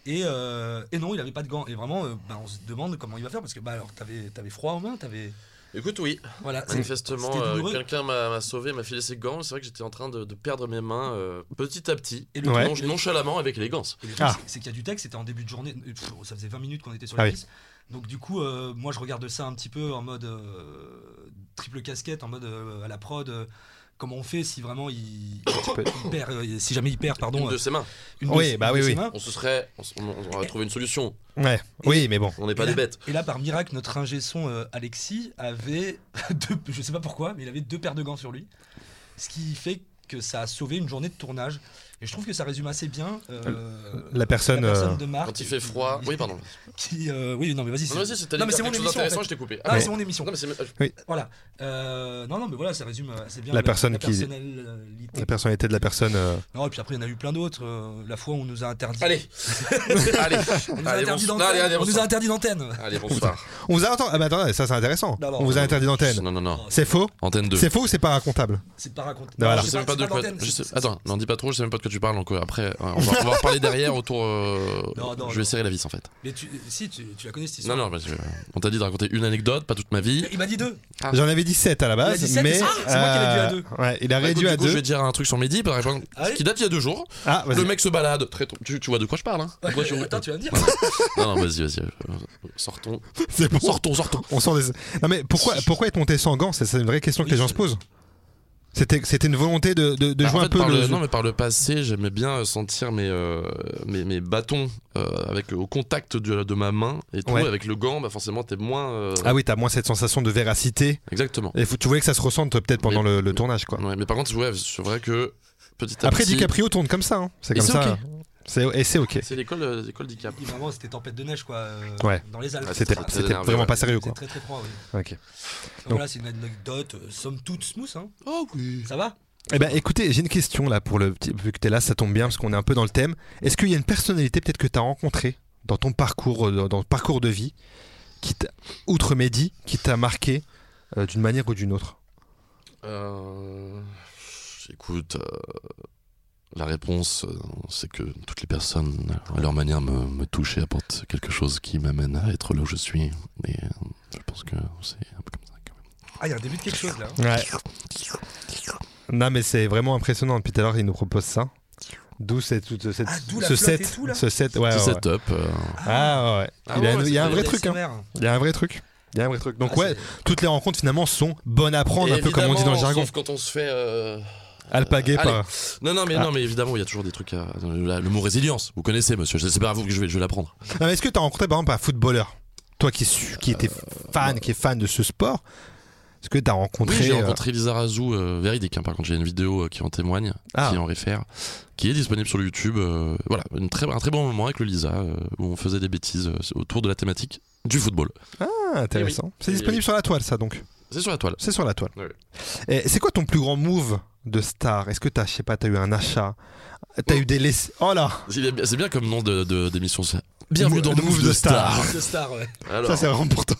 Speaker 4: Et, euh, et non, il avait pas de gants. Et vraiment, euh, bah, on se demande comment il va faire parce que, bah, alors, t'avais avais froid aux mains, t'avais.
Speaker 3: Écoute, oui.
Speaker 4: Voilà. c'est-
Speaker 3: Manifestement,
Speaker 4: c'était
Speaker 3: euh,
Speaker 4: douloureux.
Speaker 3: quelqu'un m'a m'a sauvé, m'a filé ses gants. C'est vrai que j'étais en train de, de perdre mes mains euh, petit à petit,
Speaker 4: Et le
Speaker 2: Ouais.
Speaker 3: non- nonchalamment avec élégance.
Speaker 4: Et le
Speaker 2: Ah.
Speaker 4: truc, c'est- c'est qu'il y a du texte, c'était en début de journée, euh, pff, ça faisait 20 minutes qu'on était sur
Speaker 2: Ah
Speaker 4: la
Speaker 2: oui.
Speaker 4: piste. Donc du coup, euh, moi je regarde ça un petit peu en mode euh, triple casquette, en mode euh, à la prod. euh, comment on fait si vraiment il, il perd, euh, si jamais il perd, pardon,
Speaker 3: Une de
Speaker 4: euh,
Speaker 3: ses mains.
Speaker 4: une
Speaker 2: Oui,
Speaker 4: ses-
Speaker 2: bah oui,
Speaker 4: ses
Speaker 2: oui.
Speaker 4: mains.
Speaker 3: On se serait. On, s- on- on aurait trouvé une solution.
Speaker 2: Ouais. Oui, mais bon.
Speaker 3: On n'est pas
Speaker 4: Et là-
Speaker 3: des bêtes.
Speaker 4: Et là, par miracle, notre ingé son euh, Alexis avait deux, je sais pas pourquoi, mais il avait deux paires de gants sur lui, ce qui fait que ça a sauvé une journée de tournage. Et je trouve que ça résume assez bien euh,
Speaker 2: La personne, euh,
Speaker 4: de Marc
Speaker 3: Quand il fait froid.
Speaker 4: qui-
Speaker 3: Oui, pardon.
Speaker 4: Qui, euh, oui, non, mais vas-y.
Speaker 3: Non,
Speaker 4: c'est-
Speaker 3: vas-y, c'était
Speaker 4: Non, mais c'est mon
Speaker 3: quelque chose
Speaker 4: émission,
Speaker 3: d'intéressant,
Speaker 4: en fait.
Speaker 3: je t'ai coupé.
Speaker 4: Ah,
Speaker 3: Ah,
Speaker 4: c'est mon émission.
Speaker 3: non, mais c'est.
Speaker 4: Voilà. Euh, non, non, mais voilà, ça résume assez bien
Speaker 2: La personne qui-
Speaker 4: personnalité.
Speaker 2: la personnalité de la personne. euh,
Speaker 4: Non, et puis après, il y en a eu plein d'autres. euh, la fois où on nous a interdit.
Speaker 3: Allez Allez
Speaker 4: on nous a
Speaker 3: Allez,
Speaker 4: interdit
Speaker 3: bonsoir.
Speaker 4: d'antenne.
Speaker 3: Allez, allez,
Speaker 4: On nous a
Speaker 3: bonsoir.
Speaker 4: interdit d'antenne.
Speaker 3: Allez, bonsoir.
Speaker 2: On vous a interdit. Ah, bah attendez, ça c'est intéressant.
Speaker 4: Non, non,
Speaker 2: on vous a interdit d'antenne.
Speaker 3: Non, non, non.
Speaker 2: C'est faux
Speaker 3: Antenne 2.
Speaker 2: C'est faux ou c'est pas racontable
Speaker 4: C'est pas raconté.
Speaker 2: Voilà.
Speaker 3: Je sais même pas de quoi.
Speaker 4: d'antenne,
Speaker 3: je
Speaker 4: c'est-
Speaker 3: sais- Attends, n'en dis pas trop, je sais même pas de quoi tu parles. Donc euh, après, euh, on va, on va reparler derrière autour. euh,
Speaker 4: Non, non,
Speaker 3: je vais
Speaker 4: non.
Speaker 3: serrer la vis en fait.
Speaker 4: Mais tu, si, tu, tu la connais cette
Speaker 3: Non,
Speaker 4: histoire.
Speaker 3: non, parce que, euh, on t'a dit de raconter une anecdote, pas toute ma vie.
Speaker 4: Il m'a dit deux.
Speaker 3: Ah.
Speaker 2: J'en avais dit 7 à la base,
Speaker 4: Il a dit sept,
Speaker 2: mais.
Speaker 4: c'est ça Ah, C'est moi qui l'ai
Speaker 2: euh,
Speaker 4: réduit
Speaker 2: Ouais, il a
Speaker 3: Bah, écoute,
Speaker 2: réduit
Speaker 3: du
Speaker 2: à
Speaker 3: coup, je vais
Speaker 2: 2.
Speaker 3: te dire un truc sur Mehdi, par exemple,
Speaker 4: Allez.
Speaker 3: qui date il y a deux jours.
Speaker 2: Ah,
Speaker 3: Le
Speaker 2: vas-y.
Speaker 3: mec se balade. Très tôt. tu, tu vois de quoi je parle hein De quoi tu-
Speaker 4: Attends, tu vas me dire.
Speaker 3: Non, non, vas-y, vas-y. euh, Sortons.
Speaker 2: C'est bon.
Speaker 3: Sortons, sortons.
Speaker 2: On sort des. Non, mais pourquoi, pourquoi être monté sans gants C'est c'est une vraie question que
Speaker 4: Oui,
Speaker 2: les gens
Speaker 4: c'est-
Speaker 2: se posent. C'était c'était une volonté de, de, de
Speaker 3: Bah,
Speaker 2: jouer
Speaker 3: en
Speaker 2: un
Speaker 3: fait,
Speaker 2: peu
Speaker 3: par
Speaker 2: le.
Speaker 3: le- Non, mais par le passé, j'aimais bien sentir mes, euh, mes, mes bâtons euh, avec, au contact de, de ma main et tout.
Speaker 2: Ouais.
Speaker 3: Avec le gant, bah, forcément, t'es moins. euh,
Speaker 2: Ah oui, t'as moins cette sensation de véracité.
Speaker 3: Exactement.
Speaker 2: Et faut- tu voulais que ça se ressente euh, peut-être pendant le, le tournage, quoi.
Speaker 3: Ouais, mais par contre, ouais, c'est vrai que petit à
Speaker 2: Après,
Speaker 3: petit.
Speaker 2: DiCaprio tourne comme ça. hein. C'est
Speaker 3: Et
Speaker 2: comme
Speaker 3: c'est
Speaker 2: ça.
Speaker 3: ok.
Speaker 2: C'est- Et c'est ok.
Speaker 3: C'est l'école, euh, l'école DiCap.
Speaker 4: Et Vraiment, c'était tempête de neige, quoi. euh,
Speaker 2: Ouais.
Speaker 4: Dans les Alpes.
Speaker 3: Ah,
Speaker 2: C'était
Speaker 3: très
Speaker 2: c'était
Speaker 3: énervé,
Speaker 2: vraiment
Speaker 3: ouais.
Speaker 2: pas sérieux, quoi.
Speaker 4: C'était très très froid, oui.
Speaker 2: Ok.
Speaker 4: Donc Voilà, c'est une anecdote, euh, somme toute smooth, hein.
Speaker 3: Oh oui.
Speaker 4: Ça va
Speaker 2: Eh ben, écoutez, j'ai une question là pour le petit. Vu que t'es là, ça tombe bien parce qu'on est un peu dans le thème. Est-ce qu'il y a une personnalité peut-être que t'as rencontrée dans ton parcours, euh, dans dans ton parcours de vie, qui t'a- outre Mehdi, qui t'a marqué euh, d'une manière ou d'une autre
Speaker 3: Euh, Écoute, euh, la réponse, euh, c'est que toutes les personnes, à leur manière, me, me touchent et apportent quelque chose qui m'amène à être là où je suis. Et euh, je pense que c'est un peu comme ça. quand même.
Speaker 4: Ah, il y a un début de quelque chose, là.
Speaker 2: Ouais. Non, mais c'est vraiment impressionnant. Depuis tout à l'heure, il nous propose ça. D'où cette, toute cette-
Speaker 4: Ah, d'où la
Speaker 2: ce
Speaker 4: flotte et
Speaker 2: set,
Speaker 4: tout, là
Speaker 2: ce set. Ouais,
Speaker 3: Petit
Speaker 2: ouais, ouais.
Speaker 3: setup. euh,
Speaker 2: Ah ouais.
Speaker 3: Ah
Speaker 2: il y a,
Speaker 3: ouais,
Speaker 2: il y a
Speaker 3: c'est
Speaker 2: un vrai
Speaker 3: des
Speaker 2: truc. hein.
Speaker 4: ASMR.
Speaker 2: Il y a un vrai truc. Il y a un vrai truc. Donc
Speaker 4: Ah,
Speaker 2: ouais,
Speaker 4: c'est-
Speaker 2: toutes les rencontres finalement sont bonnes à prendre, un peu comme on dit dans le
Speaker 3: évidemment,
Speaker 2: jargon.
Speaker 3: sauf quand on se fait. euh,
Speaker 2: Alpagué
Speaker 3: allez.
Speaker 2: par.
Speaker 3: Non, non, mais
Speaker 2: Ah.
Speaker 3: non, mais évidemment, il y a toujours des trucs. À... la- Le mot résilience, vous connaissez, monsieur. Je- C'est pas à vous que je vais, je vais l'apprendre.
Speaker 2: Non, mais est-ce que t'as rencontré par exemple un footballeur, toi qui su- qui était fan, qui est fan de ce sport, est-ce que t'as rencontré
Speaker 3: Euh, Oui, j'ai
Speaker 2: euh,
Speaker 3: rencontré Lisa Razou, euh, véridique. hein, par contre, j'ai une vidéo euh, qui en témoigne,
Speaker 2: Ah.
Speaker 3: qui en réfère, qui est disponible sur le YouTube. euh, voilà, une très, un très bon moment avec le Lisa, euh, où on faisait des bêtises euh, autour de la thématique du football.
Speaker 2: Ah, intéressant. C'est
Speaker 3: Eh oui,
Speaker 2: disponible
Speaker 3: oui.
Speaker 2: sur la toile, ça donc.
Speaker 3: C'est sur la toile.
Speaker 2: C'est sur la toile.
Speaker 3: Ouais.
Speaker 2: Et c'est quoi ton plus grand move de star Est-ce que t'as, je sais pas, t'as eu un achat T'as eu des laissés Oh là
Speaker 3: C'est bien- c'est bien comme nom de- de- d'émission. ça. Bienvenue dans
Speaker 2: Le
Speaker 3: Move de Star.
Speaker 4: De star, ouais.
Speaker 3: Alors,
Speaker 2: Ça c'est vraiment pour toi.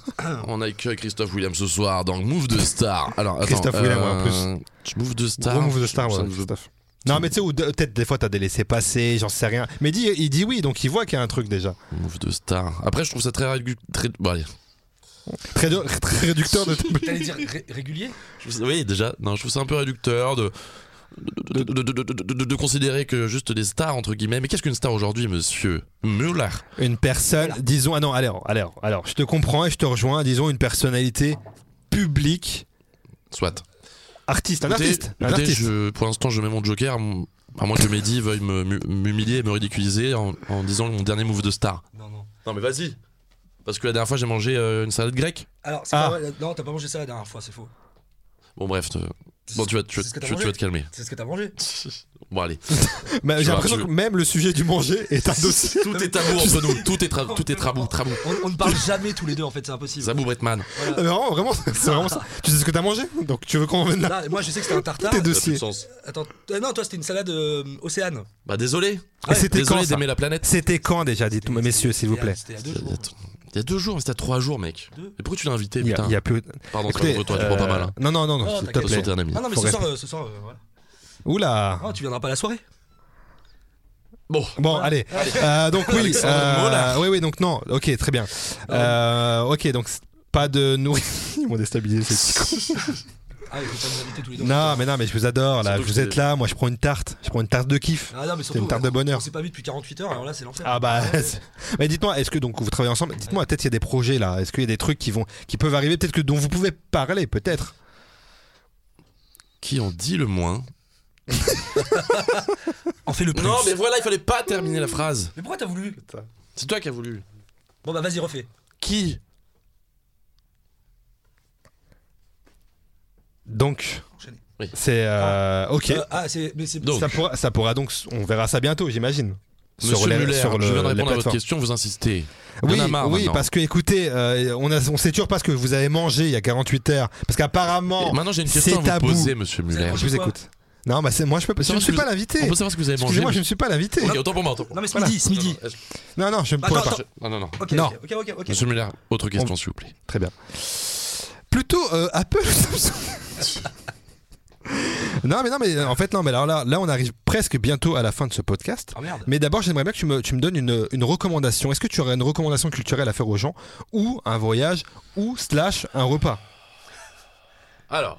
Speaker 3: on accueille Christophe William ce soir dans Move de Star. Alors, attends,
Speaker 2: Christophe Willem, ouais, en
Speaker 3: tu- Move de Star.
Speaker 2: Gros move de star,
Speaker 3: ça
Speaker 2: ouais,
Speaker 3: me-
Speaker 2: Christophe. Non mais tu sais, ou de- peut-être des fois t'as des laissés passer, j'en sais rien. Mais dit, il dit oui, donc il voit qu'il y a un truc déjà.
Speaker 3: Move de Star. Après, je trouve ça très. régu- très bon, allez.
Speaker 2: Très, de- très réducteur de
Speaker 4: T'allais dire ré- régulier
Speaker 3: Je trouve ça- Oui, déjà, non, je trouve ça un peu réducteur de. De, de- de- de- de- de- de considérer que juste des stars entre guillemets mais qu'est-ce qu'une star aujourd'hui monsieur Muller
Speaker 2: Une personne, disons, ah non, alors, alors, alors, je te comprends et je te rejoins, disons une personnalité publique,
Speaker 3: soit
Speaker 2: artiste, un
Speaker 3: Écoutez,
Speaker 2: artiste, un
Speaker 3: écoutez,
Speaker 2: artiste.
Speaker 3: je- pour l'instant je mets mon joker mon- à moins que Mehdi veuille me- mu- m'humilier et me ridiculiser en, en disant mon dernier move de star
Speaker 4: Non, non.
Speaker 3: non mais vas-y parce que la dernière fois j'ai mangé euh, une salade grecque
Speaker 4: Alors, c'est
Speaker 2: Ah.
Speaker 4: pas vrai, Non, t'as pas mangé ça la dernière fois, c'est faux.
Speaker 3: bon bref te- bon tu vas tu, vas-
Speaker 4: C'est ce que t'as
Speaker 3: tu- tu
Speaker 4: mangé.
Speaker 3: vas te calmer
Speaker 4: C'est ce que t'as mangé.
Speaker 3: bon allez
Speaker 2: Bah,
Speaker 3: je
Speaker 2: J'ai
Speaker 3: vois,
Speaker 2: l'impression
Speaker 3: je-
Speaker 2: que même le sujet du manger est un dossier.
Speaker 3: tout est tabou entre nous tout est tra- tout est trabou trabou
Speaker 4: On, on ne parle jamais tous les deux, en fait, c'est impossible.
Speaker 3: Zabou Bretman
Speaker 4: Voilà.
Speaker 2: Ah, Vraiment, vraiment, c'est vraiment ça. Tu sais ce que t'as mangé Donc tu veux qu'on revienne là
Speaker 4: Là, moi, je sais que c'était un tartare.
Speaker 2: Tes
Speaker 3: ça a plus de
Speaker 2: dossiers.
Speaker 3: sens
Speaker 4: Attends, euh, non, toi, c'était une salade euh, océane.
Speaker 3: bah désolé
Speaker 2: Et c'était quand
Speaker 3: désolé
Speaker 2: ça
Speaker 3: d'aimer la planète
Speaker 2: C'était quand déjà, dites-moi, messieurs, s'il vous
Speaker 4: C'était il y a-
Speaker 2: plaît.
Speaker 4: C'était il
Speaker 3: Il
Speaker 4: y a deux
Speaker 3: y a-
Speaker 4: jours.
Speaker 3: Il y, a, il y a deux jours, mais c'était à trois jours, mec.
Speaker 4: Deux.
Speaker 3: Mais pourquoi tu l'as invité,
Speaker 2: Il y a,
Speaker 3: putain
Speaker 2: il y a plus.
Speaker 3: Pardon, c'est pas
Speaker 2: Écoutez,
Speaker 3: contre toi, tu prends pas mal. Hein.
Speaker 2: euh, Non, non, non, non,
Speaker 4: Oh,
Speaker 2: s'il te
Speaker 4: t'inquiète.
Speaker 2: plaît.
Speaker 3: Parce que t'es un ami.
Speaker 4: Ah non, mais
Speaker 2: Faut
Speaker 4: ce soir, euh, ce soir, euh, voilà.
Speaker 2: Oula.
Speaker 4: Ah, tu viendras pas à la soirée
Speaker 3: Bon,
Speaker 2: Bon,
Speaker 4: Voilà.
Speaker 2: allez. Euh, donc oui,
Speaker 3: Alexandre
Speaker 2: euh,
Speaker 3: Mollard.
Speaker 4: Oh.
Speaker 2: oui, oui, donc non. Ok, très bien. Euh, ok, donc pas de nourriture. Ils m'ont déstabilisé, ces petits cons.
Speaker 4: Ah, il faut pas nous inviter tous les deux. Ah,
Speaker 2: Non, mais non, mais je vous adore, là.
Speaker 3: Surtout que
Speaker 2: Vous êtes
Speaker 3: c'est-
Speaker 2: là, moi, je prends une tarte. Je prends une tarte de kiff.
Speaker 4: Ah, non, mais surtout,
Speaker 2: une tarte de bonheur.
Speaker 4: On s'est pas vu depuis 48 heures, alors là, c'est l'enfer.
Speaker 2: Ah bah,
Speaker 4: Ouais, ouais.
Speaker 2: c'est- mais dites-moi, est-ce que donc vous travaillez ensemble Dites-moi, peut-être il y a des projets là. Est-ce qu'il y a des trucs qui vont, qui peuvent arriver Peut-être que dont vous pouvez parler, peut-être.
Speaker 3: Qui en dit le moins
Speaker 4: On fait le plus.
Speaker 3: Non, mais voilà, il fallait pas terminer la phrase.
Speaker 4: Mais pourquoi t'as voulu
Speaker 3: C'est toi qui as voulu.
Speaker 4: Bon, bah, vas-y, refais.
Speaker 3: Qui
Speaker 2: Donc,
Speaker 4: Enchaînez.
Speaker 2: c'est euh, ok.
Speaker 4: Euh, ah, c'est. Mais c'est.
Speaker 3: Donc,
Speaker 2: ça, pourra, ça pourra donc, on verra ça bientôt, j'imagine.
Speaker 3: Monsieur
Speaker 2: les-
Speaker 3: Muller, je viens de
Speaker 2: les
Speaker 3: répondre à votre
Speaker 2: plateformes.
Speaker 3: question, vous insistez. Il y en
Speaker 2: Oui,
Speaker 3: a marre
Speaker 2: oui,
Speaker 3: maintenant.
Speaker 2: parce que écoutez, euh, on, a, on sait toujours pas ce que vous avez mangé il y a 48 heures, parce
Speaker 3: Et
Speaker 2: qu'apparemment,
Speaker 3: Maintenant, j'ai une
Speaker 2: c'est
Speaker 3: question à vous
Speaker 2: tabou.
Speaker 3: poser, monsieur Muller.
Speaker 2: je vous
Speaker 4: Quoi
Speaker 2: écoute. Non, bah c'est moi, je peux, je
Speaker 3: C'est
Speaker 2: ne
Speaker 3: vrai
Speaker 2: suis
Speaker 3: que
Speaker 2: pas
Speaker 3: vous-
Speaker 2: l'invité.
Speaker 3: On peut savoir ce que vous avez mangé
Speaker 2: Excusez-moi, je ne
Speaker 3: monsieur-
Speaker 2: suis pas l'invité.
Speaker 3: Ok, autant pour moi, autant pour
Speaker 4: Non,
Speaker 3: moi.
Speaker 4: mais ce midi, ce midi.
Speaker 3: Non,
Speaker 2: Non, non,
Speaker 3: Bah,
Speaker 2: je ne pourrais
Speaker 4: Attends,
Speaker 2: pas.
Speaker 4: attends.
Speaker 3: non, non, non.
Speaker 4: Ok,
Speaker 2: Non.
Speaker 4: ok, ok, ok. ok.
Speaker 3: Monsieur Muller, autre question, s'il vous plaît.
Speaker 2: Très bien. Plutôt euh, Apple ou Samsung Non, mais non, mais euh, en fait, non, mais alors là, là, on arrive presque bientôt à la fin de ce podcast.
Speaker 4: Ah, merde.
Speaker 2: Mais d'abord, j'aimerais bien que tu me, tu me donnes une, une recommandation. Est-ce que tu aurais une recommandation culturelle à faire aux gens Ou un voyage Ou slash un repas
Speaker 3: Alors,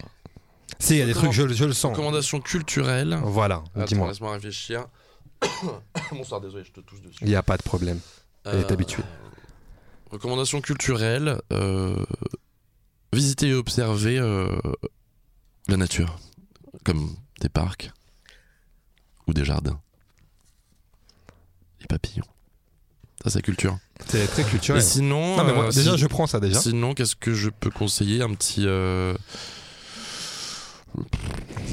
Speaker 2: Si, il y a des trucs,
Speaker 3: Recommande-
Speaker 2: je, le- je le sens.
Speaker 3: recommandation culturelle.
Speaker 2: Voilà,
Speaker 3: Attends,
Speaker 2: dis-moi.
Speaker 3: laisse-moi Ah, réfléchir. Bonsoir, désolé, je te touche dessus. Euh,
Speaker 2: Il n'y a pas de problème. Elle est habituée.
Speaker 3: Recommandation culturelle euh, visiter et observer euh, la nature, comme des parcs ou des jardins. Les papillons. Ça, c'est la culture.
Speaker 2: C'est très
Speaker 3: Et
Speaker 2: culturel.
Speaker 3: sinon,
Speaker 2: Non, mais moi,
Speaker 3: euh,
Speaker 2: déjà,
Speaker 3: si-
Speaker 2: je prends ça déjà.
Speaker 3: sinon qu'est-ce que je peux conseiller Un petit. euh,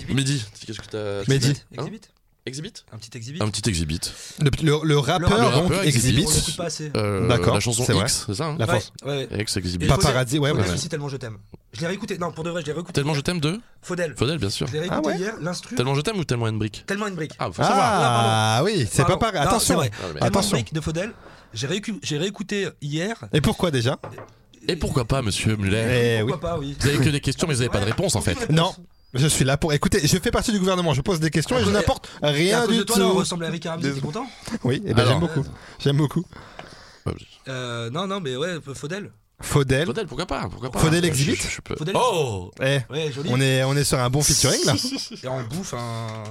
Speaker 3: Mehdi, qu'est-ce que t'as.
Speaker 2: Mehdi.
Speaker 3: Hein
Speaker 4: Exhibit
Speaker 3: Exhibit
Speaker 4: Un petit exhibit.
Speaker 3: Un petit exhibit.
Speaker 2: Le, le- le rappeur,
Speaker 3: rappeur
Speaker 2: donc,
Speaker 3: exhibit.
Speaker 2: exhibit
Speaker 4: On l'écoute pas assez.
Speaker 3: Euh,
Speaker 2: D'accord,
Speaker 3: La chanson
Speaker 2: c'est vrai.
Speaker 3: X, c'est ça hein
Speaker 2: la force.
Speaker 4: Ouais, ouais.
Speaker 3: X exhibit.
Speaker 4: Et Faudel.
Speaker 2: Paparazzi, ouais, ouais.
Speaker 4: Faudel
Speaker 2: ouais.
Speaker 4: aussi, tellement je t'aime. Je l'ai réécouté. Non, pour de vrai, je l'ai réécouté.
Speaker 3: Tellement je t'aime de
Speaker 4: Faudel.
Speaker 3: Faudel, bien sûr.
Speaker 4: Je l'ai réécouté
Speaker 2: Ah ouais
Speaker 4: hier, l'instru.
Speaker 3: Tellement je t'aime ou tellement une brique
Speaker 4: Tellement une brique.
Speaker 3: Ah, faut savoir.
Speaker 2: Ah oui, c'est pas
Speaker 4: Pardon.
Speaker 2: pareil.
Speaker 4: Non, c'est
Speaker 2: Attention.
Speaker 4: vrai.
Speaker 3: Ah, mais-
Speaker 4: Tellement une
Speaker 2: Attention.
Speaker 4: brique de Faudel. J'ai réécu- j'ai réécouté hier.
Speaker 2: Et pourquoi déjà
Speaker 3: Et pourquoi pas, monsieur Muller
Speaker 2: Eh oui.
Speaker 4: Pourquoi pas, oui.
Speaker 3: Vous avez que des questions, mais vous avez pas de
Speaker 4: Ouais.
Speaker 3: réponse en fait.
Speaker 2: Non, je suis là pour. Écoutez, je fais partie du gouvernement, je pose des questions et je
Speaker 4: Ouais.
Speaker 2: n'apporte
Speaker 4: Et à
Speaker 2: rien
Speaker 4: cause
Speaker 2: du
Speaker 4: de toi,
Speaker 2: tout.
Speaker 4: là, on ressemble à Eric Aramdi, t'es content
Speaker 2: Oui, eh ben,
Speaker 3: Alors.
Speaker 2: j'aime beaucoup. J'aime beaucoup.
Speaker 4: Euh, Non, non, mais ouais, Faudel.
Speaker 2: Faudel.
Speaker 3: Faudel, pourquoi pas Pourquoi pas
Speaker 2: Faudel
Speaker 3: Je-
Speaker 2: exhibit
Speaker 3: je- je peux-
Speaker 4: Faudel.
Speaker 3: Oh
Speaker 2: Eh,
Speaker 4: Ouais, joli.
Speaker 2: on est, on est sur un bon featuring là.
Speaker 4: Et on bouffe un.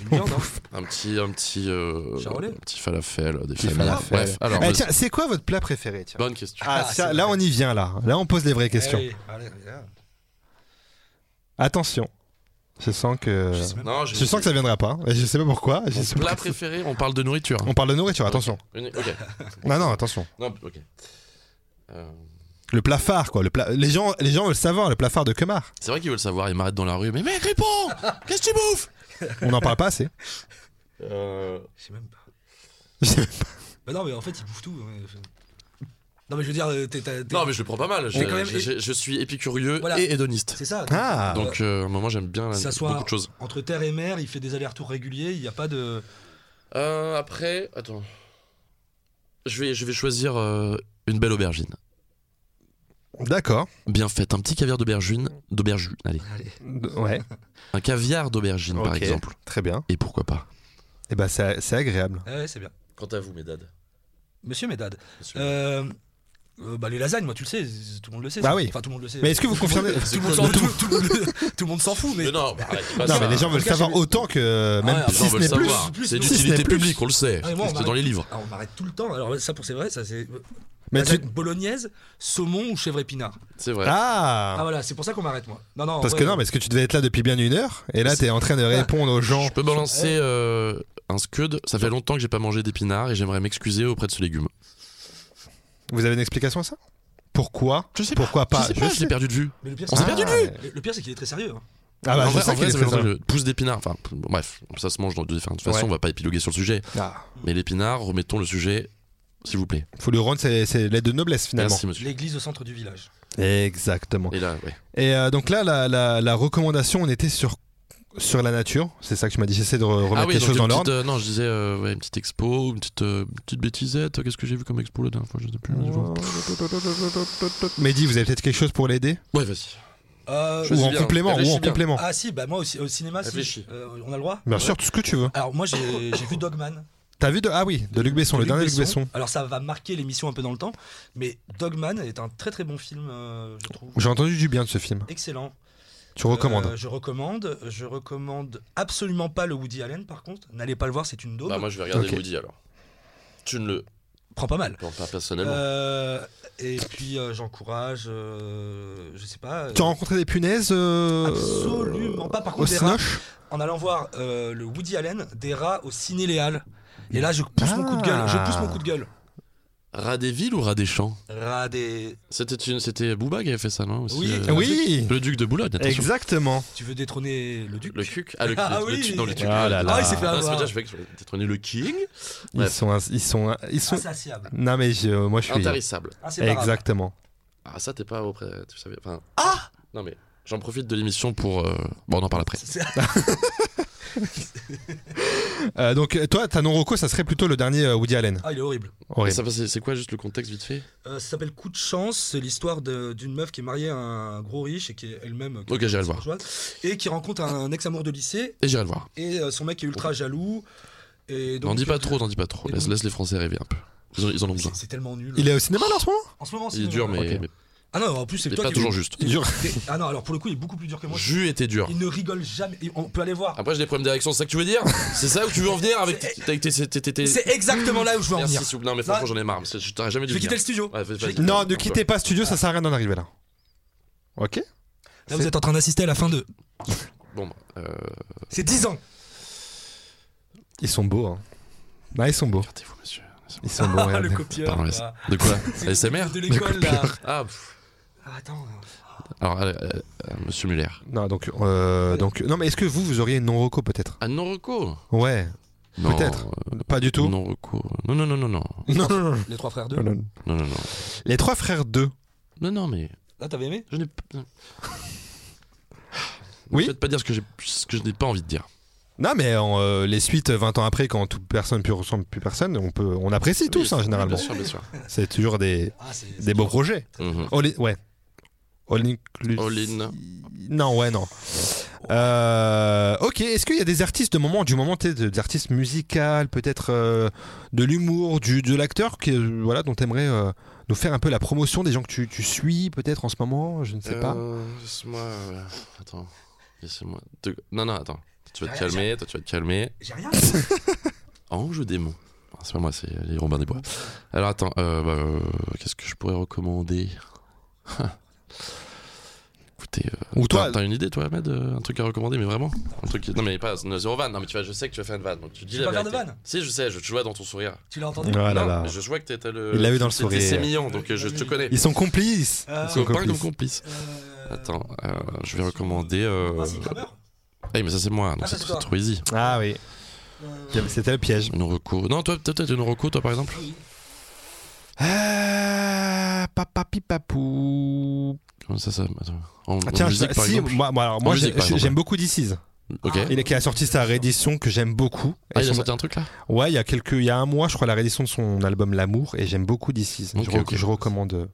Speaker 4: Une viande, hein.
Speaker 3: Un petit. Un petit. euh,
Speaker 4: Charolais
Speaker 3: un petit falafel, des
Speaker 2: Petit
Speaker 3: familles.
Speaker 2: falafel.
Speaker 3: Bref, alors.
Speaker 2: Eh,
Speaker 3: vas-y.
Speaker 2: tiens, c'est quoi votre plat préféré tiens
Speaker 3: Bonne question.
Speaker 2: Ah,
Speaker 4: Ah,
Speaker 2: ça,
Speaker 4: c'est
Speaker 2: là
Speaker 4: vrai.
Speaker 2: on y vient là. Là on pose les vraies questions.
Speaker 4: Eh oui, allez, regarde.
Speaker 2: Attention. Je sens que.
Speaker 4: Je sais même pas.
Speaker 3: Non,
Speaker 2: Je sens que ça viendra pas. Et Je sais pas pourquoi. Je sais pas
Speaker 3: Mon plat
Speaker 2: que c'est-
Speaker 3: préféré, on parle de nourriture.
Speaker 2: On parle de nourriture, attention.
Speaker 3: Une- Ok.
Speaker 2: Non, non, attention.
Speaker 3: Non, ok. Euh,
Speaker 2: Le plat phare quoi. Le plat... Les, gens, les gens veulent savoir, le plat phare de Kemar.
Speaker 3: C'est vrai qu'ils veulent savoir, ils m'arrêtent dans la rue. Mais mec, réponds Qu'est-ce que tu bouffes
Speaker 2: On n'en parle pas assez.
Speaker 3: Euh,
Speaker 4: Je sais même pas. Bah non, mais en fait, il bouffe tout. ouais. Non, mais je veux dire, euh, t'es. t'as- t'es-
Speaker 3: Non, mais je le prends pas mal. Je,
Speaker 4: On est quand même-
Speaker 3: je- je- je suis épicurieux
Speaker 4: Voilà.
Speaker 3: et hédoniste.
Speaker 4: C'est ça.
Speaker 2: Ah.
Speaker 3: Donc, euh, à un moment, j'aime bien la-
Speaker 4: Ça soit-
Speaker 3: beaucoup de choses.
Speaker 4: Entre terre et mer, il fait des allers-retours réguliers, il n'y a pas de.
Speaker 3: Euh, après, attends. Je vais, je vais choisir euh, une belle aubergine.
Speaker 2: D'accord.
Speaker 3: Bien faite, un petit caviar d'aubergine, d'aubergine, allez.
Speaker 4: Allez.
Speaker 2: Ouais.
Speaker 3: Un caviar d'aubergine par
Speaker 2: Ok.
Speaker 3: exemple.
Speaker 2: Très bien.
Speaker 3: Et pourquoi pas Eh
Speaker 2: Et
Speaker 3: ben,
Speaker 2: bah c'est c'est agréable.
Speaker 4: Ouais, eh, c'est bien.
Speaker 3: Quant à vous, mes dads.
Speaker 4: Monsieur Médad. Euh, euh, bah, les lasagnes, moi, tu le sais, c'est- tout le monde le sait.
Speaker 2: Bah
Speaker 4: ça.
Speaker 2: oui.
Speaker 4: Enfin, tout le monde le sait.
Speaker 2: Mais est-ce que vous
Speaker 4: Tout le monde-
Speaker 2: confirmez
Speaker 4: tout le monde s'en- tout- tout le monde- tout le monde s'en fout, mais.
Speaker 3: Mais non, bah, arrête, c'est pas
Speaker 2: Non
Speaker 3: ça.
Speaker 2: mais les gens veulent
Speaker 4: En tout cas,
Speaker 2: savoir
Speaker 4: j'ai-
Speaker 2: autant que même
Speaker 4: Ouais, les
Speaker 3: Les gens
Speaker 2: si ce
Speaker 3: veulent
Speaker 2: n'est plus.
Speaker 3: savoir.
Speaker 4: plus,
Speaker 3: C'est
Speaker 4: plus,
Speaker 2: si ce
Speaker 3: d'utilité
Speaker 2: n'est plus. bah,
Speaker 3: publique, on le sait.
Speaker 4: Ah, et moi, on
Speaker 3: C'est dans les livres.
Speaker 4: Ah, on m'arrête tout le temps. Alors, ça, pour c'est vrai, ça, c'est.
Speaker 2: Mais tu-
Speaker 4: lasagne bolognaise, saumon ou chèvre épinard.
Speaker 3: C'est vrai.
Speaker 4: Ah,
Speaker 2: Ah
Speaker 4: voilà, c'est pour ça qu'on m'arrête, moi. Non, non. en
Speaker 2: Parce
Speaker 4: vrai,
Speaker 2: que non, parce que tu devais être là depuis bien une heure et là t'es en train de répondre aux gens.
Speaker 3: Je peux balancer euh, un scud. Ça fait longtemps que j'ai pas mangé d'épinards et j'aimerais m'excuser auprès de ce légume.
Speaker 2: Vous avez une explication à ça Pourquoi
Speaker 3: Je sais pas.
Speaker 2: Pourquoi pas
Speaker 3: je sais pas, je l'ai perdu de vue.
Speaker 4: Mais le pire,
Speaker 3: On
Speaker 4: c'est-
Speaker 3: s'est perdu de vue.
Speaker 4: Le- le pire, c'est qu'il est très sérieux. hein.
Speaker 2: Ah bah
Speaker 3: en
Speaker 2: je
Speaker 3: vrai, en
Speaker 2: sais
Speaker 3: vrai,
Speaker 2: qu'il est
Speaker 3: ça fait
Speaker 2: très
Speaker 3: longtemps que je- pousse d'épinards. Enfin, p- bref, ça se mange de différentes façons.
Speaker 2: Ouais.
Speaker 3: On va pas épiloguer sur le sujet.
Speaker 2: Ah,
Speaker 3: Mais l'épinard, remettons le sujet, s'il vous plaît.
Speaker 2: faut lui rendre ses, ses lettres de noblesse finalement.
Speaker 3: Merci, monsieur.
Speaker 4: L'église au centre du village.
Speaker 2: Exactement.
Speaker 3: Et là, ouais.
Speaker 2: Et euh, donc là, la, la- la recommandation, on était sur sur la nature. C'est ça que tu m'as dit. J'essaie de re- remettre
Speaker 3: ah oui,
Speaker 2: les
Speaker 3: donc
Speaker 2: choses
Speaker 3: une
Speaker 2: dans
Speaker 3: petite,
Speaker 2: l'ordre.
Speaker 3: euh, non, je disais euh, ouais, une petite expo, une petite, euh, une petite bêtisette. Qu'est-ce que j'ai vu comme expo la dernière fois Je sais plus. je vois.
Speaker 2: Mehdi, vous avez peut-être quelque chose pour l'aider
Speaker 3: Ouais, vas-y.
Speaker 4: Euh,
Speaker 3: Je
Speaker 2: Ou
Speaker 3: sais
Speaker 2: en
Speaker 3: bien,
Speaker 2: complément
Speaker 3: réfléchis
Speaker 2: Ou en
Speaker 3: bien.
Speaker 2: complément.
Speaker 4: ah si, bah moi aussi au cinéma, si.
Speaker 3: Réfléchis.
Speaker 4: Euh, on a le droit
Speaker 2: Bien sûr, tout ce que tu veux.
Speaker 4: Alors moi j'ai j'ai vu Dogman.
Speaker 2: T'as vu de Ah oui, de Luc Besson,
Speaker 4: de
Speaker 2: le
Speaker 4: Luc
Speaker 2: dernier Luc Besson.
Speaker 4: Alors ça va marquer l'émission un peu dans le temps, mais Dogman est un très très bon film, euh, je trouve.
Speaker 2: J'ai entendu du bien de ce film.
Speaker 4: Excellent.
Speaker 2: Tu recommandes
Speaker 4: Euh, Je recommande. Je recommande absolument pas le Woody Allen par contre. N'allez pas le voir, c'est une daube.
Speaker 3: Bah, moi, je vais regarder
Speaker 2: Ok.
Speaker 3: Woody alors. Tu ne le
Speaker 4: Prends pas mal.
Speaker 3: prends pas personnellement.
Speaker 4: Euh, et puis euh, j'encourage, euh, je sais pas. euh,
Speaker 2: Tu as rencontré des punaises euh,
Speaker 4: Absolument pas. Par
Speaker 2: au
Speaker 4: contre, des rats,
Speaker 2: Cinoche
Speaker 4: en allant voir euh, le Woody Allen, des rats au ciné Léal. Et là, je pousse
Speaker 2: Ah.
Speaker 4: mon coup de gueule. Je pousse mon coup de gueule.
Speaker 3: Rat des villes ou rat des champs
Speaker 4: Rats des.
Speaker 3: C'était une, c'était Booba qui avait fait ça, non aussi,
Speaker 4: Oui,
Speaker 3: euh,
Speaker 2: Oui,
Speaker 3: Le duc de Boulogne. Attention.
Speaker 2: exactement.
Speaker 4: Tu veux détrôner le duc
Speaker 3: Le cuc. Ah, le,
Speaker 4: Ah
Speaker 3: le- le
Speaker 4: oui.
Speaker 3: tu- non, le tuc.
Speaker 2: Ah là là.
Speaker 4: Ah, il s'est fait
Speaker 3: Ah, ça veut
Speaker 4: avoir.
Speaker 3: dire, je fais que je vais détrôner le king.
Speaker 2: Ils
Speaker 3: Bref.
Speaker 2: sont, ins- ils sont, ils
Speaker 4: Ah,
Speaker 2: sont.
Speaker 4: Insatiable.
Speaker 2: Non mais je- moi je suis.
Speaker 3: Intarissable.
Speaker 4: Inséparable.
Speaker 2: Exactement.
Speaker 3: Ah, ça, t'es pas auprès. Tu savais. Enfin,
Speaker 4: Ah
Speaker 3: non, mais j'en profite de l'émission pour. euh, Bon, on en parle après.
Speaker 4: C'est-
Speaker 2: Euh, donc toi, ta non reco, ça serait plutôt le dernier euh, Woody Allen.
Speaker 4: Ah, il est horrible.
Speaker 2: Horrible.
Speaker 3: Ça va, C'est c'est quoi juste le contexte vite fait
Speaker 4: Euh, ça s'appelle Coup de chance. C'est l'histoire de- d'une meuf qui est mariée à un gros riche et qui est elle-même.
Speaker 3: Ok, j'irai le voir.
Speaker 4: bourgeoise, Et qui rencontre un ex-amour de lycée
Speaker 3: Et j'irai le voir.
Speaker 4: et euh, son mec est ultra jaloux. Et donc, euh,
Speaker 3: N'en dis pas trop, n'en dis pas trop.
Speaker 4: Et
Speaker 3: Laisse,
Speaker 4: donc-
Speaker 3: laisse les Français rêver un peu. Ils en, ils en ont besoin.
Speaker 4: C'est c'est tellement nul.
Speaker 2: Il est au cinéma là, en ce moment
Speaker 4: En ce moment,
Speaker 3: Il est dur, mais, mais-
Speaker 4: Ah non, en plus, c'est
Speaker 3: mais
Speaker 4: toi
Speaker 3: pas
Speaker 4: qui-
Speaker 3: toujours juste.
Speaker 2: Il dure.
Speaker 4: T'es- Ah non, alors pour le coup, il est beaucoup plus dur que moi.
Speaker 3: Jus était dur. Ah,
Speaker 4: Il ne rigole jamais. Et On peut aller voir.
Speaker 3: Après, j'ai des problèmes d'érection, c'est ça que tu veux dire C'est ça où tu veux en venir avec tes- avec tes. tes- tes- tes-
Speaker 4: C'est exactement là où je veux en
Speaker 3: Merci,
Speaker 4: venir.
Speaker 3: s'il vous plaît. Non, mais
Speaker 4: Ça-
Speaker 3: franchement, j'en ai marre. parce que Je t'aurais jamais
Speaker 4: Je
Speaker 3: dû
Speaker 4: vais
Speaker 3: le dire.
Speaker 4: quitter le studio.
Speaker 3: Ouais, vas- vas-y.
Speaker 2: Non, ne quittez pas studio, ça sert à rien d'en arriver là. Ok.
Speaker 4: Là, vous êtes en train d'assister à la fin de.
Speaker 3: Bon, bah, euh,
Speaker 4: C'est 10 ans.
Speaker 2: Ils sont beaux. Hein. Bah ils sont beaux.
Speaker 3: regardez-vous, monsieur.
Speaker 2: Ils sont beaux.
Speaker 4: Ah, le
Speaker 2: regardez.
Speaker 4: copieur.
Speaker 3: Pardon,
Speaker 4: quoi.
Speaker 3: De quoi
Speaker 4: C'est le
Speaker 3: ASMR
Speaker 4: bah. de l'école là.
Speaker 3: Ah, pff.
Speaker 4: Ah, Attends.
Speaker 3: Alors, euh, euh, euh, monsieur Muller.
Speaker 2: non donc euh, donc non mais est-ce que vous vous auriez une non reco peut-être
Speaker 3: Ah, non recours
Speaker 2: Ouais.
Speaker 3: Non,
Speaker 2: Peut-être.
Speaker 3: euh,
Speaker 2: Pas du tout.
Speaker 3: Non recours. Non, non, non, non, non.
Speaker 2: Non non
Speaker 3: Hum.
Speaker 2: non.
Speaker 4: Les trois frères 2.
Speaker 2: non, non.
Speaker 3: Non, non, non.
Speaker 2: Les trois frères 2
Speaker 3: Non, non, mais.
Speaker 4: Là, t'avais Ah, aimé
Speaker 3: Je n'ai. p-
Speaker 2: Oui.
Speaker 3: Peut-être pas dire ce que, j'ai- ce que je n'ai pas envie de dire.
Speaker 2: Non mais en, euh, les suites euh, 20 ans après quand toute personne plus ressemble plus personne, on peut on apprécie tous hein, généralement.
Speaker 3: Bien sûr, bien sûr.
Speaker 2: C'est toujours des
Speaker 4: Ah, c'est.
Speaker 2: des beaux projets.
Speaker 3: Mhm.
Speaker 2: All in- ouais. All inclus-
Speaker 3: All in.
Speaker 2: Non, ouais, non. Euh, ok, est-ce qu'il y a des artistes de moment, du moment, t'es de- des artistes musicales, peut-être euh, de l'humour, du de l'acteur, que euh, voilà, dont t'aimerais euh, nous faire un peu la promotion des gens que tu, tu suis, peut-être en ce moment, je ne sais pas.
Speaker 3: Euh, Laisse-moi. euh, Attends. Laissez-moi. te- Non, non, attends. Tu vas te calmer, toi, tu vas te calmer.
Speaker 4: J'ai rien.
Speaker 3: Ange démon. Ah, C'est pas moi, c'est les Robins des Bois. Alors attends, euh, bah, euh, qu'est-ce que je pourrais recommander Écoutez, euh,
Speaker 2: Ou toi,
Speaker 3: t'as- t'as une idée toi Ahmed euh, Un truc à recommander mais vraiment Un truc qui- Non mais pas no, zéro vanne, non mais tu vas, je sais que tu vas faire une vanne, donc tu dis
Speaker 4: vais
Speaker 3: la
Speaker 4: pas faire
Speaker 3: vérité.
Speaker 4: de vanne.
Speaker 3: Si je sais, je je vois dans ton sourire.
Speaker 4: Tu l'as entendu Euh,
Speaker 2: Ah là
Speaker 3: Non,
Speaker 2: là.
Speaker 3: mais Je vois que t'es t'as le...
Speaker 2: Il l'a vu dans le
Speaker 3: t'es-
Speaker 2: sourire.
Speaker 3: T'es sémillant, donc euh, je te connais.
Speaker 2: ils sont complices.
Speaker 4: Euh,
Speaker 2: Ils sont
Speaker 3: Copain comme
Speaker 2: complices.
Speaker 3: complice.
Speaker 4: Euh,
Speaker 3: Attends, euh, je vais recommander... Euh...
Speaker 4: Ah, si, Kramer.
Speaker 3: eh, mais ça c'est moi, donc
Speaker 4: Ah, ça,
Speaker 3: c'est
Speaker 4: c'est toi.
Speaker 3: c'est trop easy.
Speaker 2: Ah oui,
Speaker 4: Euh,
Speaker 2: c'était le piège.
Speaker 3: Une reco... Non, toi peut-être une reco toi par exemple
Speaker 2: Ah, papapi papou.
Speaker 3: Comment ça ça attends. En,
Speaker 2: Ah,
Speaker 3: en
Speaker 2: tiens, je-
Speaker 3: musique par
Speaker 2: si,
Speaker 3: exemple
Speaker 2: moi, moi, alors, moi,
Speaker 3: musique,
Speaker 2: j'ai-
Speaker 3: par exemple.
Speaker 2: j'aime beaucoup This Is.
Speaker 3: Ok.
Speaker 4: Ah,
Speaker 2: Il est qui a sorti sa réédition que j'aime beaucoup.
Speaker 3: Ah,
Speaker 2: Et
Speaker 3: il a
Speaker 2: son-
Speaker 3: sorti un truc là
Speaker 2: Ouais, il y a quelques, il y a un mois, je crois, la réédition de son album L'amour, et j'aime beaucoup This Is. je,
Speaker 3: Ok,
Speaker 2: re-
Speaker 3: ok.
Speaker 2: je recommande euh,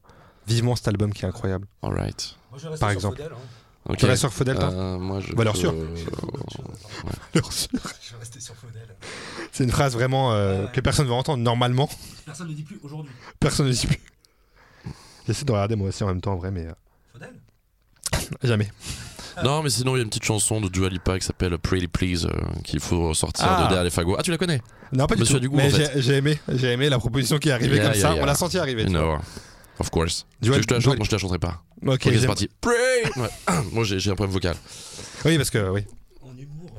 Speaker 2: vivement cet album qui est incroyable.
Speaker 3: Alright.
Speaker 4: Moi, je vais rester
Speaker 2: Par
Speaker 4: sur
Speaker 2: exemple.
Speaker 4: Faudel, hein.
Speaker 3: Ok.
Speaker 2: Tu restes sur Faudel, toi
Speaker 3: Euh, moi, je. euh,
Speaker 2: Valeur
Speaker 3: peux-
Speaker 2: sûre.
Speaker 4: Je vais rester sur Faudel.
Speaker 2: C'est une phrase vraiment euh,
Speaker 4: Ouais.
Speaker 2: que personne ne va entendre normalement.
Speaker 4: Personne ne dit plus aujourd'hui.
Speaker 2: Personne ne dit plus. J'essaie de regarder moi aussi en même temps, en vrai, mais euh,
Speaker 4: Faudel
Speaker 2: jamais.
Speaker 3: Non, mais sinon, il y a une petite chanson de Dua Lipa qui s'appelle Pretty Please euh, qu'il faut sortir
Speaker 2: Ah.
Speaker 3: de derrière les fagots. Ah, tu la connais
Speaker 2: Non, pas du
Speaker 3: Monsieur
Speaker 2: tout.
Speaker 3: Dugout,
Speaker 2: mais
Speaker 3: en
Speaker 2: j'ai
Speaker 3: fait.
Speaker 2: j'ai aimé, j'ai aimé la proposition qui est arrivée
Speaker 3: Yeah,
Speaker 2: comme
Speaker 3: yeah,
Speaker 2: ça.
Speaker 3: yeah.
Speaker 2: On l'a senti arriver. tu
Speaker 3: Une
Speaker 2: vois.
Speaker 3: heure. Of course. Tu
Speaker 2: Dua-
Speaker 3: veux que je te la chante
Speaker 2: Dua-
Speaker 3: Moi, je te la chanterai pas.
Speaker 2: Ok,
Speaker 3: Ok, c'est
Speaker 2: j'aime.
Speaker 3: parti. Pray ouais. Moi, j'ai j'ai un problème vocal.
Speaker 2: Oui, parce que oui.
Speaker 4: En humour.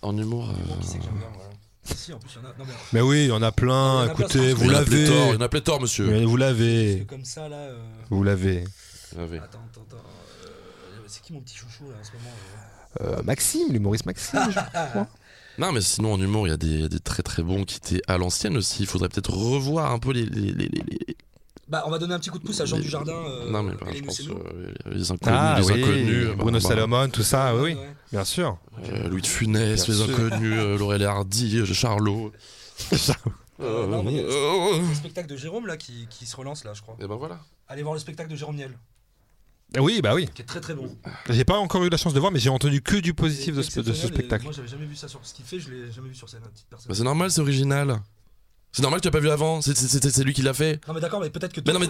Speaker 3: En humour.
Speaker 4: euh, Qui c'est
Speaker 3: euh,
Speaker 4: que j'aime bien, moi Si, en plus, il y en a. Non, mais alors,
Speaker 2: Mais oui, il y en a plein.
Speaker 4: Il y en a plein,
Speaker 2: Écoutez,
Speaker 4: ça.
Speaker 2: vous
Speaker 3: il y en a
Speaker 2: l'avez.
Speaker 3: pléthore, Il y en a pléthore, monsieur.
Speaker 2: Mais Vous
Speaker 4: parce que
Speaker 2: l'avez.
Speaker 4: comme ça, là. euh,
Speaker 2: Vous l'avez.
Speaker 3: Vous l'avez.
Speaker 4: Attends, attends, attends. euh, C'est qui mon petit chouchou, là, en ce moment euh
Speaker 2: Euh, Maxime, l'humoriste Maxime. je-
Speaker 3: Non, mais sinon, en humour, il y a des, il y a des très très bons qui étaient à l'ancienne aussi. Il faudrait peut-être revoir un peu les. les, les, les- les-
Speaker 4: Bah, on va donner un petit coup de pouce à Jean
Speaker 3: les-
Speaker 4: du Jardin. Euh,
Speaker 3: non, mais bah,
Speaker 4: et
Speaker 3: je
Speaker 4: nous,
Speaker 3: pense.
Speaker 4: c'est nous.
Speaker 3: euh, les inconnus.
Speaker 2: Ah
Speaker 3: les
Speaker 2: oui,
Speaker 3: inconnus. euh, bah,
Speaker 2: Bruno
Speaker 3: bah,
Speaker 2: Salomon, tout ça, oui, oui,
Speaker 4: Ouais.
Speaker 2: bien sûr.
Speaker 3: Euh, Louis de Funès,
Speaker 2: Bien
Speaker 3: Les
Speaker 2: sûr.
Speaker 3: Inconnus, euh, Laurel et Hardy, euh, Charlot.
Speaker 4: Euh, non, mais-
Speaker 3: Oh, Euh,
Speaker 4: Le spectacle de Jérôme, là, qui, qui se relance, là, je crois.
Speaker 3: Et ben voilà.
Speaker 4: Allez voir le spectacle de Jérôme Niel,
Speaker 2: Oui, bah oui.
Speaker 4: qui est très très bon.
Speaker 2: J'ai pas encore eu la chance de voir, mais j'ai entendu que du positif
Speaker 4: C'est
Speaker 2: de ce, de ce
Speaker 4: exceptionnel, et
Speaker 2: spectacle.
Speaker 4: Moi, j'avais jamais vu ça sur ce qu'il fait, je l'ai jamais vu sur scène, à titre
Speaker 3: Bah,
Speaker 4: personnel.
Speaker 3: c'est normal, c'est original. C'est normal que tu n'as pas vu avant. C'est- C'est c'est- c'est lui qui l'a fait.
Speaker 4: Non mais d'accord, mais peut-être que.
Speaker 3: Mais non, mais-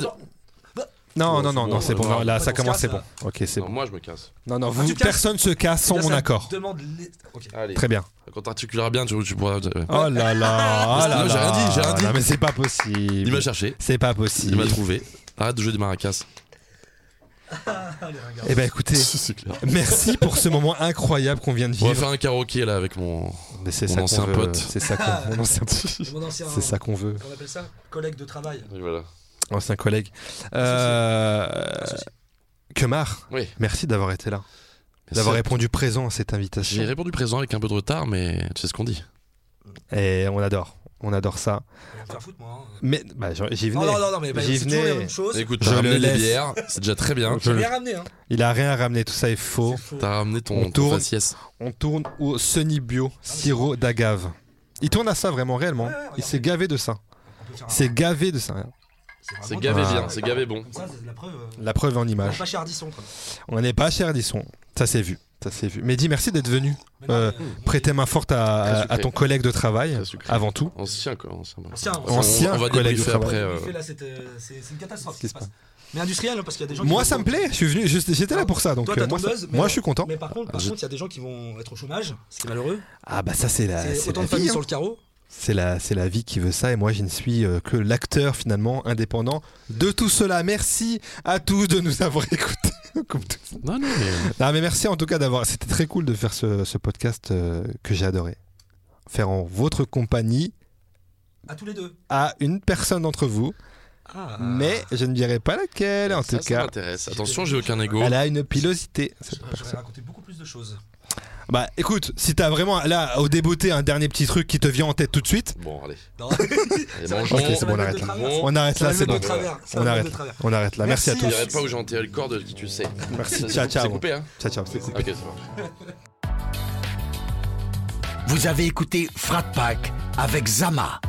Speaker 2: Non,
Speaker 3: Bon,
Speaker 2: non,
Speaker 3: c'est
Speaker 2: non,
Speaker 3: bon,
Speaker 2: non, c'est
Speaker 3: euh,
Speaker 2: bon.
Speaker 3: non,
Speaker 2: non, là,
Speaker 4: on
Speaker 2: ça
Speaker 4: se
Speaker 2: commence,
Speaker 4: casse,
Speaker 2: c'est bon.
Speaker 4: là.
Speaker 2: Ok, c'est
Speaker 3: Non,
Speaker 2: bon.
Speaker 3: Moi, je me casse.
Speaker 2: Non, non,
Speaker 4: Ah,
Speaker 2: vous,
Speaker 4: tu casses.
Speaker 2: personne se casse sans
Speaker 4: Là,
Speaker 2: mon
Speaker 4: ça
Speaker 2: accord.
Speaker 4: Demande. les- Ok.
Speaker 3: Allez.
Speaker 2: Très bien.
Speaker 3: Quand t'articuleras bien, tu, tu pourras. euh,
Speaker 2: Oh là là, oh là
Speaker 3: Non, j'ai
Speaker 2: là.
Speaker 3: rien dit, j'ai rien dit.
Speaker 2: Non, mais c'est pas possible.
Speaker 3: Il m'a cherché.
Speaker 2: C'est pas
Speaker 3: Il
Speaker 2: possible.
Speaker 3: m'a trouvé. Arrête de jouer des maracas.
Speaker 4: Ah, les ringards.
Speaker 2: Eh ben écoutez,
Speaker 3: C'est clair.
Speaker 2: merci pour ce moment incroyable qu'on vient de
Speaker 3: On va
Speaker 2: vivre.
Speaker 3: faire un karaoké là avec mon.
Speaker 2: Mais c'est
Speaker 3: Mon
Speaker 2: ça qu'on
Speaker 3: ancien
Speaker 2: veut,
Speaker 3: pote.
Speaker 2: C'est ça qu'on mon ancien pote.
Speaker 4: Mon ancien.
Speaker 2: C'est ça qu'on veut.
Speaker 4: Qu'on appelle ça Collègue de travail.
Speaker 3: Voilà.
Speaker 2: Ancien collègue. Euh,
Speaker 4: Associé.
Speaker 2: Kemar,
Speaker 3: Oui.
Speaker 2: merci d'avoir été là. D'avoir répondu présent à cette invitation.
Speaker 3: J'ai répondu présent avec un peu de retard, mais tu sais ce qu'on dit.
Speaker 2: Et on adore. On adore ça.
Speaker 4: On va me faire foutre moi. hein.
Speaker 2: Mais bah, j'en- j'y venais.
Speaker 4: Non, non, non, non, mais bah,
Speaker 2: J'y
Speaker 4: c'est toujours
Speaker 2: venais.
Speaker 4: la même chose.
Speaker 3: Écoute,
Speaker 2: Je
Speaker 3: t'as
Speaker 2: le
Speaker 3: ramené les
Speaker 2: laisse.
Speaker 3: bières, c'est déjà très bien.
Speaker 2: Je-
Speaker 4: J'ai rien ramené, hein.
Speaker 2: Il a rien ramené, tout ça est faux.
Speaker 4: C'est faux.
Speaker 3: T'as ramené
Speaker 2: On
Speaker 3: ton, ton
Speaker 2: tourne.
Speaker 3: faciès.
Speaker 2: On tourne au Sunny Bio sirop d'agave. Il tourne à ça vraiment, réellement.
Speaker 4: Ouais, ouais,
Speaker 2: Il
Speaker 4: regarde.
Speaker 2: s'est gavé de ça.
Speaker 4: On peut faire un-
Speaker 2: C'est gavé de ça.
Speaker 3: C'est
Speaker 4: vraiment
Speaker 3: gavé
Speaker 4: très-
Speaker 3: bien, c'est gavé bon.
Speaker 4: Comme ça, c'est la preuve. euh,
Speaker 2: La preuve en
Speaker 4: on
Speaker 2: image.
Speaker 4: va Pas chez Ardisson. quoi.
Speaker 2: On n'est pas cher Disson. Ça s'est vu. Ça s'est vu. Mehdi, merci d'être venu.
Speaker 4: Mais non,
Speaker 2: Euh,
Speaker 4: mais, euh,
Speaker 2: Prêtez main forte à,
Speaker 3: Très
Speaker 2: à-
Speaker 3: sucré.
Speaker 2: à ton collègue de travail,
Speaker 3: Très sucré.
Speaker 2: avant tout.
Speaker 3: Ancien quoi, ancien.
Speaker 4: Ancien,
Speaker 3: Enfin,
Speaker 2: ancien
Speaker 3: on, on va
Speaker 2: collègue
Speaker 3: débriefer
Speaker 2: de travail.
Speaker 3: après. euh,
Speaker 4: débriefer, là, c'est euh, c'est- c'est une catastrophe
Speaker 2: Qu'est-ce
Speaker 4: ce
Speaker 2: qui
Speaker 4: qui
Speaker 2: se
Speaker 4: se passe. Mais industriel, hein, parce qu'il y a des gens qui
Speaker 2: Moi,
Speaker 4: vont-
Speaker 2: ça me plaît. Je suis venu. je- J'étais là pour ça. Donc
Speaker 4: Toi,
Speaker 2: euh,
Speaker 4: t'as
Speaker 2: moi,
Speaker 4: ton
Speaker 2: ça-
Speaker 4: buzz, mais
Speaker 2: moi,
Speaker 4: non.
Speaker 2: je suis content.
Speaker 4: Mais par contre, par
Speaker 3: je-
Speaker 4: contre, il y a des gens qui vont être au chômage, ce qui est malheureux.
Speaker 2: Ah bah ça c'est la,
Speaker 4: c'est
Speaker 2: c'est
Speaker 4: autant
Speaker 2: la
Speaker 4: de familles
Speaker 2: vie.
Speaker 4: sur
Speaker 2: hein.
Speaker 4: le carreau.
Speaker 2: C'est la, c'est la vie qui veut ça. Et moi, je ne suis euh, que l'acteur finalement indépendant de tout cela. Merci à tous de nous avoir écoutés. Comme tout-
Speaker 3: Non, non, mais.
Speaker 2: Non, mais merci en tout cas d'avoir. C'était très cool de faire ce, ce podcast euh, que j'ai adoré. Faire en votre compagnie
Speaker 4: À tous les deux.
Speaker 2: à une personne d'entre vous,
Speaker 4: Ah.
Speaker 2: mais je ne dirai pas laquelle en
Speaker 3: ça,
Speaker 2: tout
Speaker 3: ça
Speaker 2: cas.
Speaker 3: m'intéresse. Attention, j'ai aucun ego.
Speaker 2: Elle a une pilosité. cette
Speaker 4: J'aurais
Speaker 2: personne.
Speaker 4: raconté beaucoup plus de choses.
Speaker 2: Bah écoute, si t'as vraiment là au débeauté un dernier petit truc qui te vient en tête tout de suite,
Speaker 3: Bon, allez.
Speaker 4: Non.
Speaker 3: Allez,
Speaker 4: Ça va-
Speaker 3: mangeons.
Speaker 2: Ok, c'est bon, on
Speaker 4: Ça va
Speaker 2: arrête
Speaker 4: être de
Speaker 2: là.
Speaker 4: travers.
Speaker 3: Bon.
Speaker 2: On arrête
Speaker 4: Ça va
Speaker 2: là, c'est
Speaker 4: le mettre
Speaker 2: bon.
Speaker 4: de travers.
Speaker 2: On
Speaker 4: Ça va le
Speaker 2: arrête.
Speaker 4: mettre de travers.
Speaker 2: On arrête là. Merci,
Speaker 4: Merci,
Speaker 2: à
Speaker 3: Je
Speaker 2: tous.
Speaker 3: dirais pas où j'ai enterré le corps de qui tu sais.
Speaker 2: Merci.
Speaker 3: Ça, c'est-
Speaker 2: Ciao,
Speaker 3: C'est
Speaker 2: ciao.
Speaker 3: coupé, hein
Speaker 2: Ciao, ciao. c'est cool.
Speaker 3: Ok, c'est bon.
Speaker 1: Vous avez écouté Frat Pack avec Zama.